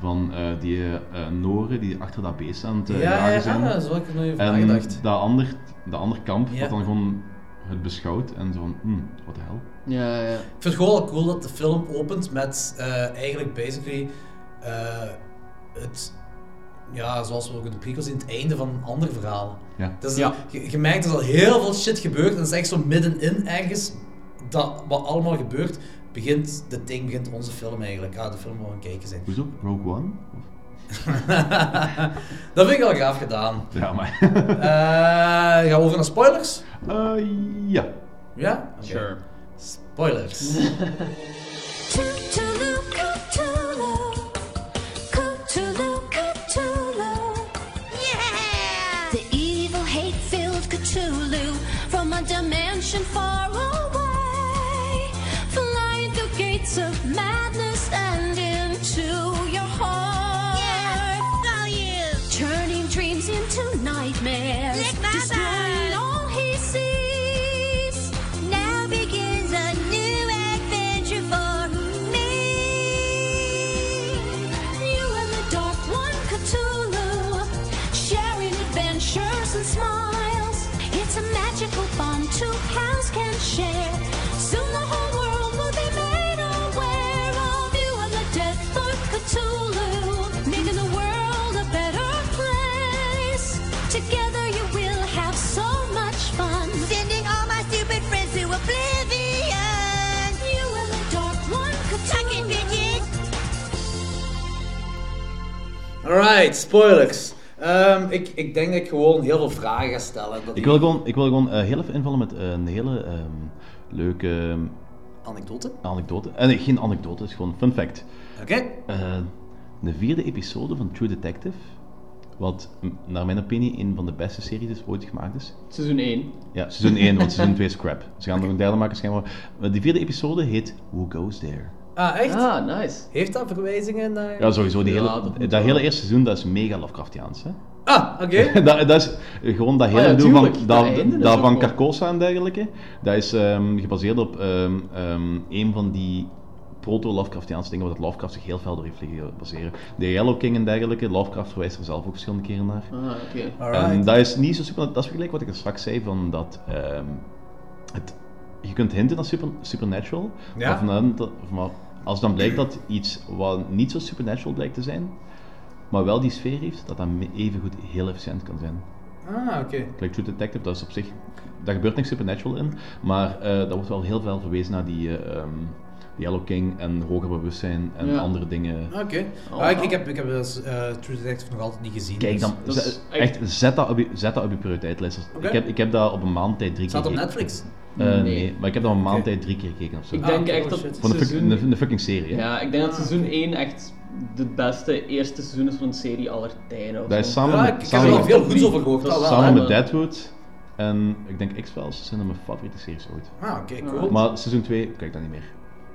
J: Van eh, die eh, Noren die achter dat beest aan het eh,
H: ja, ja,
J: jagen
H: ja,
J: zijn.
H: dat is wat ik er nu over
J: en
H: nagedacht.
J: dat ander, dat ander kamp,
H: Ja.
J: wat dan gewoon het beschouwt en zo van, hmm, wat de hel.
I: Ja, ja.
H: Ik vind het gewoon wel cool dat de film opent met eh, eigenlijk basically eh, het, ja, zoals we ook in de prequel zien, het einde van een ander verhaal.
J: Ja.
H: Dus
I: Ja.
H: je, je merkt dat er al heel veel shit gebeurt en het is echt zo middenin ergens dat wat allemaal gebeurt, begint de ding, begint onze film eigenlijk. Ja, de film waar we aan het kijken zijn.
J: Hoezo? Rogue One? Of-
H: dat vind ik wel gaaf gedaan.
J: Ja, maar...
H: Eh, gaan we over naar spoilers?
J: Eh, ja.
H: Ja? Oké.
I: Sure.
H: Spoilers.
L: Cthulhu, Cthulhu, Cthulhu, Cthulhu.
D: Yeah!
L: The evil, hate-filled Cthulhu from a dimension far away, flying through gates of madness and into your heart,
D: All you!
L: turning dreams into nightmares,
D: Lick my
L: destroying
D: butt.
L: all he sees.
D: Now begins a new adventure for me.
L: You and the Dark One Cthulhu, sharing adventures and smiles. It's a magical bond two pals can share. Soon the whole world will be made aware of you and the Death Lord Cthulhu, making the world a better place. Together you will have so much fun.
D: Sending all my stupid friends to oblivion.
L: You and the Dark One
D: Suck it,
L: Cthulhu.
D: bitches.
H: Alright, spoilers. Ehm, ik, ik denk dat ik gewoon heel veel vragen ga stellen. Dat
J: Ik wil gewoon, ik wil gewoon eh, heel even invallen met eh, een hele ehm, leuke... ehm,
H: Anekdote? Oké.
J: anekdote. Eh, nee, geen anekdote, het is gewoon fun fact. Eh, de vierde episode van True Detective, wat m, naar mijn opinie een van de beste series is ooit gemaakt is.
I: Seizoen 1.
J: Ja, seizoen 1, want seizoen 2 is crap. Ze gaan nog een derde maken schijnbaar. Maar die vierde episode heet Who Goes There?
H: Ah, echt?
I: Ah, nice.
H: Heeft dat verwijzingen naar...
J: Ja, sowieso. Die hele,
H: Ja, dat moet
J: dat
H: wel.
J: hele eerste seizoen, dat is mega Lovecraftiaans. Hè?
H: Ah, oké.
J: dat, dat is gewoon dat
H: Ah,
J: hele
H: ja,
J: doel van,
H: tuurlijk. Dat
J: dat,
H: einde is
J: dat
H: ook
J: van
H: wel.
J: Carcosa en dergelijke. Dat is ehm, gebaseerd op ehm, ehm, een van die proto-Lovecraftiaanse dingen, wat het Lovecraft zich heel veel door heeft liggen baseren. De Yellow King en dergelijke, Lovecraft verwijst er zelf ook verschillende keren naar.
I: Ah, oké.
J: En
I: Alright.
J: dat is niet zo super, dat is vergelijk wat ik er straks zei, van dat ehm, het, je kunt hinten naar super, supernatural,
H: Ja.
J: maar, vanuit dat- maar als dan blijkt dat iets wat niet zo supernatural blijkt te zijn, maar wel die sfeer heeft, dat dat me- evengoed heel efficiënt kan zijn.
H: Ah, oké.
J: Like True Detective, dat is op zich, daar gebeurt niks supernatural in, maar eh daar wordt wel heel veel verwezen naar die, eh, ehm, die Yellow King en hoger bewustzijn en
H: Ja.
J: andere dingen.
H: Oké. Ah, ik, ik heb, ik heb dus, eh, True Detective nog altijd niet gezien.
J: Oh, Kijk
H: dus-
J: dan, ze- echt, zet dat op je, zet dat op je prioriteitslijst.
H: Oké.
J: Ik, heb, ik heb dat op een maand tijd drie
H: Staat
J: keer
H: op
J: gekeken.
H: Netflix?
J: Eh,
I: Nee.
J: nee. maar ik heb dat op een maand tijd drie keer gekeken of zo.
I: Ik denk
H: Ah,
I: echt
H: oh,
I: dat
J: Van de, fuck-
I: seizoen-
J: de- de fucking serie, hè.
I: Ja, ik denk dat seizoen 1 echt de beste eerste seizoen is van een serie aller tijden. of
J: Dat is
I: zo.
J: samen
H: Ah,
J: met, samen met-
I: Dat is
J: Samen met
I: samen-
J: Deadwood en ik denk X-Files zijn mijn favoriete series ooit.
I: Ah, oké, cool.
J: Maar seizoen 2 kijk ik dan niet meer.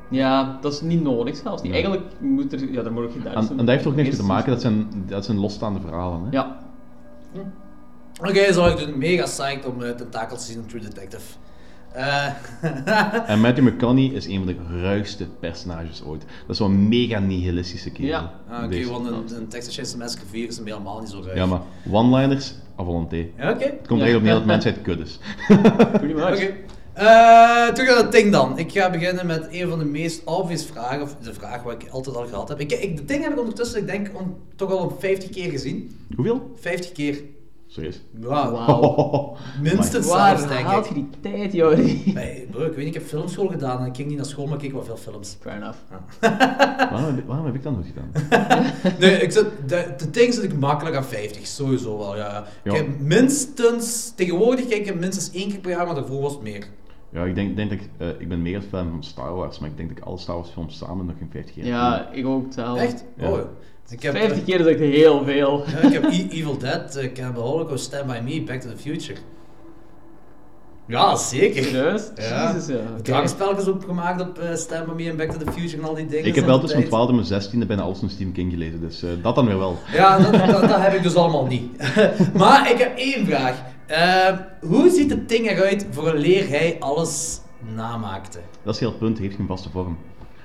I: Ja, dat is niet nodig zelfs. Niet.
J: Nee.
I: Eigenlijk moet er... Ja, daar moet ook geen
J: En, en dat heeft ook niks mee te maken, dat zijn, dat zijn losstaande verhalen. Hè?
I: Ja.
H: Oké, zo ik dus mega psyched om eh, Tentakels te zien in True Detective. Eh,
J: En Matthew McConaughey is een van de ruigste personages ooit. Dat is zo'n mega nihilistische kerel.
H: Ah, Oké,
J: Deze.
H: want een, een Texas Chainsaw Massacre 4 is hem helemaal niet zo ruim.
J: Ja, maar one-liners, avalante.
H: Ja, oké.
J: Het komt
H: Ja.
J: eigenlijk op neer dat mensheid kut is.
I: Pretty much.
H: Oké. Eh, terug naar het ding dan. Ik ga beginnen met een van de meest obvious vragen, of de vraag waar ik altijd al gehad heb. Ik, ik, de ding heb ik ondertussen, ik denk, om, toch al een 50 keer gezien.
J: Hoeveel?
H: 50 keer.
J: Serieus?
H: Nou, Wauw.
J: Wauw.
H: Minstens
I: Waar
H: zelfs, denk ik.
I: haalt je die tijd, Jordi?
H: Nee, bro, ik weet niet, ik heb filmschool gedaan en ik ging niet naar school, maar ik keek wel veel films.
I: Fair enough.
J: Waarom heb, ik- waarom heb ik dat nooit gedaan?
H: nee, ik zit, de, de ding zit ik makkelijk aan 50, sowieso wel, ja. ja. Ik
J: Ja.
H: heb minstens, tegenwoordig kijk ik minstens één keer per jaar, maar daarvoor was het meer.
J: Ja, ik denk, denk dat ik, eh, ik ben meer fan van Star Wars, maar ik denk dat ik alle Star Wars films samen nog geen 50 keer heb
I: Ja,
J: gezien.
I: ik ook hetzelfde.
H: Echt?
J: Ja.
H: Oh, dus ik heb,
I: 50 keer is echt heel veel.
H: Ja, ik heb E- Evil Dead, eh, Cannibal Holocaust, Stand By Me, Back to the Future. Ja, zeker.
I: Serieus?
H: Ja.
I: Dus, Jezus, ja, oké.
H: Drankspelletjes ook gemaakt op eh, Stand By Me en Back to the Future en al die dingen.
J: Ik heb wel tussen
H: Tijd.
J: mijn 12 en mijn 16 bijna alles van Stephen King gelezen, dus eh, dat dan weer wel.
H: Ja, dat, dat, dat heb ik dus allemaal niet. maar ik heb één vraag. Eh, hoe ziet het ding eruit vooraleer hij alles namaakte?
J: Dat is heel het punt, heeft geen vaste vorm.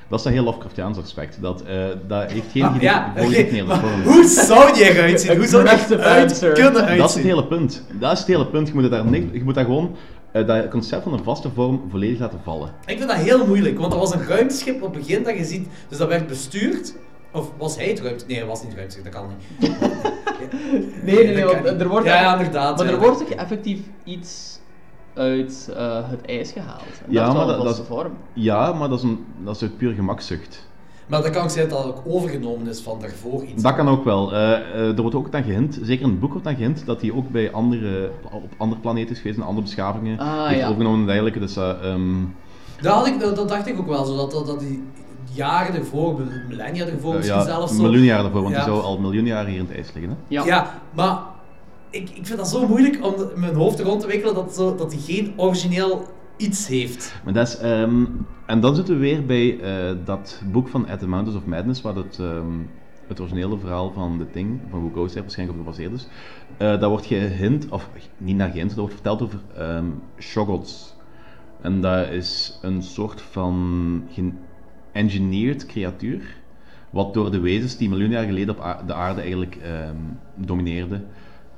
J: Dat is dat heel Lovecraftiaans aspect, dat, eh, dat heeft geen
H: Ah,
J: gede-
H: ja, oké,
J: voorgedefinieerde
H: maar
J: vorm.
H: hoe zou die eruit zien? Hoe zou die eruit kunnen uitzien?
J: Dat is het hele punt. Dat is het hele punt. Je moet daar, niks, je moet daar gewoon eh, dat concept van een vaste vorm volledig laten vallen.
H: Ik vind dat heel moeilijk, want er was een ruimteschip op het begin dat je ziet, dus dat werd bestuurd. Of was hij het ruimteschip? Nee, hij was niet het ruimteschip, dat kan niet.
I: Nee, nee,
H: Dat
I: nee,
H: kan
I: want
H: niet.
I: er wordt...
H: Ja, ja, inderdaad,
I: Maar
H: ja.
I: er wordt ook effectief iets uit eh, het ijs gehaald. En dat is wel een vaste
J: is-
I: vorm.
J: Ja, maar dat is, een, dat is uit puur gemakzucht.
H: Maar dat kan ook zijn dat dat ook overgenomen is van daarvoor iets.
J: Dat kan ook wel. Eh, eh, er wordt ook aan gehind, zeker in het boek wordt aan gehind, dat hij ook bij andere, op andere planeten is geweest en andere beschavingen
H: Ah,
J: heeft
H: ja.
J: overgenomen en dergelijke. Dus, eh, ehm,
H: Dat, had ik, dat, dat dacht ik ook wel, zo, dat, dat, dat die jaren ervoor, millennia ervoor
J: eh,
H: misschien
J: ja,
H: zelfs zo.
J: miljoen jaar daarvoor, want
H: Ja.
J: die zou al miljoen jaren hier in het ijs liggen. Hè?
H: Ja. maar ik, ik vind dat zo moeilijk om de- mijn hoofd rond te wikkelen dat, zo, dat die geen origineel iets heeft.
J: Maar dat is, ehm, en dan zitten we weer bij eh, dat boek van At the Mountains of Madness, waar het, ehm, het originele verhaal van The Thing, van hoe Ghost Air waarschijnlijk op gebaseerd is. Eh daar wordt gehint, of niet naar gehint, daar wordt verteld over ehm Shoggoths. En dat is een soort van geëngineerd creatuur, wat door de wezens die miljoen jaar geleden op aar- de aarde eigenlijk ehm domineerden,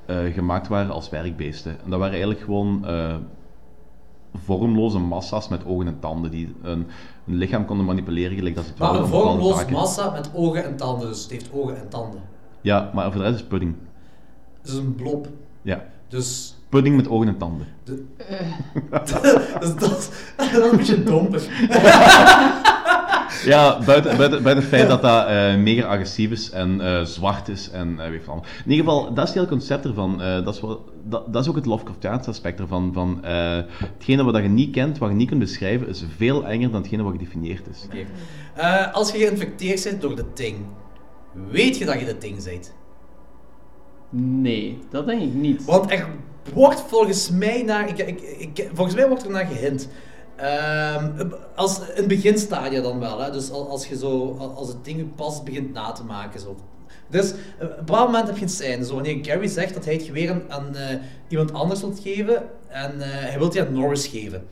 J: eh, gemaakt waren als werkbeesten. En dat waren eigenlijk gewoon... eh, vormloze massa's met ogen en tanden die een, een lichaam konden manipuleren gelijk dat ze het
H: Maar een
J: wouden om bepaalde
H: vormloos
J: taken.
H: massa met ogen en tanden, dus het heeft ogen en tanden. Dus
J: Ja, maar voor de rest is pudding.
H: Het is een blob.
J: Ja.
H: Dus...
J: Pudding met ogen en tanden.
H: De, dus dat, dat is een beetje domper.
J: Ja, buiten, buiten, buiten het feit dat dat eh mega agressief is en eh, zwart is en eh, weet ik allemaal. In ieder geval, dat is het hele concept ervan. Eh, dat, is wel, dat, dat is ook het Lovecraftiaanse aspect ervan. Van, eh, hetgene wat je niet kent, wat je niet kunt beschrijven, is veel enger dan hetgene wat gedefinieerd is.
H: Eh, als je geïnfecteerd bent door de ting, weet je dat je de ting bent?
I: Nee, dat denk ik niet.
H: Want er wordt volgens mij naar... Ik, ik, ik, volgens mij wordt er naar gehint. Ehm, als, in het beginstadia dan wel. Hè? Dus al- als, je zo, al- als het ding je pas begint na te maken. Zo. Dus eh, op een bepaald moment heb je een scène. Zo, wanneer Gary zegt dat hij het geweer aan, aan, eh, iemand anders wilt geven. En eh, hij wil die aan Norris geven.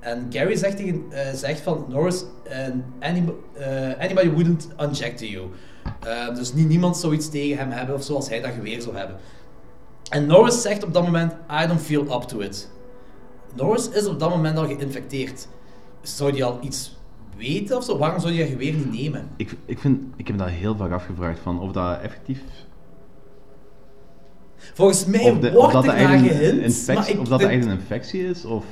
H: En Gary zegt, tegen, eh, zegt van Norris, and any- eh, anybody wouldn't unjack to you. Eh, dus niet, niemand zou iets tegen hem hebben of zoals hij dat geweer zou hebben. En Norris zegt op dat moment, I don't feel up to it. Norris is op dat moment al geïnfecteerd. Zou die al iets weten of zo? Waarom zou die dat geweer niet nemen?
J: Ik, ik, vind, ik heb me dat heel vaak afgevraagd van of dat effectief.
H: Volgens mij
J: of de- of
H: wordt
J: dat
H: er
J: dat
H: naar
J: eigenlijk een
H: gehind,
J: infectie-
H: maar ik- dit-
J: Of dat dat eigenlijk een infectie is, of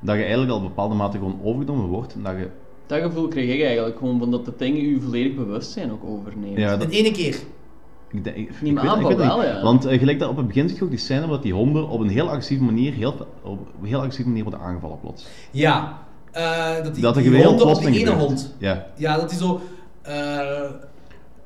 J: dat je eigenlijk al op bepaalde mate gewoon overgenomen wordt. En dat je,
I: Dat gevoel kreeg ik eigenlijk gewoon van dat de dingen u volledig bewustzijn ook overneemt.
J: Ja, dat- De ene
H: keer.
J: ik, denk- ik,
I: Nee, maar
J: ik weet, ik
I: aanval
J: weet het
I: wel,
J: niet.
I: ja.
J: Want eh, gelijk dat op het begin zit je ook die scène waar die honden op een heel agressieve manier, heel, op een heel agressieve manier worden aangevallen plots.
H: Ja. eh, dat die,
J: Dat er
H: die
J: geweer
H: honden op die
J: plotseling
H: ene
J: gebeurt.
H: hond.
J: Ja.
H: Ja, dat die zo... eh,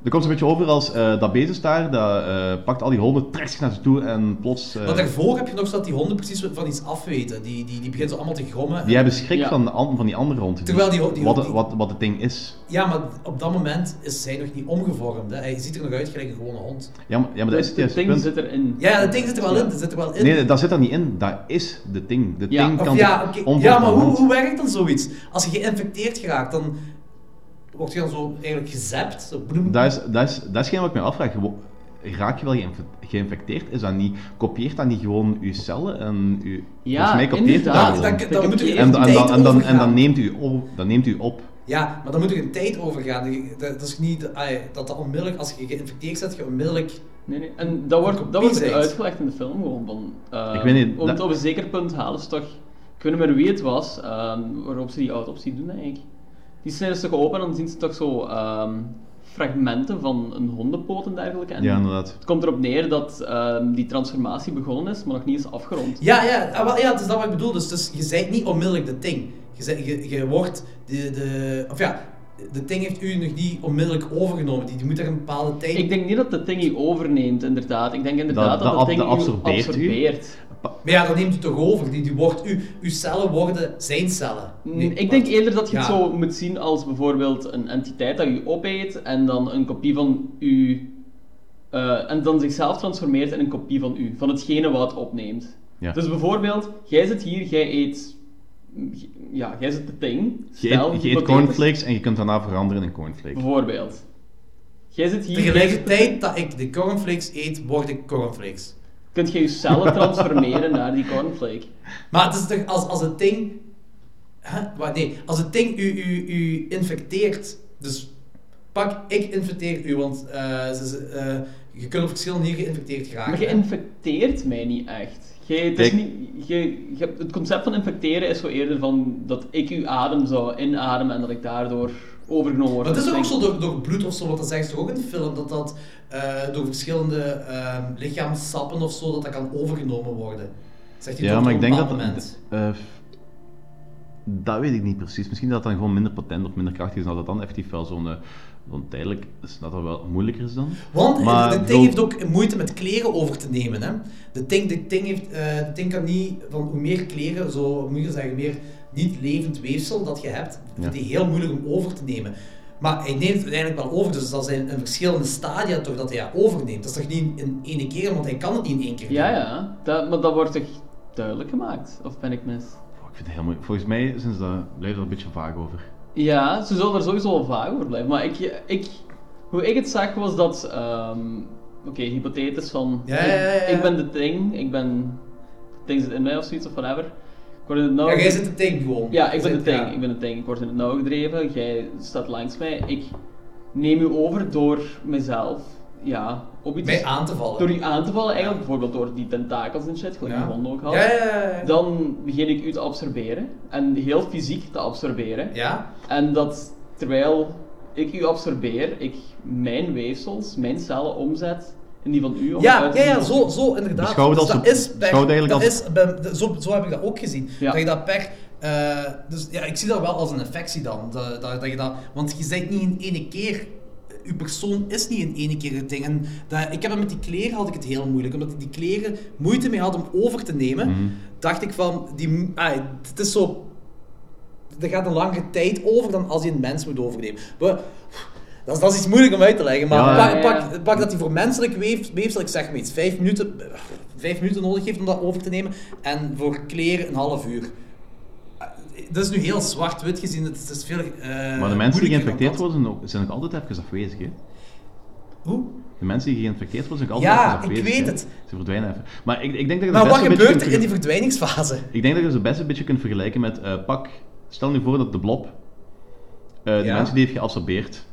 J: Er komt een beetje over als eh, dat Bezos daar, dat eh, pakt al die honden, trekt zich naar ze toe en plots... eh,
H: Want daarvoor heb je nog zo dat die honden precies van iets afweten. Die, die, die beginnen zo allemaal te grommen.
J: Die hebben schrik
H: Ja.
J: van, de an- van die andere hond.
H: Terwijl die ho- die
J: wat,
H: hond-
J: wat, wat het ding is.
H: Ja, maar op dat moment is hij nog niet omgevormd. Hè. Hij ziet er nog uit gelijk een gewone hond.
J: Ja, maar, ja, maar dat is het juiste punt.
I: erin.
H: Ja, dat ding zit er wel in. Dat zit er wel in.
J: Nee, dat zit er niet in. Dat is de ding. De ding
H: Of
J: kan
H: ja, oké.
J: onvoorkomend-
H: ja, maar hoe, hoe werkt dan zoiets? Als je geïnfecteerd geraakt, dan word je dan zo eigenlijk gezept. Zo bloem.
J: Dat is, dat is, dat is geen wat ik me afvraag. Gewo- Raak je wel geïnf- geïnfecteerd? Is dat niet... Kopieert dat niet gewoon uw cellen en uw... volgens mij kopieert
H: inderdaad.
J: dat gewoon.
H: Dan- dan moet u
J: en,
H: even
J: en,
H: tijd
J: dan, en, dan, en
H: overgaan.
J: dan neemt u op. Dan neemt u op.
H: Ja, maar dan moet er een tijd overgaan. Je- Dat, dat is niet ah, ja, dat dat onmiddellijk, als je geïnfecteerd bent, je onmiddellijk.
I: Nee, nee. En dat wordt, dat wordt
H: Kopie
I: ook
H: bent.
I: uitgelegd in de film gewoon. Van, eh,
J: Ik weet niet,
I: Om
J: dat-
I: het op een zeker punt halen ze toch... Ik weet niet meer wie het was, ehm, waarop ze die autopsie doen eigenlijk. Die snijden ze toch open en dan zien ze toch zo ehm, fragmenten van een hondenpoot en dergelijke. En
J: Ja, inderdaad.
I: Het komt erop neer dat ehm, die transformatie begonnen is, maar nog niet is afgerond.
H: Ja, ja, ah, wel, ja, dat is dat wat ik bedoel. Dus, dus je bent niet onmiddellijk de ting. Je, zijt- je, je wordt de, de. Of ja, de ting heeft u nog niet onmiddellijk overgenomen. Die, die moet er een bepaalde tijd.
I: Ik denk niet dat dat ding je overneemt, inderdaad. Ik denk inderdaad dat
J: dat
I: dat,
J: ab-
I: ding
J: dat
I: je
J: absorbeert u.
I: absorbeert.
H: Maar ja, dan neemt u toch over. Die, die wordt u, uw cellen worden zijn cellen.
I: Nee, Mm, ik denk eerder dat je het
H: Ja.
I: zo moet zien als bijvoorbeeld een entiteit dat je opeet en dan een kopie van u. eh, en dan zichzelf transformeert in een kopie van u, van hetgene wat het opneemt.
J: Ja.
I: Dus bijvoorbeeld, jij zit hier, jij eet. Ja, jij zit de thing.
J: Je
I: Stel,
J: eet, je eet
I: hypothetisch,
J: cornflakes en je kunt daarna veranderen in cornflakes.
I: Bijvoorbeeld. Jij zit hier.
H: Tegelijkertijd dat ik de cornflakes eet, word ik cornflakes.
I: Kunt jij je cellen transformeren naar die cornflake?
H: Maar het is toch als, als het ding. Hè? Wat, nee, als het ding u, u, u infecteert. Dus pak, ik infecteer u, want eh, ze- ze- eh, je kunt op verschillende manieren geïnfecteerd geraken.
I: Maar je
H: hè.
I: infecteert mij niet echt. Jij- het, is
J: Kijk.
I: niet, jij- jij- het concept van infecteren is zo eerder van dat ik uw adem zou inademen en dat ik daardoor overgenomen word.
H: Maar het is
I: Dat
H: toch ook zo
I: denk-
H: door, door bloed of zo, want dat zeggen ze toch ook in de film, dat dat eh, door verschillende ehm, lichaamssappen of zo, dat dat kan overgenomen worden. Zegt hij
J: Ja, maar ik denk dat...
H: Moment.
J: eh, f- dat weet ik niet precies. Misschien dat dat dan gewoon minder patent of minder krachtig is. En dat dat dan effectief wel zo'n... eh, zo'n tijdelijk... is Dat dat wel moeilijker is dan.
H: Want eh,
J: Maar,
H: de
J: bedoel-
H: ting heeft ook moeite met kleren over te nemen. Hè? De ting de ting heeft, eh, de ting kan niet, van hoe meer kleren, zo moet je zeggen, meer niet levend weefsel dat je hebt,
J: Ja.
H: die heel moeilijk om over te nemen. Maar hij neemt het uiteindelijk wel over, dus dat zijn in verschillende stadia toch dat hij dat overneemt. Dat is toch niet in ene keer, want hij kan het niet in één keer
I: Ja,
H: doen.
I: ja. Dat, maar dat wordt toch duidelijk gemaakt? Of ben ik mis?
J: Oh, ik vind het heel moeilijk. Volgens mij zijn ze daar, blijven daar een beetje vaag over.
I: Ja, ze zullen er sowieso wel vaag over blijven. Maar ik, ik, hoe ik het zag was dat... ehm, Oké, hypothetisch van...
H: Ja, ja, ja, ja.
I: Ik, ik ben de thing, ik ben... De thing zit in mij of zoiets, of whatever. Ik word in het nou nauw...
H: Ja, jij zit de ting gewoon.
I: Ja, ik ben de
H: Zit-
I: thing,
H: ja.
I: ik ben de thing. Ik word in het nauw gedreven, jij staat langs mij. Ik neem u over door mezelf, ja, op iets...
H: Mij aan te vallen.
I: Door u aan te vallen, eigenlijk. Bijvoorbeeld door die tentakels en shit, gelijk
H: Ja.
I: die honden ook had.
H: Ja, ja, ja, ja.
I: Dan begin ik u te absorberen. En heel fysiek te absorberen.
H: Ja.
I: En dat terwijl ik u absorbeer, ik mijn weefsels, mijn cellen omzet in die van u. om
H: Ja,
I: uit te
H: ja, ja
I: zien-
H: zo, zo inderdaad.
I: Beschouw het
H: Dus
I: als
H: dat
I: een-
H: is per,
I: beschouw het
H: dat
I: eigenlijk als-
H: is, ben- de- zo, zo heb ik dat ook gezien. Dat je dat per... eh, dus ja, ik zie dat wel als een infectie dan. Dat, dat, dat je dat, want je bent niet in ene keer... eh, Je persoon is niet in ene keer het ding. En dat, ik heb het met die kleren had ik het heel moeilijk. Omdat ik die kleren
I: Mhm.
H: moeite mee had om over te nemen, dacht ik van... Die, ah, het is zo er gaat een langere tijd over dan als je een mens moet overnemen. We- dat, is, dat is iets moeilijk om uit te leggen, maar
J: Ja, ja,
H: pak,
J: ja.
H: Pak, pak dat hij voor menselijk weef- weefsel, ik zeg maar iets, vijf minuten, vijf minuten nodig heeft om dat over te nemen, en voor kleren een half uur. Eh, Dat is nu heel zwart-wit gezien, het is- het is veel eh,
J: maar de mensen die
H: moeilijker dan
J: geïnfecteerd
H: dat.
J: worden zijn ook- zijn ook altijd even afwezig, hè?
H: Hoe? Nou,
J: De mensen die geïnfecteerd worden zijn ook altijd
H: Ja,
J: even afwezig.
H: ik weet
J: hè.
H: het.
J: Ze verdwijnen even. Maar ik, ik denk dat je
H: Maar
J: het
H: wat
J: best een beetje
H: gebeurt
J: kunt
H: er in die
J: verge-
H: verdwijningsfase?
J: Ik denk dat je ze best een beetje kunt vergelijken met eh, pak. Stel nu voor dat de blob eh, de
I: Ja.
J: mensen die heeft geabsorbeerd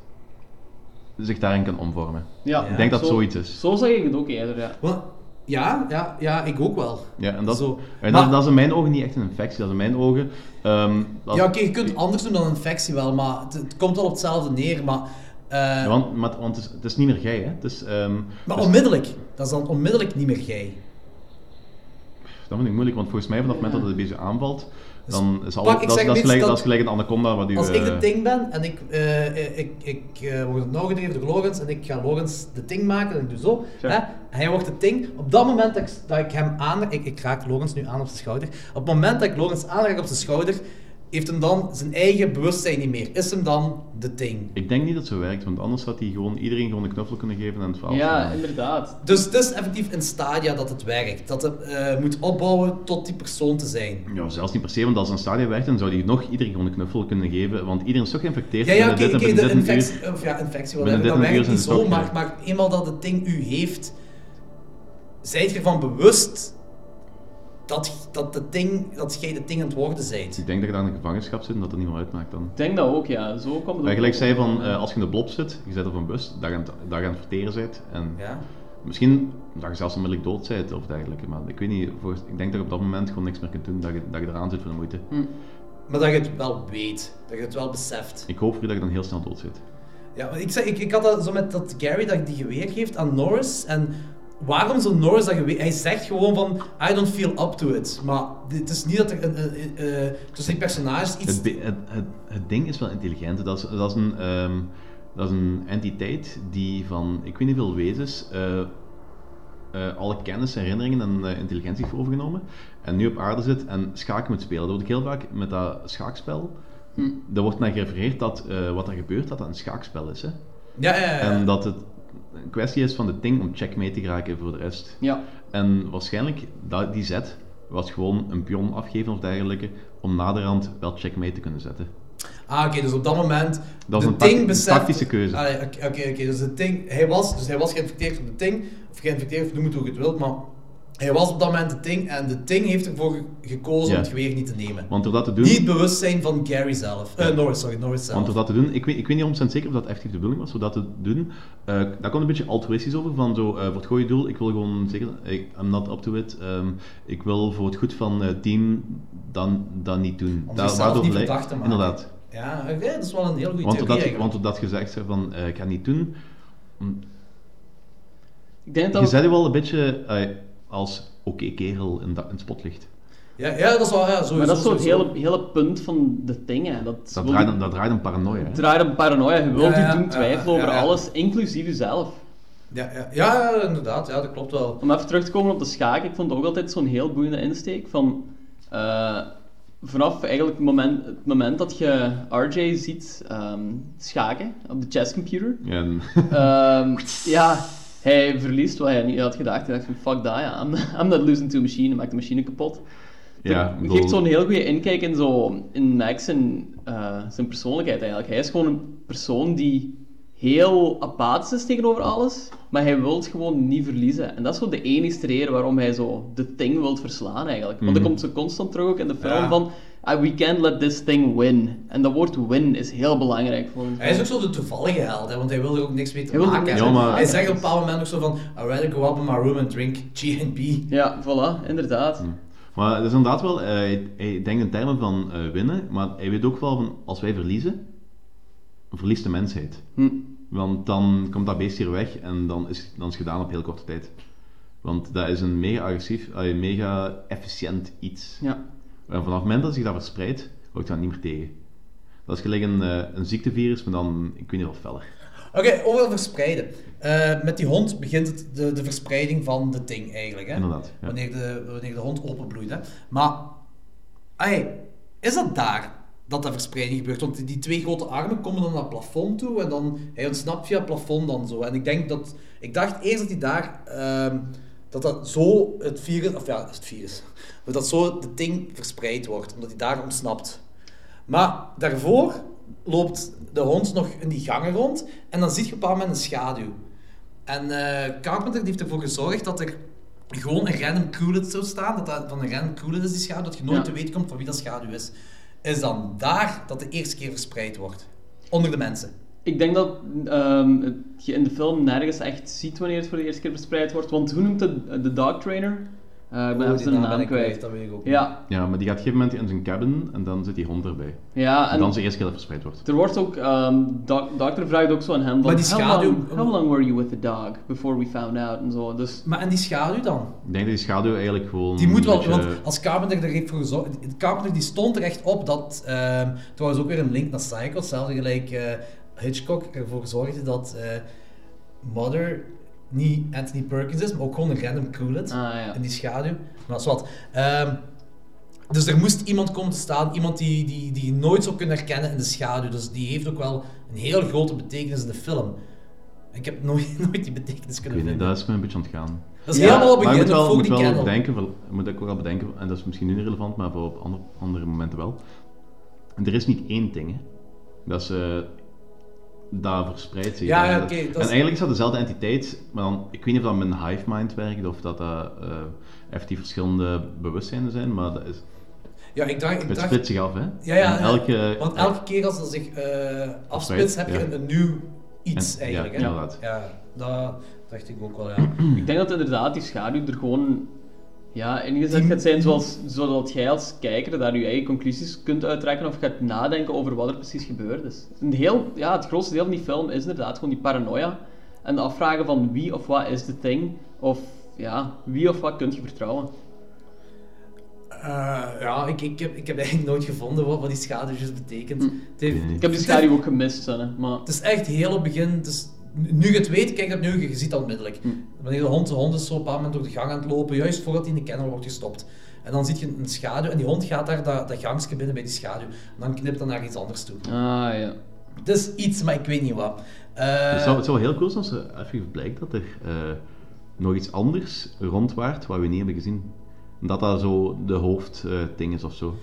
J: zich daarin kan omvormen.
I: Ja.
J: Ik denk dat
I: Zo-
J: zoiets is.
I: Zo zeg ik het ook eerder, ja.
H: Ja, ja, ja, ik ook wel.
J: Ja, en dat, en
H: Maar-
J: dat, dat is in mijn ogen niet echt een infectie. Dat is in mijn ogen. ehm, dat-
H: Ja, oké, je kunt anders doen dan infectie wel, maar het, het komt wel op hetzelfde neer, maar... eh,
J: Ja, want maar, want het, is, het is niet meer jij, hè? Het is, ehm,
H: Maar
J: dus-
H: onmiddellijk. Dat is dan onmiddellijk niet meer jij.
J: Dat vind ik moeilijk, want volgens mij vanaf het moment dat het een beetje aanvalt, dan is al,
H: Dus pak, ik
J: dat, is-
H: zeg
J: dat,
H: iets
J: is gelijk,
H: dat-
J: dat is gelijk een anaconda wat u...
H: Als ik
J: eh,
H: de ting ben en ik, eh, eh, ik, ik eh, word opgedreven door Logans en ik ga Logans de ting maken en ik doe zo. Hè? En hij wordt de ting. Op dat moment dat ik, dat ik hem aan... Ik, ik raak Logans nu aan op zijn schouder. Op het moment dat ik Logans aanraak op zijn schouder, heeft hem dan zijn eigen bewustzijn niet meer. Is hem dan de ting.
J: Ik denk niet dat zo werkt, want anders had hij gewoon iedereen gewoon een knuffel kunnen geven en het verhaal.
H: Ja,
J: afgaan.
I: inderdaad.
H: Dus het is effectief in stadia dat het werkt. Dat het eh, moet opbouwen tot die persoon te zijn.
J: Ja, zelfs niet per se, want als een stadia werkt, dan zou hij nog iedereen gewoon een knuffel kunnen geven, want iedereen is toch geïnfecteerd
H: Ja, ja, oké,
J: binnen dit en
H: oké,
J: binnen
H: de
J: dit en
H: infectie,
J: uur.
H: of ja, infectie, wel,
J: Binnen
H: dat
J: dit en
H: werkt
J: uur
H: niet
J: zijn
H: zo,
J: ze toch,
H: maar,
J: ja.
H: maar eenmaal dat het ding u heeft, zijt je ervan bewust dat, dat, de ding, dat jij de ding aan het worden zijt.
J: Ik denk dat je daar in de gevangenschap zit en dat dat niet meer uitmaakt dan.
I: Ik denk dat ook, ja. Zo komt het
J: Maar
I: ook
J: gelijk
I: op.
J: zei van, eh, als je in de blob zit, je zit op een bus, daar aan, het- daar aan het verteren bent en
H: Ja.
J: misschien dat je zelfs onmiddellijk dood bent of dergelijke, maar ik weet niet, voor, ik denk dat je op dat moment gewoon niks meer kunt doen, dat je, dat je eraan zit voor de moeite.
H: Maar dat je het wel weet, dat je het wel beseft.
J: Ik hoop voor u dat je dan heel snel dood zit.
H: Ja, maar ik, zei, ik, ik had dat zo met dat Gary dat die geweer geeft aan Norris. En waarom zou Norris dat geweer... Hij zegt gewoon van, I don't feel up to it. Maar het is niet dat er een, een, een, eh, tussen die personages iets...
J: Het, be- het, het, het ding is wel intelligent. Dat is, dat is, een, ehm, dat is een entiteit die van ik weet niet veel wezens eh, eh, alle kennis, herinneringen en eh, intelligentie heeft overgenomen. En nu op aarde zit en schaak moet spelen. Dat wordt heel vaak met dat schaakspel.
I: Hm.
J: Er wordt naar gerefereerd dat eh, wat er gebeurt, dat dat een schaakspel is. Hè?
H: Ja, ja, ja.
J: En dat het een kwestie is van de ding om checkmate te geraken voor de rest.
I: Ja.
J: En waarschijnlijk, dat, die zet was gewoon een pion afgeven of dergelijke, om naderhand wel checkmate te kunnen zetten.
H: Ah, oké, dus op dat moment...
J: Dat is
H: de
J: een tac-
H: ting
J: een
H: beseft-
J: tactische keuze.
H: Allee, Oké, oké, oké, dus de ting... Hij was, dus hij was geïnfecteerd op de ting. Of geïnfecteerd, of noem het hoe je het wilt, maar... Hij was op dat moment de ting en de ting heeft ervoor ge- gekozen
J: Ja.
H: om het geweer niet te nemen.
J: Want door dat te doen...
H: Niet het bewustzijn van Gary zelf. Eh, Norris, sorry, Norris zelf.
J: Want door dat te doen, ik weet, ik weet niet omtrent zeker of dat effectief de bedoeling was, door dat te doen, eh daar komt een beetje altruïstisch over, van zo, eh, voor het goede doel, ik wil gewoon zeker, ik, I'm not up to it, ehm, ik wil voor het goed van het team dan, dan niet doen.
H: Om
J: Daar-
H: zichzelf niet
J: lijkt-
H: verdacht te maken.
J: Inderdaad.
H: Ja, oké, dat is wel een heel goede theorie
J: Want doordat, ik-
H: eigenlijk.
J: want doordat je zegt hè, van, eh, ik ga het niet doen, mm,
I: Ik denk dat
J: je
I: ook-
J: zet je wel een beetje eh, als oké kerel in, da- in het spotlicht.
H: Ja, ja, dat is wel, ja, sowieso.
I: Maar dat is zo het
H: sowieso.
I: hele, hele punt van de dingen. Dat,
J: Dat
I: wil
J: draait,
I: je-
J: om- dat draait om paranoia. hè.
I: het draait om paranoia. Je wilt
H: Ja, ja,
I: je doen
H: ja,
I: twijfelen
H: ja,
I: over
H: ja.
I: alles, inclusief jezelf.
H: Ja, ja, ja, ja, inderdaad, ja, dat klopt wel.
I: Om even terug te komen op de schaak, ik vond het ook altijd zo'n heel boeiende insteek van... eh, vanaf eigenlijk het moment, het moment dat je RJ ziet ehm, schaken op de chesscomputer...
J: Ja, en-
I: Ehm, ja, hij verliest wat hij niet had gedacht. Hij dacht van, fuck dat, ja. I'm, I'm not losing to a machine. Hij maakt de machine kapot.
J: Ja,
I: Dat
J: bedoel-
I: geeft zo'n heel goede inkijk in, zo, in Max en eh, zijn persoonlijkheid eigenlijk. Hij is gewoon een persoon die heel apathisch is tegenover alles, maar hij wil gewoon niet verliezen. En dat is zo de enige reden waarom hij zo de thing wilt verslaan eigenlijk. Want
J: Mhm.
I: dat komt zo constant terug ook in de film
H: Ja.
I: van "Ah, we can't let this thing win. En dat woord win is heel belangrijk. volgens
H: Hij
I: mij.
H: is ook zo de toevallige held, hè, want hij wil er ook niks mee te
I: Hij wil er
H: maken
I: niks
H: hebben.
I: mee te
H: Hij
I: maken
H: zegt op een bepaald moment ook zo van, I'd rather go up in my room and drink G&B.
I: Ja, voilà, inderdaad.
J: Mhm. Maar het is inderdaad wel, eh, hij, hij denkt in termen van eh, winnen, maar hij weet ook wel van als wij verliezen, verliest de mensheid.
I: Hm.
J: Want dan komt dat beest hier weg en dan is, dan is het gedaan op heel korte tijd. Want dat is een mega agressief, eh, mega efficiënt iets.
I: Ja.
J: En vanaf het moment dat zich dat verspreidt, houdt dat niet meer tegen. Dat is gelijk een, eh, een ziektevirus, maar dan, ik weet niet wat feller.
H: Oké, over verspreiden. Eh, met die hond begint het de, de verspreiding van de ting eigenlijk. Hè?
J: Inderdaad, ja.
H: Wanneer, de, wanneer de hond openbloeit. Hè? Maar, ai, is dat daar? dat dat verspreiding gebeurt. Want die twee grote armen komen dan naar het plafond toe en dan hij ontsnapt via het plafond dan zo. En ik denk dat ik dacht eerst dat hij daar ehm, dat dat zo het virus, of ja, het virus, maar dat zo het ding verspreid wordt, omdat hij daar ontsnapt. Maar daarvoor loopt de hond nog in die gangen rond en dan ziet je op een bepaald moment een schaduw. En eh, Carpenter die heeft ervoor gezorgd dat er gewoon een random crewlet zou staan, dat dat van een random crewlet is die schaduw, dat je nooit
I: Ja.
H: te weten komt van wie dat schaduw is. Is dan daar dat de eerste keer verspreid wordt. Onder de mensen.
I: Ik denk dat ehm, het- je in de film nergens echt ziet wanneer het voor de eerste keer verspreid wordt. Want hoe noemt het de dog trainer? Eh, ik ben
H: Oh,
I: even
H: die
I: zijn
H: naam ben
I: naam
H: ik
I: kwijt.
H: kwijt, dat weet ik ook
I: Ja,
J: Ja, maar die gaat op een gegeven moment in zijn cabin en dan zit die hond erbij.
I: Ja, en-
J: dan is de eerste keer dat verspreid wordt.
I: er wordt ook, ehm dok- dokter vraagt ook zo aan hem van,
H: Maar die schaduw-
I: how, long, how long were you with the dog before we found out en zo. Dus,
H: maar en die schaduw dan?
J: Ik denk dat die schaduw eigenlijk gewoon...
H: Die moet wel,
J: een beetje-
H: want als Carpenter er heeft voor gezorgd, Carpenter die stond er echt op dat, ehm, trouwens ook weer een link naar Psycho, hetzelfde gelijk eh, Hitchcock ervoor zorgde dat eh, Mother niet Anthony Perkins is, maar ook gewoon een random
J: Ah,
H: crewlet in die schaduw. Maar dat is wat. Ehm, dus er moest iemand komen te staan, iemand die, die, die je nooit zou kunnen herkennen in de schaduw. Dus die heeft ook wel een heel grote betekenis in de film. Ik heb nooit, nooit die betekenis
J: Ik
H: kunnen
J: weet niet,
H: vinden.
J: dat is me een beetje
H: Oh,
J: ontgaan.
H: Dat is helemaal op het
J: Maar je
H: begin,
J: moet wel,
H: voor
J: moet
H: die
J: wel
H: kennel.
J: bedenken, voor- moet ik ook wel bedenken, en dat is misschien nu niet relevant, maar voor op andere, andere momenten wel. En er is niet één ding, hè. Dat is... eh, dat verspreidt zich.
H: Ja,
J: En
H: ja,
J: dat-
H: oké, dat is-
J: En eigenlijk is dat dezelfde entiteit, maar dan, ik weet niet of dat met een hive mind werkt, of dat dat eh effectief verschillende bewustzijnen zijn, maar dat is...
H: Ja, ik dacht... Ik
J: het
H: dacht-
J: split zich af, hè.
H: Ja, ja.
J: En elke...
H: Want elke keer als dat zich eh afspitst, heb je
J: ja.
H: een, een nieuw iets
J: En- ja,
H: eigenlijk. hè?
J: inderdaad.
H: Ja, dat dacht ik ook wel, ja.
I: ik denk dat inderdaad die schaduw er gewoon ja, ingezet gaat zijn zoals, zodat jij als kijker daar je eigen conclusies kunt uittrekken of gaat nadenken over wat er precies gebeurd is. Een heel, ja, het grootste deel van die film is inderdaad gewoon die paranoia en de afvragen van wie of wat is de thing of ja, wie of wat kun je vertrouwen.
H: Eh, ja, ik, ik, heb, ik heb eigenlijk nooit gevonden wat, wat die schaduwjes betekent. Het heeft-
I: Ik heb Hm. die
H: het
I: schaduw ook gemist, hè, maar...
H: Het is echt heel op het begin. Het is, nu je het weet, kijk dat nu, je ziet dat onmiddellijk.
I: Hm.
H: Wanneer de hond, de hond is zo op een bepaald moment door de gang aan het lopen, juist voordat hij in de kennel wordt gestopt. En dan zie je een schaduw en die hond gaat daar dat, dat gangstje binnen bij die schaduw. En dan knipt dat naar iets anders toe.
I: Ah, ja.
H: Het is iets, maar ik weet niet wat. Eh,
J: Het zou, het zou heel cool zijn als er even blijkt dat er eh, nog iets anders rondwaart wat we niet hebben gezien. Dat dat zo de hoofdding is of zo.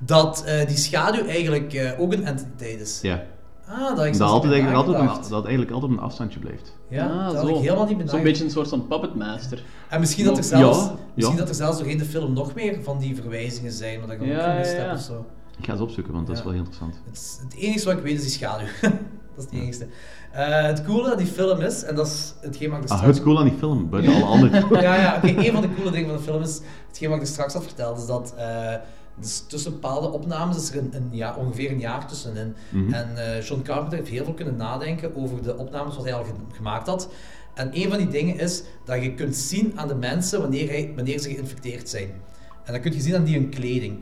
H: dat eh, die schaduw eigenlijk eh, ook een entiteit is.
J: Ja.
H: Ah, dat ik
J: dat,
H: zelfs niet
J: altijd, eigenlijk- dat, altijd
H: nagedacht.
J: een, dat eigenlijk altijd op een afstandje blijft.
H: Ja,
I: Ah,
H: dat had
I: zo.
H: ik helemaal niet bedacht.
I: Zo'n beetje een soort van puppetmaster.
H: En misschien dat er
I: Nou,
H: zelfs,
I: ja,
H: misschien
J: ja.
H: Dat er zelfs doorheen de film nog meer van die verwijzingen zijn, maar dat ik nog
I: Ja,
H: gemist
I: ja,
H: heb
I: ja.
H: of zo.
J: Ik ga ze opzoeken, want dat is wel heel interessant.
H: Het, is- het enige wat ik weet is die schaduw. dat is het enige. Eh, het coole aan die film is, en dat is hetgeen wat ik er
J: Ah,
H: straks...
J: het cool aan die film, buiten alle andere.
H: ja, ja, oké. een van de coole dingen van de film is, hetgeen wat ik er straks had verteld, is dat eh, dus tussen bepaalde opnames is er een, een jaar, ongeveer een jaar tussenin.
M: Mhm.
H: En eh, John Carpenter heeft heel veel kunnen nadenken over de opnames wat hij al ge- gemaakt had. En een van die dingen is dat je kunt zien aan de mensen wanneer, hij, wanneer ze geïnfecteerd zijn. En dat kun je zien aan die hun kleding.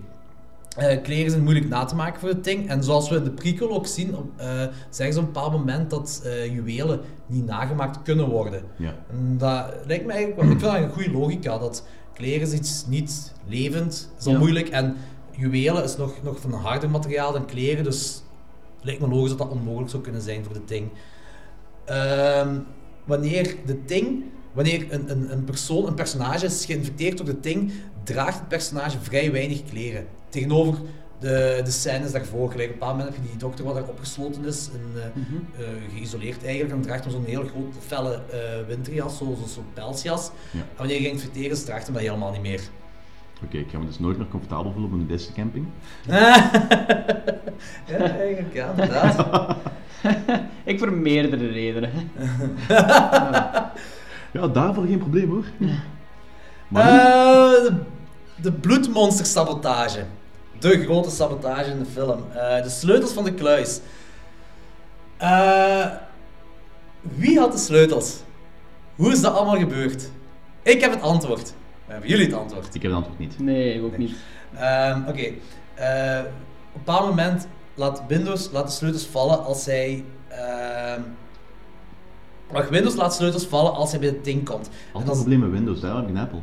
H: Eh, kleren zijn moeilijk na te maken voor het ding. En zoals we in de prequel ook zien, op, eh, zeggen ze op een bepaald moment dat eh, juwelen niet nagemaakt kunnen worden.
J: Ja.
H: En dat lijkt me eigenlijk wel, ik vind dat een goede logica, dat kleren is iets niet levend, is al
I: Ja.
H: moeilijk. En juwelen is nog, nog van een harder materiaal dan kleren, dus het lijkt me logisch dat dat onmogelijk zou kunnen zijn voor de ding. Ehm, wanneer de ting, wanneer een, een, een persoon, een personage is geïnfecteerd door de ting, draagt het personage vrij weinig kleren. Tegenover de, de scènes daarvoor, gelijk op een bepaald moment heb je die dokter wat daar opgesloten is, en, eh, eh, geïsoleerd eigenlijk, en draagt hem zo'n heel groot felle eh, winterjas, zo- zo'n soort pelsjas.
J: Ja.
H: En wanneer je geïnfecteerd is, draagt hem dat helemaal niet meer.
J: Oké, ik ga me dus nooit meer comfortabel voelen op een deze camping.
H: Ja, eigenlijk, ja, inderdaad.
I: ik voor meerdere redenen.
J: Ja, daarvoor geen probleem hoor.
H: Eh, de, de bloedmonstersabotage. De grote sabotage in de film. Eh, de sleutels van de kluis. Eh, wie had de sleutels? Hoe is dat allemaal gebeurd? Ik heb het antwoord. Hebben jullie het antwoord?
J: Ik heb het antwoord niet.
I: Nee, ik ook niet.
H: Ehm, Oké. Eh, op een bepaald moment laat Windows laat de sleutels vallen als hij. ehm wacht, Windows laat sleutels vallen als hij bij het ding komt.
J: Altijd een probleem met Windows, daar heb ik een Apple.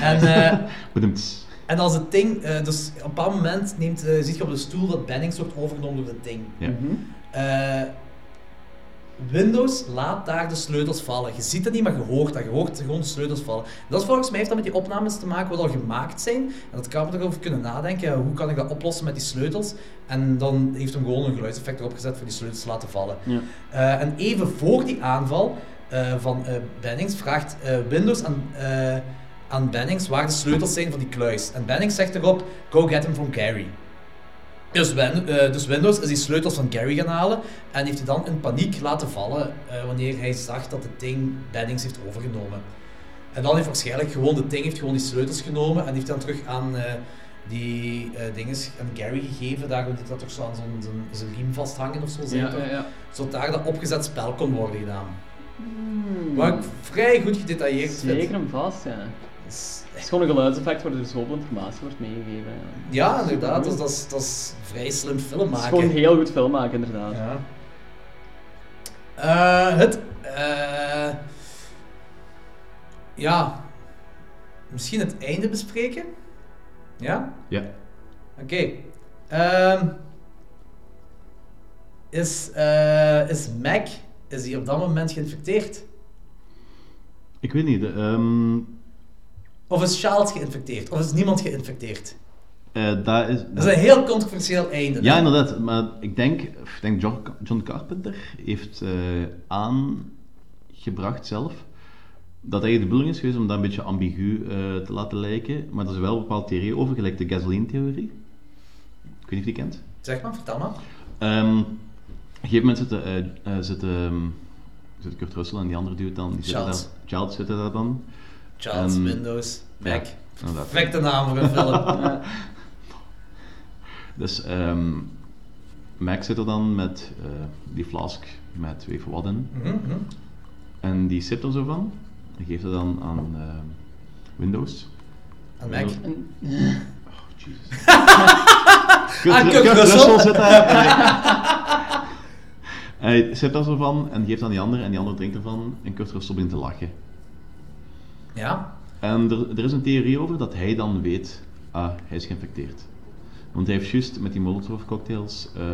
H: En eh,
J: Bedoemts.
H: En als het ding, eh, dus op een bepaald moment neemt, eh, ziet je op de stoel dat Bennings wordt overgenomen door het ding.
J: Ja. Mhm.
H: Eh, Windows laat daar de sleutels vallen. Je ziet dat niet, maar je hoort dat. Je hoort gewoon de sleutels vallen. Dat is volgens mij heeft dat met die opnames te maken wat al gemaakt zijn. En dat kan me erover kunnen nadenken. ja, Hoe kan ik dat oplossen met die sleutels? En dan heeft hem gewoon een geluidseffect erop gezet voor die sleutels te laten vallen.
I: Ja.
H: Eh, en even voor die aanval eh, van eh, Bennings vraagt eh, Windows aan, eh, aan Bennings waar de sleutels zijn van die kluis. En Bennings zegt erop, go get them from Gary. Dus, Win- eh, dus Windows is die sleutels van Gary gaan halen en heeft die dan in paniek laten vallen eh, wanneer hij zag dat het ding Bennings heeft overgenomen. En dan heeft waarschijnlijk gewoon het ding heeft gewoon die sleutels genomen en heeft dan terug aan eh, die eh dinges, aan Gary gegeven. Daar moet dat toch zo aan zo'n zo'n- zo'n riem vasthangen of zo. zijn
I: Ja, eh,
H: toch?
I: ja, ja.
H: Zodat daar dat opgezet spel kon worden gedaan. Wat
I: Hmm.
H: ik vrij goed gedetailleerd vind.
I: Zeker hem vast, ja. Het is gewoon een geluidseffect waar er dus zoveel informatie wordt meegegeven.
H: Ja, inderdaad. Dus dat is, dat is vrij slim film
I: Het is
H: maken.
I: gewoon heel goed film maken, inderdaad.
H: Ja. Eh, het. eh, ja. Misschien het einde bespreken? Ja?
J: Ja.
H: Oké. Ehm, is, eh, is Mac is hij op dat moment geïnfecteerd?
J: Ik weet niet. de, ehm,
H: Of is Charles geïnfecteerd? Of is niemand geïnfecteerd?
J: eh, daar is,
H: Dat is een heel controversieel einde.
J: Ja, inderdaad. Maar ik denk, ik denk John, John Carpenter heeft eh, aangebracht zelf dat eigenlijk de bedoeling is geweest om dat een beetje ambigu eh, te laten lijken. Maar er is wel een bepaalde theorie over, gelijk de gasoline-theorie. Ik weet niet of je die kent.
H: Zeg maar, vertel maar.
J: Ehm, op een gegeven moment zitten, eh eh, zitten, ehm, zitten Kurt Russell en die andere dude dan. Die zitten
H: Charles.
J: daar- Charles zitten daar dan.
H: Charles,
J: Ehm,
H: Windows,
J: ja,
H: Mac.
J: inderdaad.
H: Perfecte naam voor een film.
J: Dus ehm Mac zit er dan met eh, die flask met weet ik veel wat in.
H: Mhm, mhm.
J: En die sipt er zo van. En geeft dat dan aan ehm, Windows. Oh,
H: Aan Mac.
I: En-
J: Kurt,
H: Aan
J: Ru-
H: Kurt
J: Kurt
H: Russell.
J: Russell zit daar. en hij- Hij sipt daar zo van en die geeft aan die andere en die andere drinkt ervan. En Kurt Russell begint te lachen.
H: Ja?
J: En Ehm, er, er is een theorie over dat hij dan weet, ah, hij is geïnfecteerd. Want hij heeft juist met die Molotov cocktails ehm,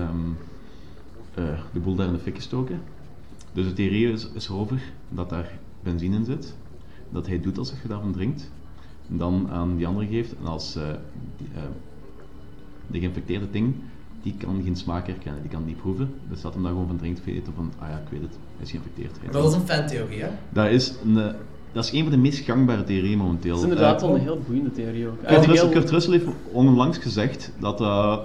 J: eh, de boel daar in de fik gestoken. Dus de theorie is, is over dat daar benzine in zit. Dat hij doet alsof je daarvan drinkt. En dan aan die andere geeft. En als eh, die, eh, de geïnfecteerde ding, die kan geen smaak herkennen, die kan niet proeven. Dus dat hem daar gewoon van drinkt, weet of van, ah ja, ik weet het, hij is geïnfecteerd. Hij
H: Dat is een fantheorie, hè?
J: dat is, een, eh, dat is een van de meest gangbare theorieën momenteel.
I: Het is inderdaad
J: Eh,
I: wel een heel boeiende theorie ook.
J: Kurt,
I: Eigenlijk
J: Russell,
I: heel-
J: Kurt Russell heeft onlangs gezegd dat, eh,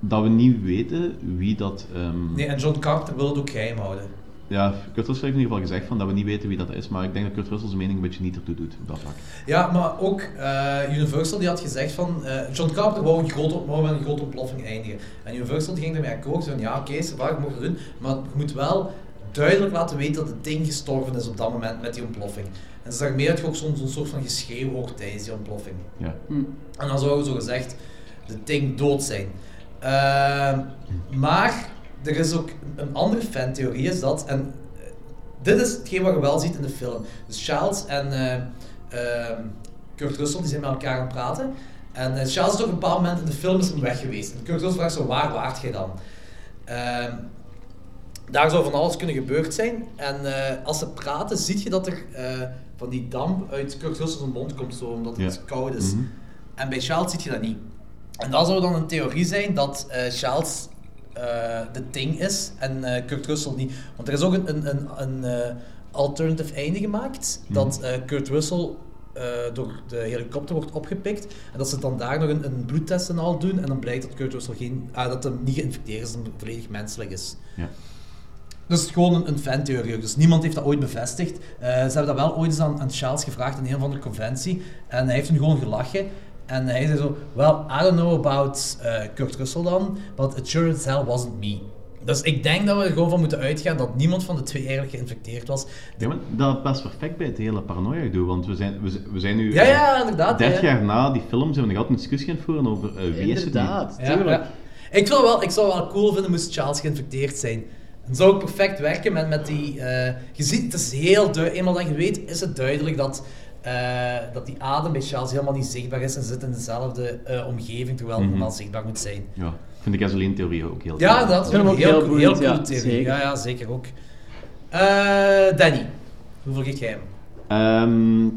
J: dat we niet weten wie dat... ehm,
H: Nee, en John Carpenter wil het ook geheim houden.
J: Ja, Kurt Russell heeft in ieder geval gezegd van dat we niet weten wie dat is, maar ik denk dat Kurt Russell zijn mening een beetje niet ertoe doet op dat vlak.
H: Ja, maar ook eh, Universal die had gezegd van... eh, John Carpenter wou, een grote, wou met een grote ontploffing eindigen. En Universal die ging ermee akkoord. Ze van ja, oké, ze je mag het doen. Maar je moet wel duidelijk laten weten dat het ding gestorven is op dat moment met die ontploffing. En ze daarmee dat je ook soms een soort van geschreeuw hoort tijdens die ontploffing.
J: Ja.
I: Hm.
H: En dan zou je zo gezegd de ding dood zijn. Ehm, maar er is ook een andere fantheorie is dat, en eh, dit is hetgeen wat je wel ziet in de film. Dus Charles en eh, ehm, Kurt Russell die zijn met elkaar aan het praten. En eh, Charles is op een bepaald moment in de film is hem weg geweest. En Kurt Russell vraagt zo, waar waart jij dan? Ehm, daar zou van alles kunnen gebeurd zijn. En eh, als ze praten, zie je dat er eh, van die damp uit Kurt Russell's mond komt, zo, omdat het
J: Ja.
H: koud is.
J: Mhm.
H: En bij Charles zie je dat niet. En dat zou dan een theorie zijn dat eh, Charles eh, de ding is en eh, Kurt Russell niet. Want er is ook een, een, een, een eh, alternative einde gemaakt dat eh, Kurt Russell eh, door de helikopter wordt opgepikt en dat ze dan daar nog een, een bloedtest en al doen en dan blijkt dat Kurt Russell geen, ah, dat hem niet geïnfecteerd is, dat hem volledig menselijk is.
J: Ja.
H: Dat is gewoon een, een fantheorie. ook. Dus niemand heeft dat ooit bevestigd. Eh, ze hebben dat wel ooit eens aan, aan Charles gevraagd in een van de conventie. En hij heeft hem gewoon gelachen. En hij zei zo, well, I don't know about eh, Kurt Russell dan, but it sure as hell wasn't me. Dus ik denk dat we er gewoon van moeten uitgaan dat niemand van de twee eigenlijk geïnfecteerd was.
J: Ja, maar dat past perfect bij het hele paranoia gedoe, want we zijn, we, zijn- we zijn nu
H: Ja,
J: eh,
H: ja, inderdaad,
J: 30
H: ja.
J: jaar na die film zijn we nog altijd een discussie gaan voeren over eh, wie is het nu.
I: Inderdaad,
H: Ja,
I: tuurlijk.
H: ja. Ik, zou wel, ik zou wel cool vinden moest Charles geïnfecteerd zijn. Dan zou ik perfect werken met, met die... eh, je ziet, het is heel duidelijk. Eenmaal dat je weet, is het duidelijk dat eh, eh, dat die adem bij Charles helemaal niet zichtbaar is en zit in dezelfde eh, omgeving, terwijl het
J: Mhm.
H: normaal zichtbaar moet zijn.
J: Ja, ik vind de gasoline-theorie ook heel
H: Ja, dat is
I: vind
H: ook
I: hem
H: een
I: ook
H: heel,
I: heel
H: heel,
I: boeiend,
H: cool
I: ja,
H: theorie.
I: zeker.
H: Ja, ja, zeker ook. Eh, Danny, hoeveel geef jij hem?
J: Ehm,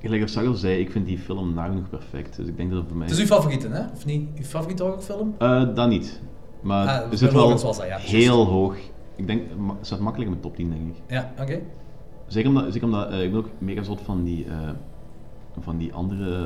J: gelijk als Sarah al zei, ik vind die film nagenoeg perfect. Dus ik denk dat het voor mij...
H: Het is uw favoriete, hè? Of niet? Uw favoriete horrorfilm?
J: Eh, dat niet. Maar
H: Ah,
J: het zit
H: bij
J: wel
H: Lawrence was dat, ja,
J: heel hoog. Ik denk, ma- het staat makkelijk in mijn top 10, denk ik.
H: Ja, oké.
J: Zeker omdat, zeker omdat eh, ik ben ook mega zot van die, eh, van die andere...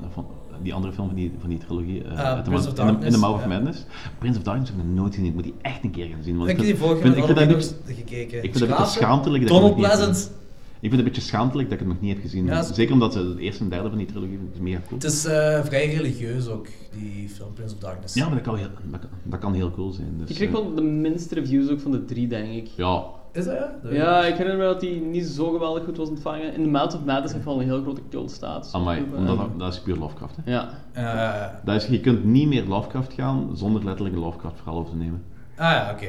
J: eh, Van, die andere film van die, van die trilogie, eh,
H: Ah,
J: uit de
H: Prince of
J: Ma- in de- in
H: Darkness,
J: de Mouth of
H: ja.
J: Madness. Prince of Darkness heb ik nog nooit gezien, ik moet die echt een keer gaan zien. want
H: Ik heb die
J: vind-
H: vorige
J: vind-
H: keer
J: ik
H: nog
J: vind dat
H: nooit
J: een-
H: gekeken.
J: Ik vind het een beetje
H: Schaafje?
J: schaamtelijk dat
H: Donald
J: ik het nog niet heb
H: Pleasant.
J: gezien. Ik vind het een beetje schaamtelijk dat ik het nog niet heb gezien.
H: Ja,
J: Zeker omdat het eerste en derde van die trilogie is mega cool.
H: Het is eh, vrij religieus ook, die film Prince of Darkness.
J: Ja, maar dat kan, heel, dat kan, dat kan heel cool zijn. Dus,
I: Die kreeg
J: eh,
I: wel de minste reviews ook van de drie, denk ik.
J: Ja.
H: Is dat ja? Dat weet
I: Ja,
H: ik
I: ik herinner me dat die niet zo geweldig goed was ontvangen. In de Mouth of Madness heeft wel een heel grote cultstatus.
J: Amai,
I: Eh,
J: omdat dat, dat is puur Lovecraft. Hè?
I: Ja.
H: Eh.
J: dat is, je kunt niet meer Lovecraft gaan zonder letterlijk een Lovecraft verhaal over te nemen.
H: niet. Ah ja, oké.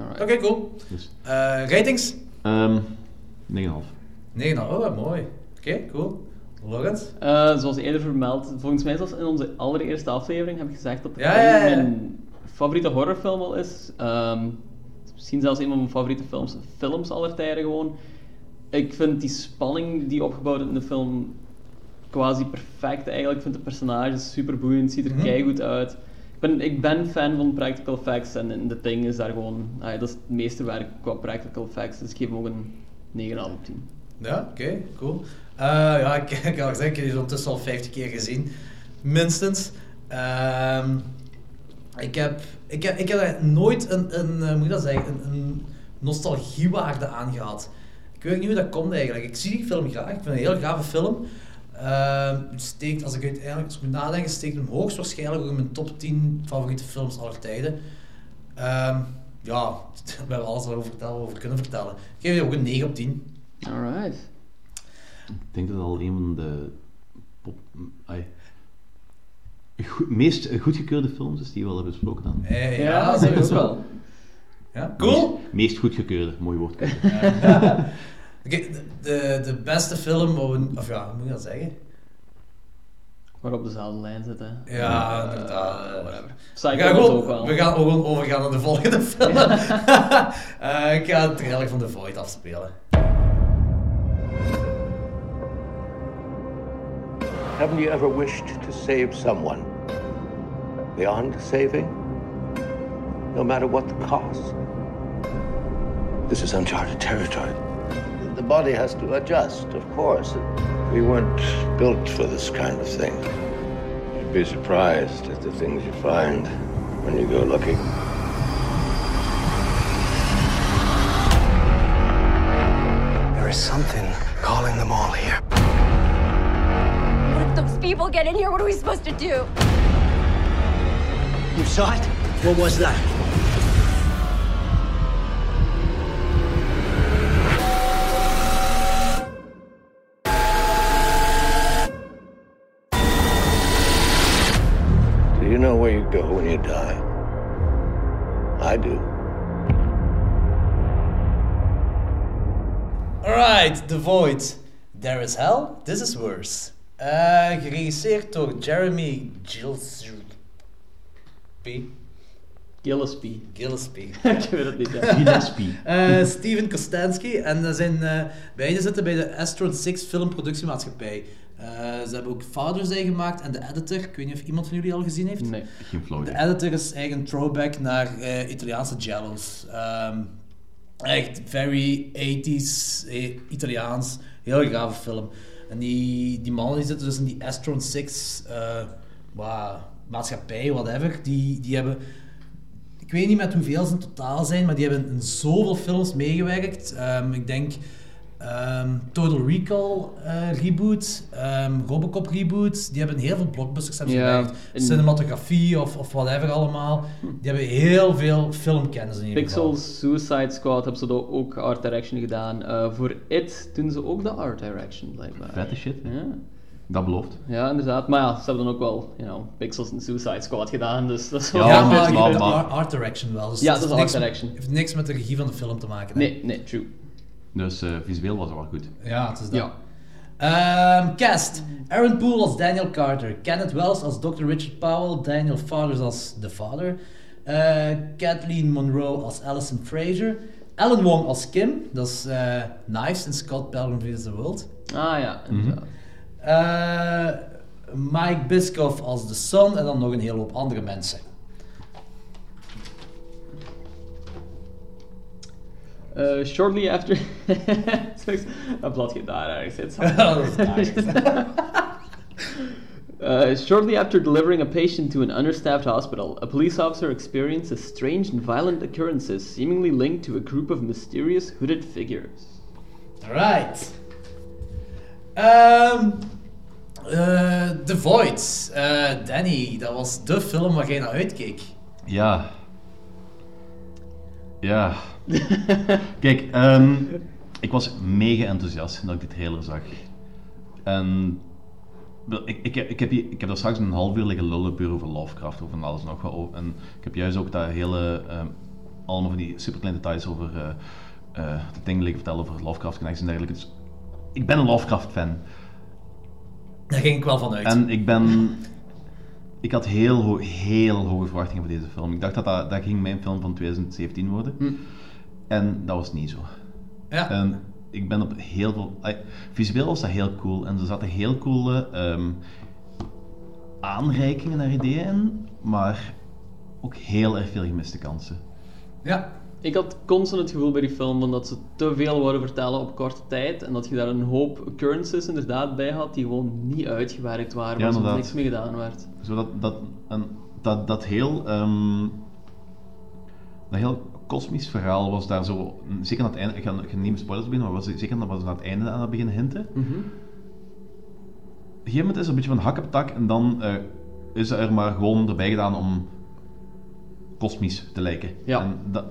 I: Alright.
H: Oké, cool.
J: Dus,
H: Eh, ratings? 9,5.
J: ehm 9,5.
H: Oh, wat mooi. Oké, cool. Lawrence?
I: Eh, zoals eerder vermeld, volgens mij zelfs in onze allereerste aflevering heb ik gezegd dat
H: Ja, ja, ja.
I: mijn favoriete horrorfilm al is. Ehm, misschien zelfs een van mijn favoriete films, films aller tijden gewoon. Ik vind die spanning die opgebouwd wordt in de film quasi perfect eigenlijk. Ik vind de personages super boeiend, ziet er
H: Mhm.
I: keigoed uit. Ik ben, ik ben fan van practical effects en, en The Thing is daar gewoon, ah ja, dat is het meesterwerk qua practical effects. Dus ik geef hem ook een 9 op 10.
H: Ja, oké, cool. Eh, ja, ik, ik kan al zeggen, ik heb die ondertussen al 50 keer gezien. Minstens. Ehm, ik, heb, ik, heb, ik heb er nooit een, een eh, hoe moet ik dat zeggen, een, een nostalgiewaarde aan gehad. Ik weet niet hoe dat komt eigenlijk. Ik zie die film graag, ik vind het een heel gave film. Ehm, het steekt, als ik uiteindelijk eens moet nadenken, steekt hem hoogstwaarschijnlijk ook in mijn top 10 favoriete films aller tijden. Ehm, ja, we hebben alles erover vertellen, over kunnen vertellen. Ik geef je ook een 9 op 10.
I: Alright.
J: Ik denk dat het al een van de pop, ai, goed- meest goedgekeurde films is die we al hebben besproken. Dan.
H: Eh,
I: Ja,
H: ja,
I: dat
H: zeker
I: is
H: ook
I: wel.
H: wel. Ja, cool.
J: Meest, meest goedgekeurde, mooi woord.
H: Oké, de, de, de beste film, waar we- of ja, hoe moet ik dat zeggen?
I: Maar op dezelfde lijn zitten.
H: Ja,
I: Eh,
H: inderdaad, eh, whatever.
I: Psycho
H: we gaan
I: was
H: gewoon,
I: ook wel.
H: We gaan gewoon overgaan naar de volgende film. Eh, ik ga het trailer van The Void afspelen.
M: Haven't you ever wished to save someone? Beyond saving? No matter what the cost. This is uncharted territory. The body has to adjust, of course. We weren't built for this kind of thing. You'd be surprised at the things you find when you go looking.
K: There is something calling them all here.
L: What if those people get in here? What are we supposed to do?
K: You saw it? What was that?
M: Do you know where you go when you die? I do.
H: Alright, The Void. There is Hell, This is Worse. Eh, geregisseerd door Jeremy Gillespie.
I: Gillespie.
H: Gillespie.
I: Ik weet het niet, ja.
J: Gillespie.
H: Eh, Steven Kostansky en eh, zijn, eh, beide zitten bij de Astron 6 filmproductiemaatschappij. Eh, ze hebben ook Father's Day gemaakt en de editor. Ik weet niet of iemand van jullie al gezien heeft.
I: Nee.
J: Geen flauw
H: De
J: idee.
H: editor is eigenlijk een throwback naar eh, Italiaanse jellos. Ehm, echt very 80s eh, Italiaans. Heel gave film. En die, die mannen die zitten dus in die Astron 6 eh, wa- maatschappij, whatever. Die, die hebben ik weet niet met hoeveel ze in totaal zijn, maar die hebben in zoveel films meegewerkt. Ehm, ik denk ehm, Total Recall eh, reboot, ehm, Robocop reboot. Die hebben heel veel blockbusters hebben ze
I: Ja,
H: gewerkt.
I: en-
H: Cinematografie of, of whatever allemaal. Die hebben heel veel filmkennis in ieder geval.
I: Pixel Suicide Squad hebben ze daar ook art direction gedaan. Eh, voor It doen ze ook de art direction, blijkbaar.
J: Vette shit.
I: Ja.
J: Dat belooft.
I: ja, inderdaad. Maar ja, ze hebben dan ook wel you know, Pixels en Suicide Squad gedaan, dus dat is wel...
H: Ja,
J: Ja,
H: maar
J: maar-
H: je hebt
J: maar-
H: art- art direction wel. Dus
I: Ja,
H: het
I: dat is art
H: niks-
I: direction.
H: heeft niks met de regie van de film te maken. hè?
I: Nee, nee, true.
J: Dus eh, visueel was het wel goed.
H: Ja, het is dat.
I: Ja.
H: Ehm, cast. Aaron Poole als Daniel Carter. Kenneth Wells als Dr. Richard Powell. Daniel Fathers als The Father. Eh, Kathleen Monroe als Alison Fraser. Alan Wong als Kim. Dat is eh, Knives in Scott Pilgrim vs. The World.
I: Ah ja,
J: Mhm.
I: inderdaad.
H: Eh, Mike Biscoff als The Son. En dan nog een hele hoop andere mensen.
I: Uh, shortly after. Straks- Een bladje daar ergens. Het zal-
J: Oh,
H: Dat is daar.
I: Uh, shortly after delivering a patient to an understaffed hospital, a police officer experiences strange and violent occurrences seemingly linked to a group of mysterious hooded figures.
H: Alright. Ehm eh, The Void. Eh, Danny, dat was de film waar jij naar uitkeek.
J: Ja. Ja. Kijk, ehm, ik was mega enthousiast toen ik dit trailer zag. En wel, ik, ik, heb- ik, heb, hier- ik heb daar straks een half uur liggen lullen puur over Lovecraft, over van alles en nog wat. over. En ik heb juist ook dat hele, ehm, allemaal van die superkleine details over eh eh de dingen liggen vertellen over Lovecraft connecties en dergelijke. Dus ik ben een Lovecraft-fan.
H: Daar ging ik wel van uit.
J: En ik ben... Ik had heel, ho- heel hoge verwachtingen voor deze film. Ik dacht dat, dat dat ging mijn film van 2017 worden. En dat was niet zo.
H: Ja.
J: En ik ben op heel veel... ai, visueel was dat heel cool. En er zaten heel coole ehm, aanreikingen naar ideeën in. Maar ook heel erg veel gemiste kansen.
H: Ja.
I: Ik had constant het gevoel bij die film van dat ze te veel wilden vertellen op korte tijd en dat je daar een hoop occurrences inderdaad bij had die gewoon niet uitgewerkt waren,
J: Ja,
I: waar er
J: inderdaad.
I: niks mee gedaan werd.
J: Zodat dat, en dat, dat heel... ehm, dat heel kosmisch verhaal was daar zo... Zeker aan het einde... Ik ga, ik ga niet meer spoilers beginnen, maar was, zeker dat was aan het einde aan het begin hinten.
I: Mhm.
J: Op een gegeven moment is het een beetje van hak op tak en dan eh, is er maar gewoon erbij gedaan om kosmisch te lijken.
I: Ja.
J: En dat,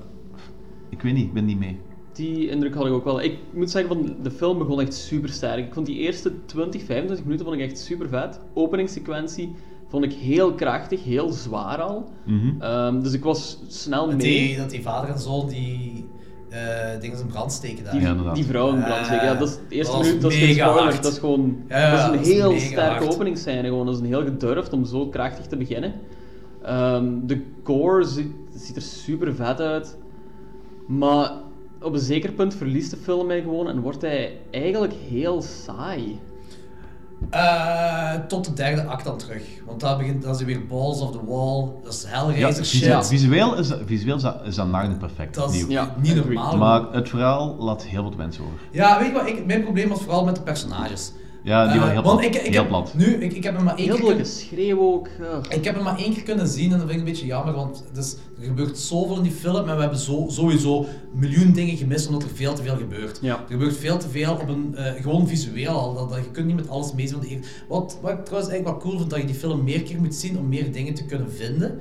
J: ik weet niet, ik ben niet mee.
I: Die indruk had ik ook wel. Ik moet zeggen, van de film begon echt super sterk. Ik vond die eerste 20, 25 minuten vond ik echt super vet. Openingssequentie vond ik heel krachtig, heel zwaar al.
J: Mhm.
I: Ehm, dus ik was snel mee.
H: Die, dat die vader en zoon die eh dingen in brand steken daar.
I: Die, die vrouw in brand steken. Ja, dat is het eerste
H: Eh, dat was
I: minuut, dat is geen
H: mega
I: spoiler.
H: hard.
I: Dat is gewoon
H: Ja,
I: dat is een
H: dat is
I: heel
H: mega
I: sterke
H: hard.
I: openingsscène. Gewoon. Dat is een heel gedurfd om zo krachtig te beginnen. Ehm, de gore ziet, ziet er super vet uit. Maar op een zeker punt verliest de film mij gewoon en wordt hij eigenlijk heel saai.
H: Eh, tot de derde act dan terug. Want daar begint, dan is hij weer Balls of the Wall. Dat is
J: Ja,
H: Hellraiser shit.
J: visueel, visueel is dat, visueel is dat, is dat naarden perfect.
H: Dat is
J: opnieuw.
H: Ja, niet agree. normaal.
J: Maar het verhaal laat heel wat mensen over.
H: Ja, weet je wat? Ik, mijn probleem was vooral met de personages.
J: Ja, die
H: Eh,
J: waren heel
H: want
J: plat.
H: Ik, ik
J: Heel
H: heb,
J: plat.
H: Nu, ik, ik heb hem maar één
I: Heel
H: keer...
I: veel
H: kun-
I: geschreeuw ook.
H: Ik heb hem maar één keer kunnen zien en dat vind ik een beetje jammer, want het is, er gebeurt zoveel in die film en we hebben zo, sowieso een miljoen dingen gemist omdat er veel te veel gebeurt.
I: Ja.
H: Er gebeurt veel te veel op een, eh, gewoon visueel al, dat, dat, je kunt niet met alles meezien. want ik- Wat, wat ik trouwens eigenlijk wel cool vind, dat je die film meer keer moet zien om meer dingen te kunnen vinden.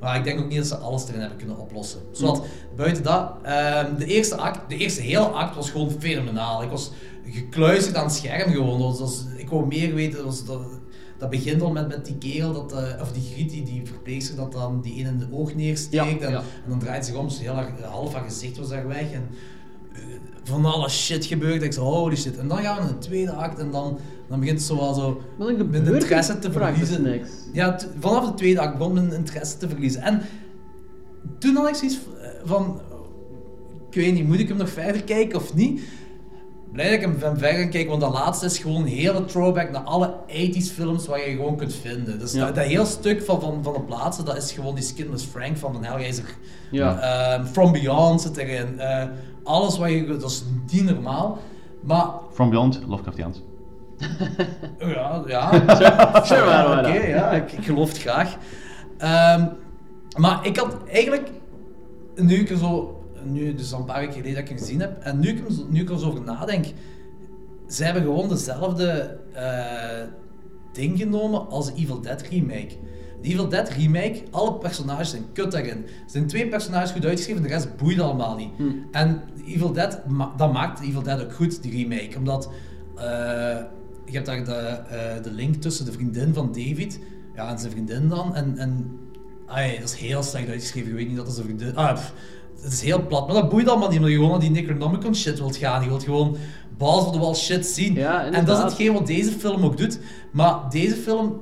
H: Maar ik denk ook niet dat ze alles erin hebben kunnen oplossen. Zodat, buiten dat, ehm, de eerste act, de eerste hele act was gewoon fenomenaal. Ik was gekluisterd aan het scherm gewoon. Dat was- dat was- ik wou meer weten. Dat, was- dat, dat begint al met, met die kerel, dat, eh, of die griet, die, die verpleegster, dat dan die een in de oog neersteekt. en, en dan draait ze zich om, ze heel haar, half haar gezicht was daar weg. En eh, van alles shit gebeurt. Ik zei, holy shit. En dan gaan we naar de tweede act en dan, dan begint het zo wel zo mijn
I: gebeurt
H: interesse
I: er
H: te
I: praktisch
H: verliezen.
I: niks.
H: Ja, t- vanaf de tweede act begon mijn interesse te verliezen. En toen had ik zoiets eh, van, ik weet niet, moet ik hem nog verder kijken of niet? Blij dat ik hem ben verder gaan kijken, want dat laatste is gewoon een hele throwback naar alle 80s films waar je gewoon kunt vinden. Dus
I: Ja.
H: dat, dat heel stuk van, van, van de plaatsen, dat is gewoon die Skinless Frank van Van Hellraiser.
I: Ja.
H: Ehm, From Beyond zit erin. Eh, alles wat je... Dat is niet normaal. Maar... oh
J: From Beyond, Lovecraftiaans.
H: Ja, ja.
J: Sure, sure,
H: Ja,
J: why not?
H: Oké, ja. Ik, ik geloof het graag. Ehm, maar ik had eigenlijk... Nu ik er zo... Nu dus al een paar weken geleden dat ik hem gezien heb. En nu ik, hem zo- nu ik er zo over nadenk... Ze hebben gewoon dezelfde eh, ding genomen als de Evil Dead remake. De Evil Dead remake, alle personages zijn kut daarin. Er zijn twee personages goed uitgeschreven, de rest boeit allemaal niet. En Evil Dead, ma- dat maakt Evil Dead ook goed, die remake. Omdat eh, je hebt daar de, eh, de link tussen de vriendin van David ja, en zijn vriendin dan. En, en ai, dat is heel slecht uitgeschreven. Ik weet niet dat dat zijn vriendin... Ah, pff, het is heel plat, maar dat boeit allemaal niet, omdat je gewoon naar die Necronomicon shit wilt gaan. Je wilt gewoon balls op de wall shit zien. en dat is
I: inderdaad.
H: hetgeen wat deze film ook doet. Maar deze film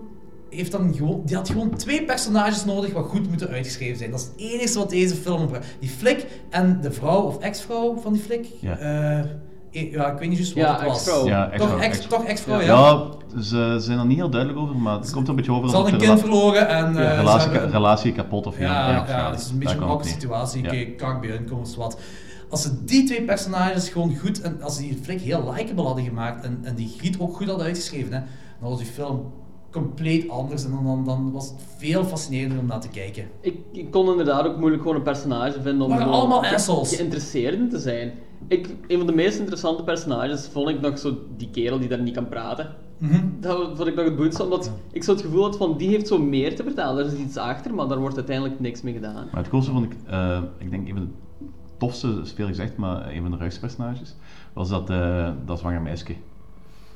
H: heeft dan gewoon, die had gewoon twee personages nodig wat goed moeten uitgeschreven zijn. Dat is het enige wat deze film op... Die flik en de vrouw of ex-vrouw van die flik.
J: Ja.
H: Eh, eh, ja, ik weet niet juist wat
I: Ja,
H: het was.
I: ex-vrouw.
J: Ja,
H: Toch ex- toch ex-vrouw, ja.
J: Ja, ze zijn er niet heel duidelijk over, maar het komt er een beetje over...
H: Ze hadden
J: dat
H: een
J: de
H: kind verloren en,
J: Ja,
H: eh, ze
J: relatie,
H: hebben-
J: relatie kapot of heel
H: Ja, ja,
J: erg schade.
H: dat is een
J: Daar
H: beetje een
J: kwam het
H: awkward
J: neer.
H: situatie.
J: Ja.
H: Ik kak bij inkomsten wat. Als ze die twee personages gewoon goed en als ze die flik heel likable hadden gemaakt en, en die Griet ook goed hadden uitgeschreven, hè, dan was die film compleet anders en dan, dan, dan was het veel fascinerender om naar te kijken.
I: Ik, ik kon inderdaad ook moeilijk gewoon een personage vinden om
H: Waren
I: gewoon
H: allemaal
I: ge-
H: assholes.
I: geïnteresseerd in te zijn. Ik, een van de meest interessante personages vond ik nog zo die kerel die daar niet kan praten.
H: Mhm.
I: Dat vond ik nog het boeiendste, omdat ik zo het gevoel had van die heeft zo meer te vertellen. Er is iets achter, maar daar wordt uiteindelijk niks mee gedaan.
J: Maar het coolste vond ik, eh, ik denk een van de tofste, is veel gezegd, maar een van de ruigste personages, was dat, eh dat zwangere meisje.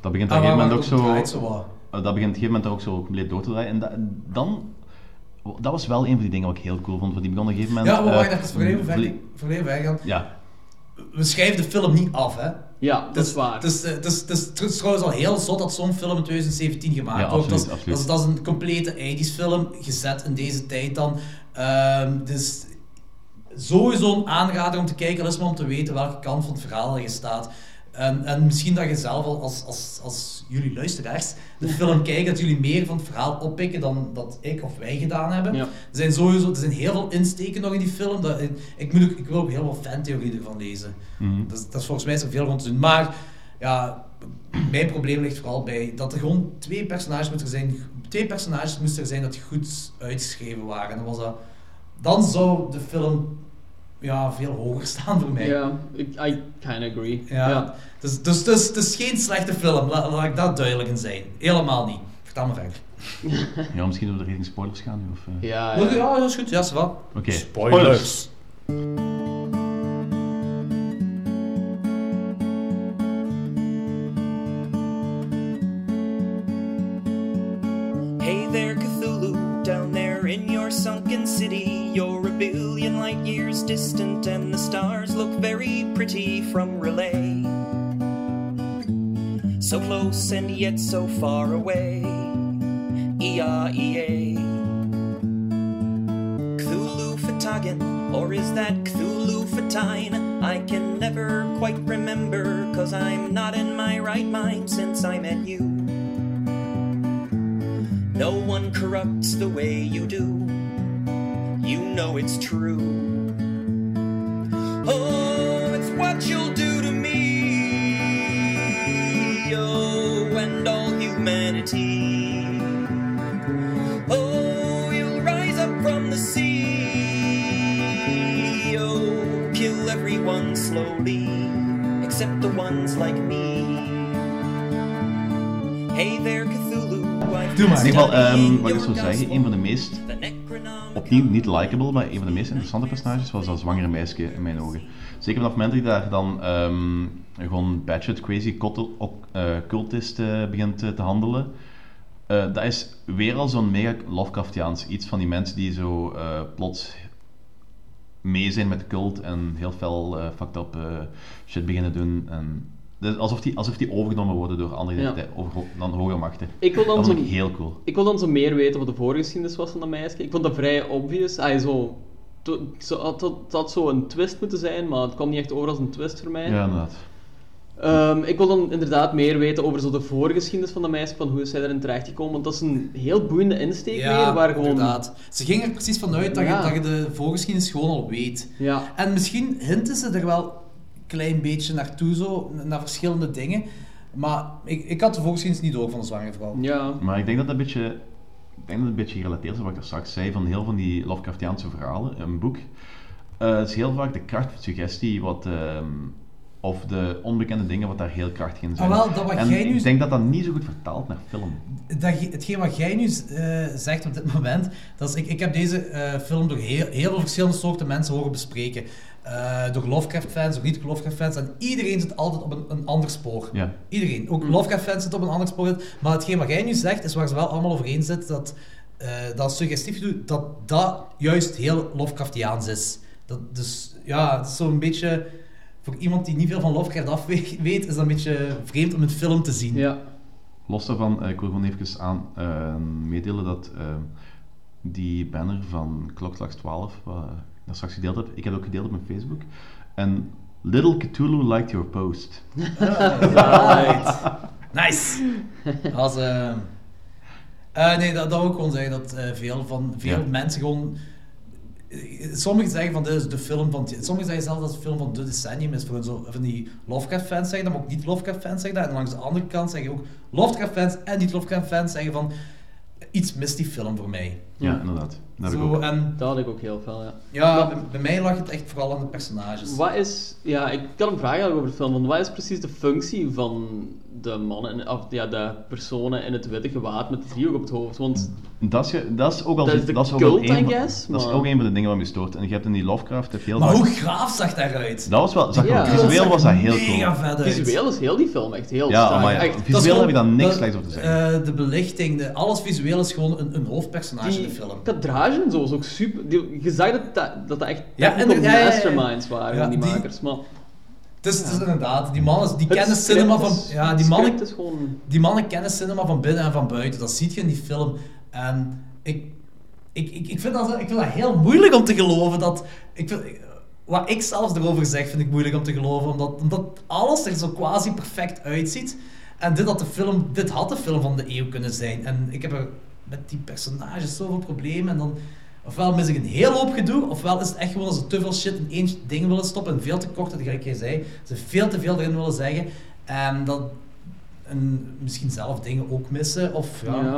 J: Dat begint op
H: Ah,
J: een gegeven
H: waar-
J: moment ook
H: waar het om
J: zo...
H: draait, zo wat.
J: eh, dat begint op een gegeven moment daar ook zo compleet door te draaien. En da- dan... Dat was wel een van die dingen wat ik heel cool vond, want die begon op een gegeven moment...
H: ja, maar wacht
J: eh,
H: even, voor even, verder-
J: vlie-
H: voor even weggaan.
J: Ja,
H: We schrijven de film niet af, hè?
I: Ja,
H: dat is waar. Het is, eh, het is, het is, het is trouwens al heel zot dat zo'n film in 2017 gemaakt
J: Ja,
H: wordt. Dat is-
J: absoluut, absoluut.
H: Dat, is, dat is een complete 80s film, gezet in deze tijd dan. Ehm dus sowieso een aanrader om te kijken, al is maar om te weten welke kant van het verhaal er staat. En, en misschien dat je zelf al als, als, als jullie luisteraars de film kijkt, dat jullie meer van het verhaal oppikken dan dat ik of wij gedaan hebben.
I: Ja.
H: Er, zijn sowieso, er zijn heel veel insteken nog in die film. Dat, ik, ik, moet ook, ik wil ook heel veel fantheorieën ervan lezen.
J: Mhm.
H: Dat, is- dat is volgens mij is er veel rond te doen. Maar ja, mijn probleem ligt vooral bij dat er gewoon twee personages moeten zijn. Twee personages moesten er zijn dat goed uitgeschreven waren. Dan, was dat, dan zou de film ja, veel hoger staan voor mij.
I: Ja, ik I kind of agree.
H: Ja. Dus, dus, dus het is geen slechte film, La- laat, ik dat duidelijk in zijn. Helemaal niet. Vertel me verder.
J: ja, misschien dat we richting spoilers gaan nu, of... eh.
I: Ja,
H: Ja, dat is goed. Ja, is wat.
J: Oké.
H: Spoilers.
N: Hey there, Cthulhu, down there in your sunken city. You're a billion light years distant, and the stars look very pretty from Relay. So close and yet so far away. E E-I-E-A. Cthulhu Fatagan, or is that Cthulhu Fatine? I can never quite remember, cause I'm not in my right mind since I met you. No one corrupts the way you do. You know it's true. Oh, it's what you'll do to me. Oh, and all humanity. Oh, you'll rise up from the sea. Oh, kill everyone slowly, except the ones like me. Hey there, Cthulhu. I've
J: In ieder
N: been
J: geval,
N: studying
J: ehm, wat ik
N: your
J: zou zeggen, een van de meest, opnieuw niet likable, maar een van de meest interessante personages was dat zwangere meisje in mijn ogen. Zeker vanaf het moment dat je daar dan ehm, gewoon batshit crazy kotel- ok- eh, cultist eh, begint eh, te handelen. eh, dat is weer al zo'n mega Lovecraftiaans iets van die mensen die zo eh, plots mee zijn met cult en heel veel eh, fucked up eh, shit beginnen doen. En, dus alsof die, alsof die overgenomen worden door andere
I: Ja.
J: identiteiten, over- dan hogere machten.
I: Ik wil dan
J: dat vond
I: zo'n-
J: ik heel cool.
I: Ik wil dan zo meer weten wat de voorgeschiedenis was van dat meisje. Ik vond dat vrij obvious. Hij zo, to- zo, het, had, het had zo een twist moeten zijn, maar het kwam niet echt over als een twist voor mij.
J: Ja, inderdaad.
I: Ehm, ik wil dan inderdaad meer weten over zo de voorgeschiedenis van dat meisje, van hoe is zij erin terecht gekomen. Want dat is een heel boeiende insteek weer, waar gewoon...
H: inderdaad. Ze gingen er precies vanuit dat,
I: Ja.
H: je, dat je de voorgeschiedenis gewoon al weet.
I: Ja.
H: En misschien hinten ze er wel een klein beetje naartoe, zo, naar verschillende dingen. Maar ik, ik had de voorgeschiedenis niet door van de zwangere vrouw.
I: Ja.
J: Maar ik denk dat dat een beetje, ik denk dat het een beetje gerelateerd is aan wat ik er straks zei, van heel van die Lovecraftiaanse verhalen, een boek. eh, Het is heel vaak de kracht van suggestie, wat, ehm, of de onbekende dingen wat daar heel krachtig in zijn.
H: Ah, wel, dat wat
J: en
H: jij nu-
J: ik denk dat dat niet zo goed vertaalt naar film.
H: dat, je- hetgeen wat jij nu eh, zegt op dit moment, dat is, ik, ik heb deze eh, film door heel, heel veel verschillende soorten mensen horen bespreken. Eh, door Lovecraft-fans, door niet-Lovecraft-fans. En iedereen zit altijd op een, een ander spoor.
J: Ja.
H: Iedereen. Ook Lovecraft-fans zitten op een ander spoor. Maar hetgeen wat jij nu zegt, is waar ze wel allemaal over eens zitten, dat eh, dat suggestief doet, dat dat juist heel Lovecraftiaans is. Dat, dus ja, het is zo'n beetje... Voor iemand die niet veel van Lovecraft af weet, is dat een beetje vreemd om een film te zien.
I: Ja.
J: Los daarvan, eh, ik wil gewoon even aan, eh, meedelen dat eh, die banner van Klokslags 12, wat ik daar straks gedeeld heb, ik heb het ook gedeeld op mijn Facebook. En Little Cthulhu liked your post.
H: Nice! Als, eh, eh, nee, dat, dat wil ik gewoon zeggen. Dat eh, veel, van, veel
J: Ja.
H: mensen gewoon... eh, Sommigen zeggen van dit is de film van... het- Sommigen zeggen zelfs dat het de film van de decennium is. Voor hun zo, van die Lovecraft-fans zeggen dat, maar ook niet-Lovecraft-fans zeggen dat. En langs de andere kant zeggen ook Lovecraft-fans en niet-Lovecraft-fans zeggen van... Iets mist die film voor mij.
J: Ja, inderdaad. Dat heb ik
H: Zo,
J: ook.
H: En,
I: dat had ik ook heel veel, ja.
H: Ja,
I: Maar-
H: bij, bij mij lag het echt vooral aan de personages.
I: Wat is, ja, ik kan een vraag hebben over de film. Want wat is precies de functie van de mannen, in- of ja, de personen in het witte gewaad met die driehoek op het hoofd? Want
J: Dat is, ge- dat is ook al
I: Dat is de
J: dat is ook al
I: cult, I
J: een, van-
I: guess,
J: dat is
I: maar-
J: ook een van de dingen wat me stoort. En je hebt in die Lovecraft heb je heel
H: Maar
J: vaak-
H: hoe graaf zag dat eruit?
J: Dat was wel, zag er- visueel was dat heel cool.
H: Mega vet uit.
I: visueel is heel die film echt heel
J: Ja,
I: sterk.
J: amai,
I: echt.
J: visueel
H: Dat is
J: heb je dan
H: gewoon-
J: niks
H: dat-
J: slechts over te zeggen.
H: eh, de belichting, de, alles visueel is gewoon een, een hoofdpersonage in de film.
I: kadrage en zo is ook super. Die, je zag dat dat, dat dat echt
H: Ja,
I: technical
H: en- ja, ja, ja, ja.
I: masterminds waren,
H: Ja,
I: die,
H: die-
I: makers. Maar
H: Het is, het is inderdaad, die mannen die
I: Het
H: kennen
I: script
H: cinema van...
I: is-
H: Ja,
I: het
H: die
I: script
H: mannen,
I: is gewoon-
H: die mannen kennen cinema van binnen en van buiten. Dat ziet je in die film. En ik, ik, ik, ik, vind, dat, ik vind dat heel moeilijk om te geloven dat... Ik vind, wat ik zelf erover zeg, vind ik moeilijk om te geloven. Omdat, omdat alles er zo quasi perfect uitziet. En dit had, de film, dit had de film van de eeuw kunnen zijn. En ik heb er met die personages zoveel problemen. En dan... Ofwel mis ik een hele hoop gedoe, ofwel is het echt gewoon dat ze te veel shit in één ding willen stoppen en veel te kort, dat gelijk jij zei. Ze veel te veel erin willen zeggen en dat en misschien zelf dingen ook missen. Of, ja.
I: Ja.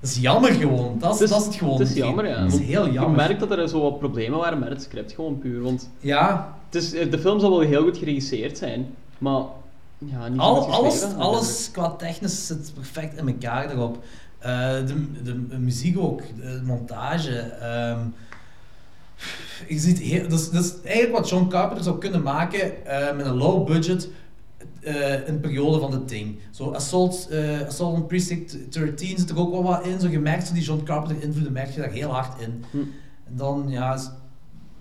H: Dat is jammer gewoon. Dat is het, dat is het gewoon.
I: Het is jammer, ja.
H: Het is
I: Want
H: heel jammer.
I: Je merkt dat er zo wat problemen waren met het script, gewoon puur. Want
H: Ja.
I: het is, de film zal wel heel goed geregisseerd zijn, maar ja, niet
H: Al-
I: goed
H: alles,
I: geschreven.
H: alles qua technisch zit perfect in elkaar erop. Eh, de, de, muziek ook, de montage. ehm, je ziet heel, dat, is, dat is eigenlijk wat John Carpenter zou kunnen maken eh, met een low budget eh, in de periode van de ding. Zo Assault, eh, Assault on Precinct 13 zit er ook wel wat in. Zo, je merkt zo die John Carpenter invloeden, merk je daar heel hard in. En dan, ja, is-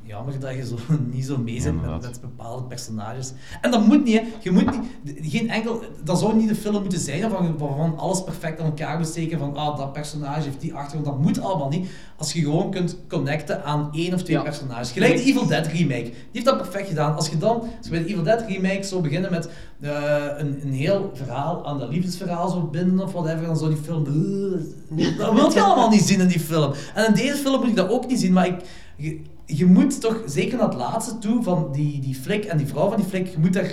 H: jammer dat je zo, niet zo mee zit met, met bepaalde personages. En dat moet niet, hè. Je moet niet, geen enkel, dat zou niet de film moeten zijn waarvan, waarvan alles perfect aan elkaar moet steken. Van, ah, dat personage heeft die achtergrond, dat moet allemaal niet. Als je gewoon kunt connecten aan één of twee personages. Gelijk de Evil Dead remake. Die heeft dat perfect gedaan. Als je dan, als je bij de Evil Dead remake zou beginnen met eh, een, een heel verhaal aan dat liefdesverhaal zo binden of whatever, dan zou die film... eh, dat wil je allemaal niet zien in die film. En in deze film moet ik dat ook niet zien, maar ik... Je, je moet toch, zeker naar het laatste toe, van die, die flik en die vrouw van die flik, je moet daar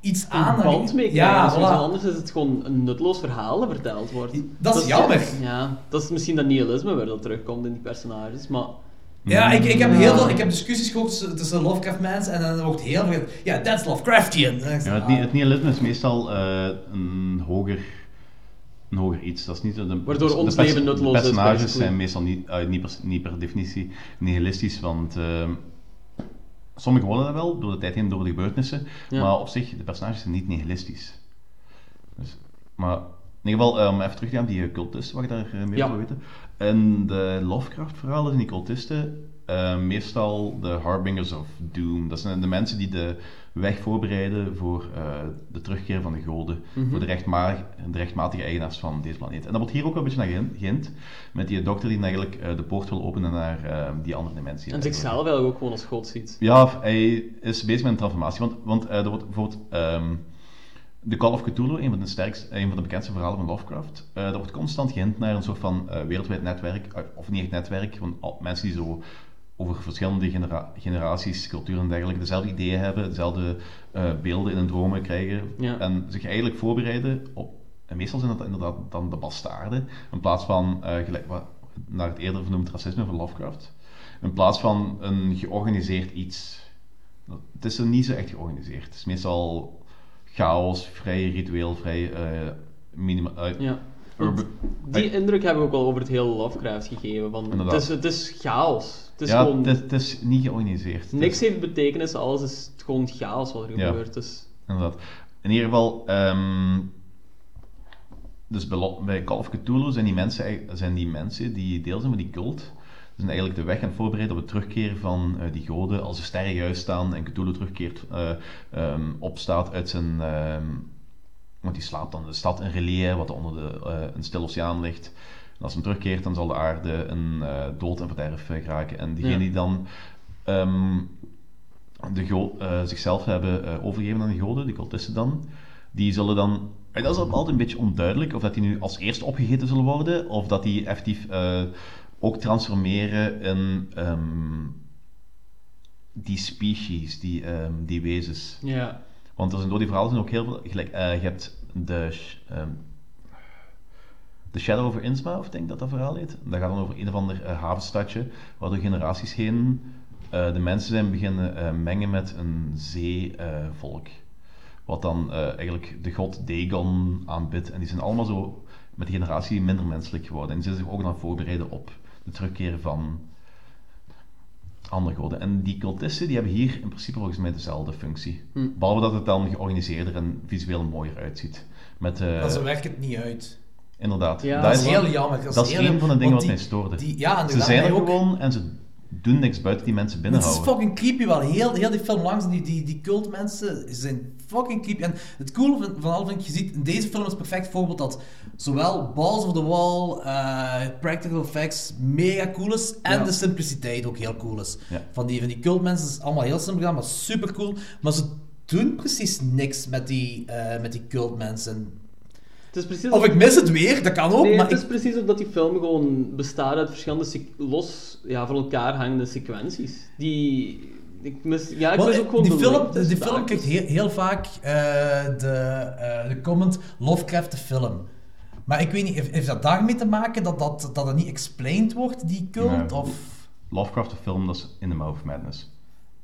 H: iets aan...
I: Een band mee krijgen,
H: Ja,
I: dus want
H: voilà.
I: anders is het gewoon een nutteloos verhaal dat verteld wordt.
H: dat is jammer.
I: Ja, dat is misschien dat nihilisme waar dat terugkomt in die personages, maar...
H: Ja, ik, ik heb heel veel, ik heb discussies gehoord tussen, tussen Lovecraft mensen en dan wordt heel veel gezegd, ja, that's Lovecraftian. En dan zeg ik,
J: Ja, het, ni- het nihilisme is meestal eh, een, hoger, een hoger iets. Dat is niet een,
I: Waardoor ons leven nutteloos is,
J: De personages
I: basically.
J: zijn meestal niet, eh, niet, per, niet per definitie nihilistisch, want eh, sommigen worden dat wel door de tijd heen, door de gebeurtenissen,
I: Ja.
J: maar op zich, de personages zijn niet nihilistisch. Dus, maar in ieder geval, eh, om even terug te gaan op die eh, cultisten, wat ik daar eh, meer
I: Ja.
J: over wil weten. En de Lovecraft-verhalen en die cultisten, eh, meestal de Harbingers of Doom. Dat zijn de mensen die de weg voorbereiden voor eh, de terugkeer van de goden,
I: Mhm.
J: voor de, rechtma- de rechtmatige eigenaars van deze planeet. En dat wordt hier ook wel een beetje naar gehin- gehind, met die dokter die eigenlijk eh, de poort wil openen naar eh, die andere dimensie.
I: En zichzelf eigenlijk ook gewoon als god ziet.
J: Ja, of hij is bezig met een transformatie. Want, want eh, er wordt bijvoorbeeld ehm The Call of Cthulhu, een van de, sterkste, een van de bekendste verhalen van Lovecraft. eh er wordt constant gehind naar een soort van eh, wereldwijd netwerk, eh, of niet echt netwerk, van al- mensen die zo over verschillende genera- generaties, culturen en dergelijke, dezelfde ideeën hebben, dezelfde eh, beelden in hun dromen krijgen.
I: Ja.
J: En zich eigenlijk voorbereiden op. En meestal zijn dat inderdaad dan de bastaarden, in plaats van eh, gelijk, wat, naar het eerder vernoemd racisme van Lovecraft. In plaats van een georganiseerd iets. Dat- Het is er niet zo echt georganiseerd. Het is meestal chaos, vrij ritueel, vrij eh minima- eh,
I: Ja.
J: urban-
I: Die indruk hebben we ook wel over het hele Lovecraft gegeven. Van, het,
J: Inderdaad.
I: is, het is chaos. Het is
J: ja,
I: gewoon...
J: het, is, het is niet georganiseerd. Het
I: Niks
J: is-
I: heeft betekenis, alles is gewoon chaos wat er
J: Ja.
I: gebeurt. Dus
J: Inderdaad. In ieder geval, ehm, dus bij, Lo- bij Call of Cthulhu zijn die mensen, eigenlijk- zijn die, mensen die deel zijn van die cult, zijn eigenlijk de weg aan het voorbereiden op het terugkeren van eh, die goden. Als de sterren juist staan en Cthulhu terugkeert, eh, ehm, opstaat uit zijn... ehm, want die slaapt dan de stad in Relais, wat onder de, eh, een stil oceaan ligt. En als hem terugkeert, dan zal de aarde een eh, dood en verderf eh, geraken. En diegene
H: Ja.
J: die dan ehm, de go- eh, zichzelf hebben eh, overgegeven aan de goden, die cultisten dan, die zullen dan... En dat is ook altijd een beetje onduidelijk, of dat die nu als eerste opgegeten zullen worden, of dat die effectief eh, ook transformeren in ehm, die species, die, ehm, die wezens.
I: Ja.
J: Want er zijn door die verhalen zijn ook heel veel... Gelijk, eh, je hebt de... sh- ehm, The Shadow over Innsmouth, of denk ik dat dat verhaal heet. Dat gaat dan over een of ander eh, havenstadje, waar door generaties heen eh, de mensen zijn beginnen eh, mengen met een zeevolk. wat dan eh, eigenlijk de god Dagon aanbidt. En die zijn allemaal zo met de generatie minder menselijk geworden. En die zijn zich ook aan het voorbereiden op de terugkeer van andere goden. En die cultisten die hebben hier in principe volgens mij dezelfde functie.
O: Hm.
J: Behalve dat het dan georganiseerder en visueel mooier uitziet. Met, eh,
H: Maar ze ah, werkt het niet uit.
J: Inderdaad.
H: Ja, dat is heel
J: wel-
H: jammer.
J: Dat,
H: Dat
J: is
H: is
J: een
H: heel
J: van de
H: jammer,
J: dingen
H: want
J: wat mij
H: die-
J: stoorde.
H: die- ja,
J: ze
H: inderdaad,
J: zijn er
H: mij ook.
J: gewoon en ze doen niks buiten die mensen
H: Het is
J: binnenhouden.
H: fucking creepy wel. Heel, heel die film langs, die, die, die cultmensen zijn fucking creepy. En het coole van, van alles vind ik, je ziet in deze film is perfect voorbeeld dat zowel Balls of the Wall, eh, Practical Effects mega cool is en
O: Ja.
H: de simpliciteit ook heel cool is.
J: Ja.
H: Van, die, van die cultmensen is allemaal heel simpel gedaan, maar super cool. Maar ze doen precies niks met die, eh, met die cultmensen.
I: Het is precies
H: Of ik mis het weer, dat kan ook,
I: Nee,
H: Oh, maar
I: het is precies of dat die film gewoon bestaat uit verschillende sequ- los ja, van elkaar hangende sequenties. Die... Ik mis, ja, ik
H: Want
I: mis ook gewoon
H: eh, die
I: de
H: film,
I: lengtes
H: die
I: vaak.
H: film krijgt heel, heel vaak eh, de, eh, de comment Lovecraft de film. Maar ik weet niet, heeft, heeft dat daarmee te maken dat dat, dat, dat niet explained wordt, die cult?
J: Nee.
H: Of...
J: Lovecraft, de film, dat is In the Mouth of Madness.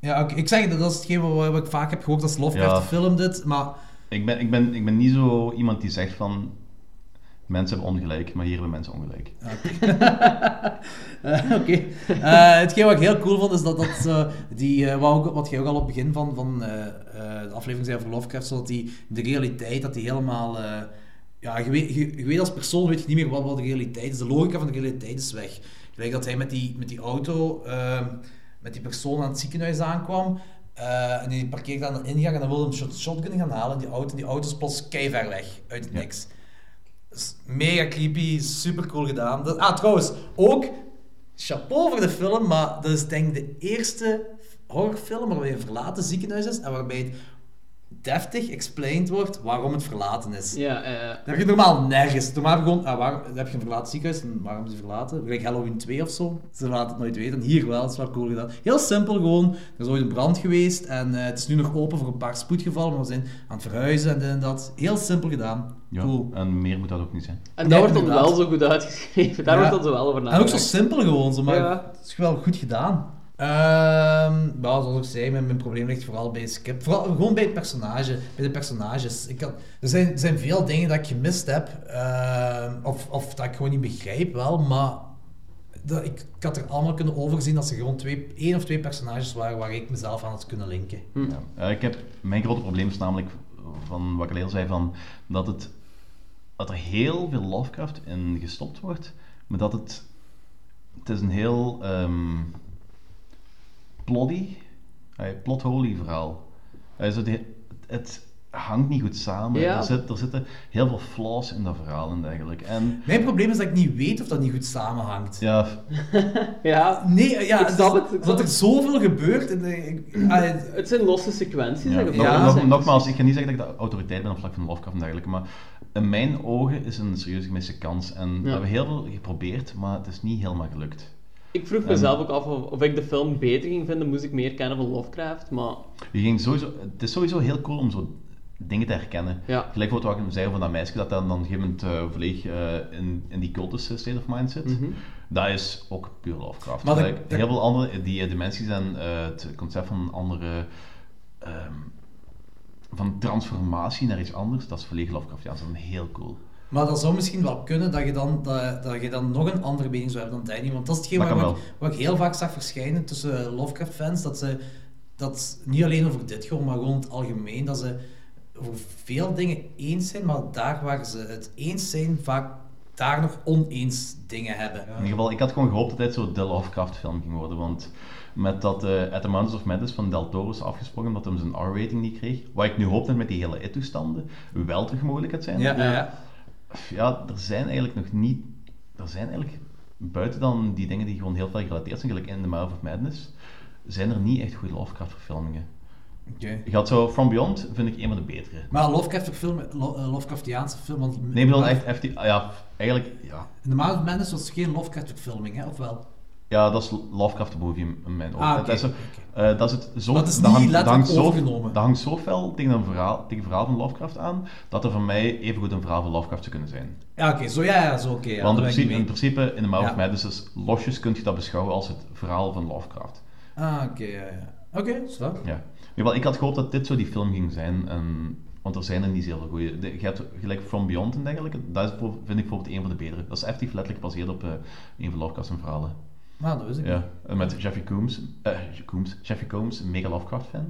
H: Ja, oké, ik zeg dat, dat is hetgeen wat, wat ik vaak heb gehoord, dat is Lovecraft
J: Ja.
H: de film dit, maar...
J: Ik ben, ik, ben, ik ben niet zo iemand die zegt van... Mensen hebben ongelijk, maar hier hebben mensen ongelijk.
H: Eh, Oké. Eh, hetgeen wat ik heel cool vond, is dat, dat eh, die, eh, wat, ook- wat jij ook al op het begin van, van eh, eh, de aflevering zei over Lovecraft, zodat die de realiteit, dat die helemaal... eh, ja, je weet, je, je weet als persoon weet je niet meer wat, wat de realiteit is. De logica van de realiteit is weg. Gelijk dat hij met die, met die auto, eh, met die persoon aan het ziekenhuis aankwam, eh, en die parkeerde aan de ingang en dan wilde hij een shot- shotgun gaan halen. Die auto, die auto is plots ver weg, uit het niks. Is Mega creepy, super cool gedaan. Dat- ah, trouwens, ook chapeau voor de film, maar dat is denk ik de eerste horrorfilm waarbij een verlaten ziekenhuis is en waarbij het deftig explained wordt waarom het verlaten is.
I: Ja, eh.
H: Dat heb je normaal nergens. Normaal heb je gewoon, ah, waarom, dan heb je een verlaten ziekenhuis en waarom is die verlaten? Gelijk Halloween 2 of zo. Ze laten het nooit weten. Hier wel, dat is wel cool gedaan. Heel simpel gewoon. Er is ooit een brand geweest en eh, het is nu nog open voor een paar spoedgevallen, maar we zijn aan het verhuizen en dit en dat. Heel simpel gedaan.
J: Ja,
H: Cool.
J: En meer moet dat ook niet zijn.
I: En daar wordt dan wel zo goed uitgeschreven. Daar wordt dan zo wel over
H: En ook
I: nagedacht.
H: zo simpel gewoon, zo, maar
I: Ja.
H: het is wel goed gedaan. Ehm, ja, zoals ik zei, mijn, mijn probleem ligt vooral bij Skip. Vooral gewoon bij het personage, bij de personages. Ik had, er zijn, er zijn veel dingen dat ik gemist heb, ehm, of, of dat ik gewoon niet begrijp wel, maar dat, ik, ik had er allemaal kunnen overzien als er gewoon twee, één of twee personages waren waar ik mezelf aan had kunnen linken.
I: Hm.
J: Ja. Eh, ik heb, mijn grote probleem is namelijk, van wat ik al eerder zei, van, dat, het, dat er heel veel Lovecraft in gestopt wordt, maar dat het... Het is een heel ehm ploddy, eh, plotholy verhaal. Eh, zo de- het hangt niet goed samen.
H: Ja.
J: Er, zit, er zitten heel veel flaws in dat verhaal en dergelijke. En,
H: Mijn probleem is dat ik niet weet of dat niet goed samenhangt.
J: ja,
I: Ja,
H: nee, ja,
I: ik snap
H: het-
I: het. ik snap
H: dat er
I: het.
H: zoveel gebeurt. En, eh, ik- ah, het-
I: Het zijn losse sequenties.
J: Ja,
I: dat je
J: nog-
I: wel
J: nog-
I: zegt.
J: nogmaals, ik ga niet zeggen dat ik de autoriteit ben op vlak van Lovecraft en dergelijke, maar in mijn ogen is het een serieus gemiste kans. En we hebben heel veel geprobeerd, maar het is niet helemaal gelukt.
I: Ik vroeg
J: En-
I: mezelf ook af of, of ik de film beter ging vinden, moest ik meer kennen van Lovecraft, maar...
J: Je ging sowieso, het is sowieso heel cool om zo dingen te herkennen.
I: Ja.
J: Gelijk wat ik hem zei van dat meisje dat dan, dan op een gegeven moment eh, volledig eh, in, in die cultische state of mind zit.
I: Mhm.
J: Dat is ook puur Lovecraft.
H: Maar dat-
J: Gelijk
H: dat-
J: heel veel andere die eh, dimensies en eh, het concept van andere... ehm, van transformatie naar iets anders, dat is volledig Lovecraft. Ja, dat is dan heel cool.
H: Maar dat zou misschien wel kunnen dat je dan, dat, dat je dan nog een andere mening zou hebben dan Danny. Want dat is hetgeen
J: Dat
H: wat,
J: kan
H: ik- wat ik heel vaak zag verschijnen tussen Lovecraft-fans. Dat ze dat niet alleen over dit gewoon, maar gewoon in het algemeen. Dat ze over veel dingen eens zijn, maar daar waar ze het eens zijn, vaak daar nog oneens dingen hebben.
J: In ieder geval, ik had gewoon gehoopt dat dit zo de Lovecraft-film ging worden, want met dat eh At the Mountains of Madness van Del Toro is afgesprongen omdat hij zijn R-rating niet kreeg, wat ik nu hoop dat met die hele IT-toestanden wel terug mogelijk gaat zijn. eh,
H: Ja, ja, ja.
J: Ja, er zijn eigenlijk nog niet... Er zijn eigenlijk, buiten dan die dingen die gewoon heel veel gerelateerd zijn, gelijk in The Mouth of Madness, zijn er niet echt goede Lovecraft-verfilmingen.
H: Oké.
J: Je had zo From Beyond, vind ik een van de betere.
H: Maar Lovecraft film, Lo- eh, Lovecraftiaanse film... Want
J: Neem dan echt, echt die- ja, eigenlijk, ja.
H: In The Mouth of Madness was geen Lovecraft-verfilming, hè? Of wel?
J: Ja, dat is Lovecraft Movie in mijn ogen.
H: Ah,
J: dat, is, zo- eh, dat is het zo...
H: Dat is niet
J: hangt-
H: letterlijk
J: hangt zo-
H: overgenomen.
J: Dat hangt zo fel tegen een verhaal, tegen een verhaal van Lovecraft aan, dat er voor mij evengoed een verhaal van Lovecraft zou kunnen zijn.
H: Ja, oké, zo ja, ja, zo oké. ja,
J: Want in
H: daar ben ik
J: principe, in
H: niet
J: principe, in de Mouth
H: Ja.
J: of Madness, dus is losjes kun je dat beschouwen als het verhaal van Lovecraft.
H: mee. Ah, oké, ja, ja. Oké, is dat?
J: Ja. Nu, wel, ik had gehoopt dat dit zo die film ging zijn. En, want er zijn er niet zoveel goede. Je hebt gelijk From Beyond en dergelijke. Dat is, voor- vind ik bijvoorbeeld een van de betere. Dat is effectief letterlijk gebaseerd op eh, een van Lovecraft's verhalen.
H: Ah, dat wist ik niet.
J: Ja, en met Jeffrey Combs. eh, Combs Jeffrey Combs, een mega Lovecraft-fan.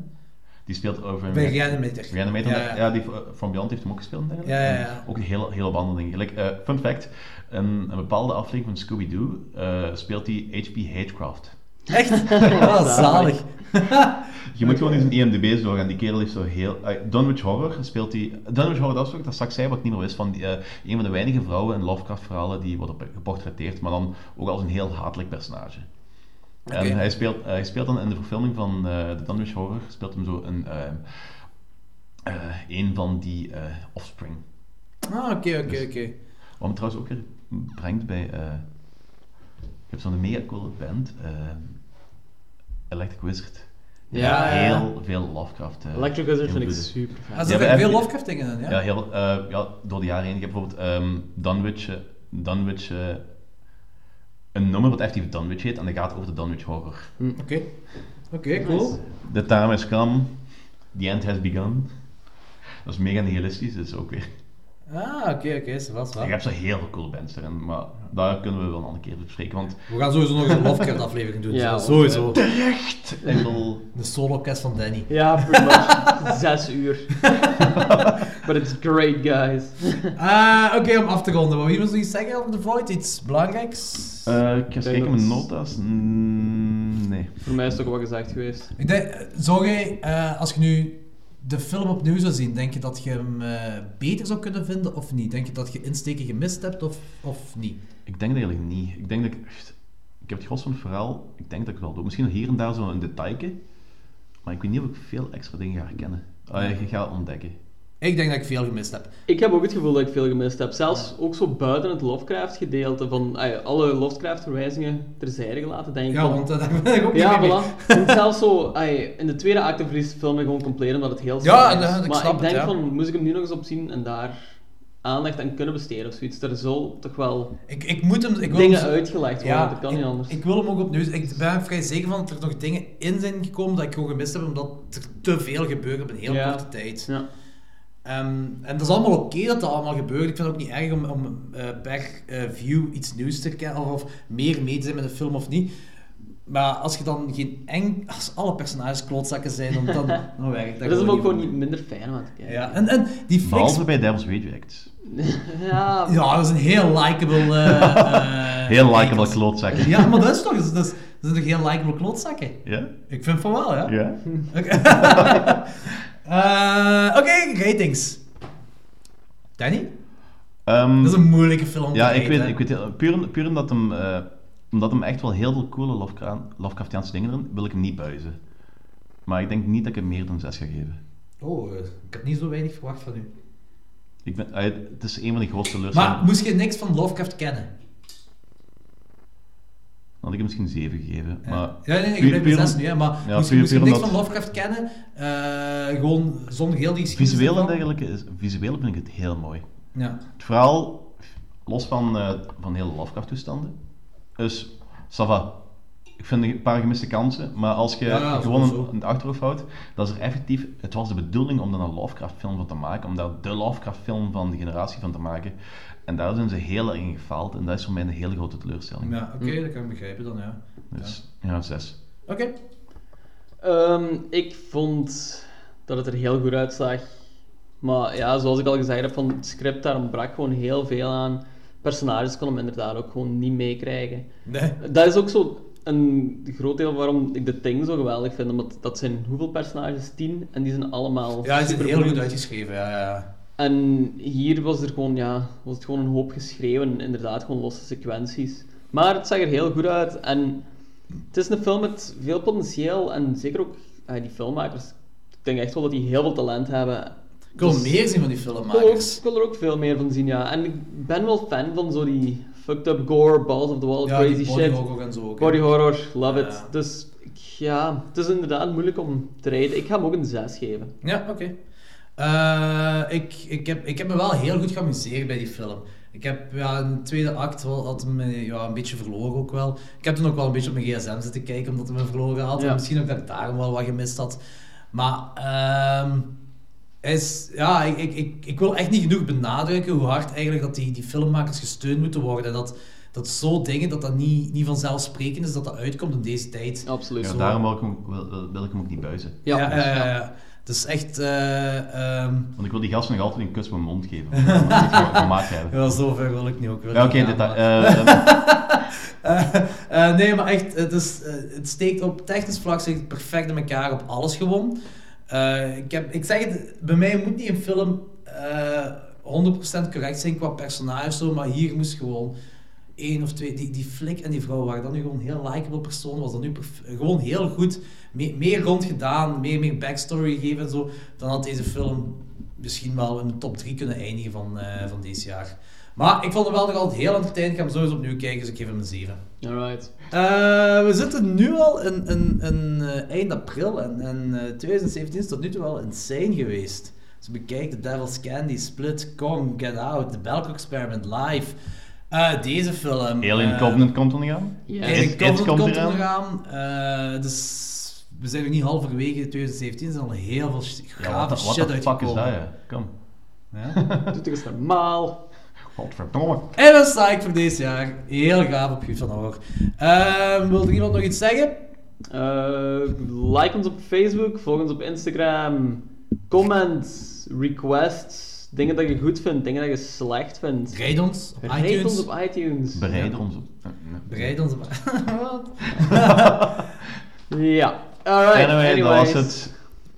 J: Die speelt over...
H: Bij Reanimator.
J: Reanimator,
H: Ja,
J: ja,
H: ja.
J: die eh, From Beyond heeft hem ook gespeeld en dergelijke.
H: Ja, ja, ja.
J: En Ook een hele, hele andere dingen. Gelijk, eh, fun fact, een, een bepaalde aflevering van Scooby-Doo eh, speelt die H.P. Hatecraft.
H: Echt? Ah, zalig.
J: Je moet gewoon eens een E IMDb zorgen. Die kerel heeft zo heel... eh, Dunwich Horror speelt die... Dunwich Horror, dat is ook dat straks zei wat ik niet meer wist, van die, eh, een van de weinige vrouwen in Lovecraft-verhalen die worden geportretteerd, maar dan ook als een heel hatelijk personage.
H: Oké.
J: En hij speelt, eh, hij speelt dan in de verfilming van eh, de Dunwich Horror, speelt hem zo een, eh, eh, een van die eh, offspring.
H: Ah, oké, oké,
J: Dus-
H: oké.
J: Wat me trouwens ook weer brengt bij... eh, je hebt zo'n mega coole band, eh, Electric Wizard. Die
I: Ja,
J: heeft
I: ja.
J: heel veel Lovecraft. eh,
I: Electric Wizard vind ik
J: invloeden.
I: super vet.
J: Die
I: Ah, ze
J: hebben
I: hebben
J: echt-
I: veel Lovecraft dingen dan, ja?
J: Ja, heel, eh, ja, door de jaren heen. Je hebt bijvoorbeeld ehm, Dunwich, eh, Dunwich eh, een nummer wat effectief Dunwich heet, en dat gaat over de Dunwich Horror.
H: Oké. Oké, cool.
J: The time has come, the end has begun. Dat is mega nihilistisch, dat is ook weer...
H: Ah, oké, oké, ze was wel.
J: Ik heb zo heel veel coole bands erin, maar daar kunnen we wel een andere keer bespreken, want...
H: We gaan sowieso nog eens een Lovecraft-aflevering doen.
J: Ja,
H: zo- sowieso.
J: want, eh, Terecht! Ik bedoel-
H: De solo-cast van Danny.
I: Ja, pretty much. Zes uur. But it's great, guys.
H: Ah, oké, om af te ronden. Wou je nog iets zeggen over The Void? Iets belangrijks?
J: Eh, ik ga eens
I: denk
J: kijken, mijn
I: dat-
J: notas... Mm, nee.
I: Voor mij is het ook wel gezegd geweest.
H: Ik denk, eh, zou jij, eh, als je nu de film opnieuw zou zien, denk je dat je hem eh, beter zou kunnen vinden of niet? Denk je dat je insteken gemist hebt of, of niet?
J: Ik denk dat eigenlijk niet. Ik denk dat ik... echt- Ik heb het gros van het verhaal... Ik denk dat ik het wel doe. Misschien nog hier en daar zo een detailje. Maar ik weet niet of ik veel extra dingen ga herkennen. Ah, ik ga ontdekken.
H: Ik denk dat ik veel gemist heb.
I: Ik heb ook het gevoel dat ik veel gemist heb. Zelfs ook zo buiten het Lovecraft-gedeelte van ah ja, alle Lovecraft-verwijzingen terzijde gelaten, denk ik.
H: Ja,
I: van-
H: want eh, dat hebben we ook niet
I: Ja,
H: mee.
I: voilà. En zelfs zo, ah ja, in de tweede acte verliest de film gewoon compleet omdat het heel
H: Ja,
I: saai is.
H: inderdaad, ik
I: maar
H: snap
I: ik
H: het,
I: denk
H: ja.
I: van, moest ik hem nu nog eens op zien en daar aandacht aan kunnen besteden of zoiets. Er zal toch wel
H: Ik, ik moet hem, ik wil
I: dingen
H: hem zo-
I: uitgelegd worden, dat kan
H: ik,
I: niet anders.
H: Ik wil hem ook opnieuw. Ik ben vrij zeker van dat er nog dingen in zijn gekomen dat ik gewoon gemist heb, omdat er te veel gebeurde op een heel
I: Ja.
H: korte tijd. Ehm, en dat is allemaal oké dat dat allemaal gebeurt. Ik vind het ook niet erg om, om eh, per eh, view iets nieuws te kennen of, of meer mee te zijn met een film of niet. Maar als je dan geen eng... Als alle personages klootzakken zijn, dan, dan, dan werkt dat
I: Dat is hem ook gewoon
H: niet.
I: niet minder fijn aan te kijken.
H: Ja, en, en die flex...
J: Behalve bij Devil's Rejects.
I: ja,
H: Ja, dat is een heel likable... eh, eh,
J: Heel likable klootzakken.
H: Ja, maar dat is toch... Dat is, dat is, dat zijn toch heel likable klootzakken?
J: Ja?
H: Ik vind van wel, ja.
J: Ja.
H: Oké, Eh, oké, ratings. Danny?
J: Ehm,
H: Dat is een moeilijke film om te
J: Ja, ik
H: raten,
J: weet,
H: hè.
J: ik weet heel- puur, puur omdat hem... eh, omdat hem echt wel heel veel coole Lovecra- Lovecraftiaanse dingen erin, wil ik hem niet buizen. Maar ik denk niet dat ik hem meer dan 6 ga geven.
H: Oh, eh, ik had niet zo weinig verwacht van u.
J: Ik ben, ah, het is een van de grootste
H: Maar
J: teleurstellingen.
H: moest je niks van Lovecraft kennen?
J: Dan had ik hem misschien 7 gegeven. Maar
H: Ja, nee, nee ik
J: puur-
H: ben
J: puur-
H: bij zes nu, hè, maar
J: Ja,
H: moest, je-
J: puur-
H: moest je
J: puur
H: niks
J: omdat-
H: van Lovecraft kennen? eh, gewoon zonder heel die geschiedenis.
J: Visueel en
H: ervan?
J: dergelijke, is, visueel vind ik het heel mooi.
H: Ja.
J: Het verhaal, los van, eh van hele Lovecraft-toestanden, is, Sava. Ik vind een paar gemiste kansen, maar als je
H: Ja, ja,
J: gewoon een,
H: sowieso.
J: een achterhoofd houdt, dat is er effectief, het was de bedoeling om daar een Lovecraft-film van te maken, om daar de Lovecraft-film van de generatie van te maken. En daar zijn ze heel erg in gefaald en dat is voor mij een hele grote teleurstelling.
H: Ja, oké, dat kan ik begrijpen dan, ja.
J: Dus, ja, zes.
H: Oké.
I: Ehm, ik vond dat het er heel goed uitzag. Maar ja, zoals ik al gezegd heb, van het script daar ontbrak gewoon heel veel aan. personages kon hem inderdaad ook gewoon niet meekrijgen.
H: Nee.
I: Dat is ook zo een groot deel waarom ik de Thing zo geweldig vind. Omdat dat zijn hoeveel personages? Tien. En die zijn allemaal
H: Ja, die zijn heel
I: superboeiend.
H: goed uitgeschreven, ja, ja, ja.
I: En hier was, er gewoon, ja, was het gewoon een hoop geschreeuwen, inderdaad, gewoon losse sequenties. Maar het zag er heel goed uit en het is een film met veel potentieel en zeker ook eh, die filmmakers. Ik denk echt wel dat die heel veel talent hebben. Dus
H: Ik wil meer zien van die filmmakers.
I: Ik wil, ook-
J: Oh,
I: ik wil er ook veel meer van zien, ja. En ik ben wel fan van zo die fucked up gore, balls of the wall,
H: Ja, die
I: crazy
H: body
I: shit.
H: horror en zo ook, hè.
I: Body horror, love it.
H: Ja.
I: Dus ik- ja, het is inderdaad moeilijk om te rijden. Ik ga hem ook een 6 geven.
H: Ja, oké. Eh, ik, ik, heb, ik heb me wel heel goed geamuseerd bij die film. Ik heb ja, in de tweede act wel, had me ja, een beetje verloren ook wel. Ik heb toen ook wel een beetje op mijn gsm zitten kijken omdat het me verloren had.
I: Ja.
H: En misschien ook dat ik daarom wel wat gemist had. Maar ehm, hij is, ja, ik, ik, ik, ik wil echt niet genoeg benadrukken hoe hard eigenlijk dat die, die filmmakers gesteund moeten worden. Dat, dat zo dingen, dat dat niet, niet vanzelfsprekend is dat dat uitkomt in deze tijd.
I: Absoluut.
J: Ja,
H: Zo.
J: daarom wil ik, hem, wil, wil- wil ik hem ook niet buizen.
H: Ja, ja, ja, ja. Het is echt... eh, ehm,
J: Want ik wil die gast nog altijd een kus op mijn mond geven. Ik wil hem nog niet ge- gemaakt hebben.
H: Ja, zover wil ik niet ook. wel
J: Ja, oké,
H: niet
J: dit-
H: gaan,
J: eh,
H: maar- Eh, eh, nee, maar echt, het, is, eh, het steekt op technisch vlak steekt het perfect in elkaar op alles gewoon. Eh, ik, heb, ik zeg het, bij mij moet niet een film eh 100% correct zijn qua personage, of zo, maar hier moest gewoon één of twee, die, die flik en die vrouw waren dan nu gewoon een heel likable persoon, was dat nu perf- gewoon heel goed, me- meer rond gedaan, meer, meer backstory gegeven en zo, dan had deze film misschien wel in de top 3 kunnen eindigen van, eh, van deze jaar. Maar ik vond hem wel nog altijd heel entertainend, ik ga hem sowieso opnieuw kijken, dus ik geef hem een 7.
I: Alright.
H: Eh, we zitten nu al in, in, in, eh, eind april en, en eh, 2017 is tot nu toe wel insane geweest. Dus bekijk The Devil's Candy, Split, Kong, Get Out, The Belko Experiment, Live. Eh, deze film.
J: Alien
H: eh,
J: Covenant komt er niet aan?
H: Ja.
J: It-
H: Alien
J: It
H: Covenant
J: komt
H: komt
J: eraan.
H: er nog aan. Eh, dus we zijn nog niet halverwege 2017, er zijn al heel veel sh-
J: Ja, what
H: grave
J: the- what
H: shit
J: the fuck is
H: uitgekomen.
J: dat, ja? Kom.
I: Doe het eens normaal.
J: Godverdomme.
H: En dan sta ik voor deze jaar heel gaaf op Huub van Hoor. Ehm, wil er iemand nog iets zeggen?
I: Eh, like ons op Facebook, volg ons op Instagram. Comments, requests, dingen dat je goed vindt, dingen dat je slecht vindt.
H: Rijd ons op
I: Rijd
H: iTunes.
I: ons op iTunes.
J: Bereid ons op. eh, nee.
H: Bereid ons op. Wat?
I: Ja. Alright,
J: Anyway, dat
I: anyways.
J: was het.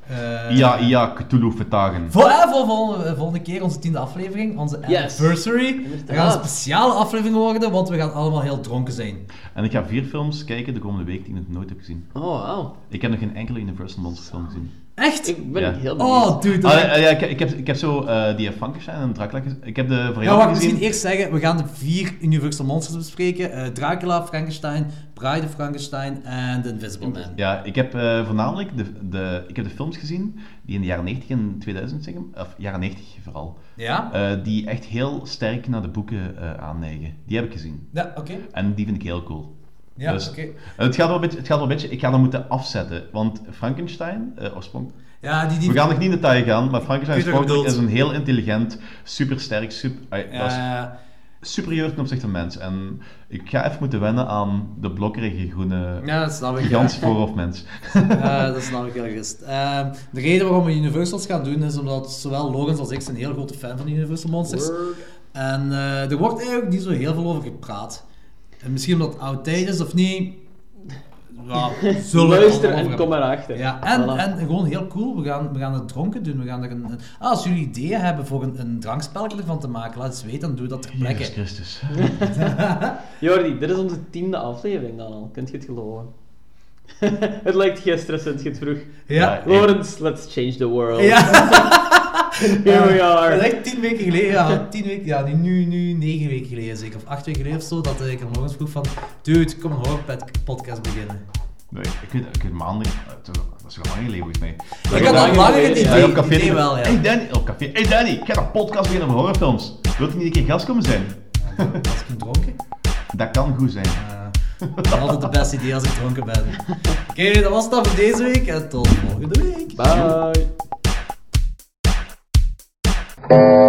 H: Eh,
J: ja, ja, Cthulhu vertagen.
H: Voor, eh, voor volgende, volgende keer onze tiende aflevering, onze
I: Yes.
H: anniversary. Dat gaat een
I: Inderdaad.
H: speciale aflevering worden, want we gaan allemaal heel dronken zijn.
J: En ik ga vier films kijken de komende week die ik nog nooit heb gezien.
I: Oh, wow.
J: Ik heb nog geen enkele Universal Monster film gezien.
H: Echt?
I: Ik ben
J: Ja.
I: heel benieuwd.
H: Oh, dude. dat-
J: Ah, ja, ja, ik, ik, heb, ik heb zo eh, die Frankenstein en Dracula gezien. Ik heb de
H: ja,
J: variant
H: wacht,
J: gezien.
H: misschien eerst zeggen, we gaan de vier Universal Monsters bespreken. Eh, Dracula, Frankenstein, Bride of Frankenstein en The Invisible Man.
J: Ja, ik heb eh, voornamelijk de, de, ik heb de films gezien die in de jaren 90 en 2000 zijn, of jaren 90 vooral,
H: Ja?
J: eh, die echt heel sterk naar de boeken eh aanneigen. Die heb ik gezien.
H: Ja, oké.
J: En die vind ik heel cool.
H: Ja,
J: Dus-
H: oké.
J: en Het gaat wel een beetje, het gaat wel een beetje, ik ga dat moeten afzetten, want Frankenstein, eh oorsprong,
H: Ja, die, die...
J: we gaan nog niet in detail gaan, maar Frankenstein
H: Ik weet wat je
J: oorspronkelijk is een
H: bedoelt.
J: heel intelligent, supersterk, super, ai,
H: Ja,
J: dat is
H: ja, ja.
J: superieur ten opzichte van mens. En ik ga even moeten wennen aan de blokkerige groene,
H: Ja, dat snap ik, ja.
J: gigantisch voorhoofd mens.
H: Ja, dat snap ik heel gerust. Ehm, de reden waarom we Universals gaan doen is omdat zowel Lorenz als ik zijn heel grote fan van de Universal Monsters.
I: Word.
H: En eh, er wordt eigenlijk niet zo heel veel over gepraat. En misschien omdat het oud tijd is of niet. Ja, zullen we het
I: Luister
H: allemaal
I: en
H: over hebben.
I: kom erachter.
H: Ja, en,
I: Voilà.
H: en gewoon heel cool, we gaan, we gaan het dronken doen. We gaan er een, een- ah, als jullie ideeën hebben voor een, een drankspelletje ervan te maken, laat eens weten, dan doe dat ter plekke.
J: Jezus Christus.
I: Jordi, dit is onze tiende aflevering dan al. Kunt je het geloven? het lijkt gisteren sinds je het vroeg.
H: Ja.
I: Lawrence, let's change the world. Here we
H: Ja,
I: are.
H: Eh, Dat is echt tien weken geleden, ja, tien weken, ja, nu- nu, nu negen weken geleden zeker, of acht weken geleden of zo, dat eh, ik hem nog eens vroeg van, dude, kom een horrorpet- podcast beginnen.
J: Nee, ik weet, ik weet maanden. eh, toch- Dat is al lang geleden, volgens mij.
H: Ik had al langer het idee,
J: Waar je op café
H: idee wel, ja.
J: Hey Danny, op café. Hey Danny, ik ga een podcast beginnen over horrorfilms. Wilt u niet een keer gast komen zijn?
H: Als ik hem dronken? Eh,
J: Dat kan goed zijn.
H: Dat is altijd het beste idee als ik dronken ben. Oké, dat was het dan voor deze week en tot volgende week.
I: Bye.
P: Bye.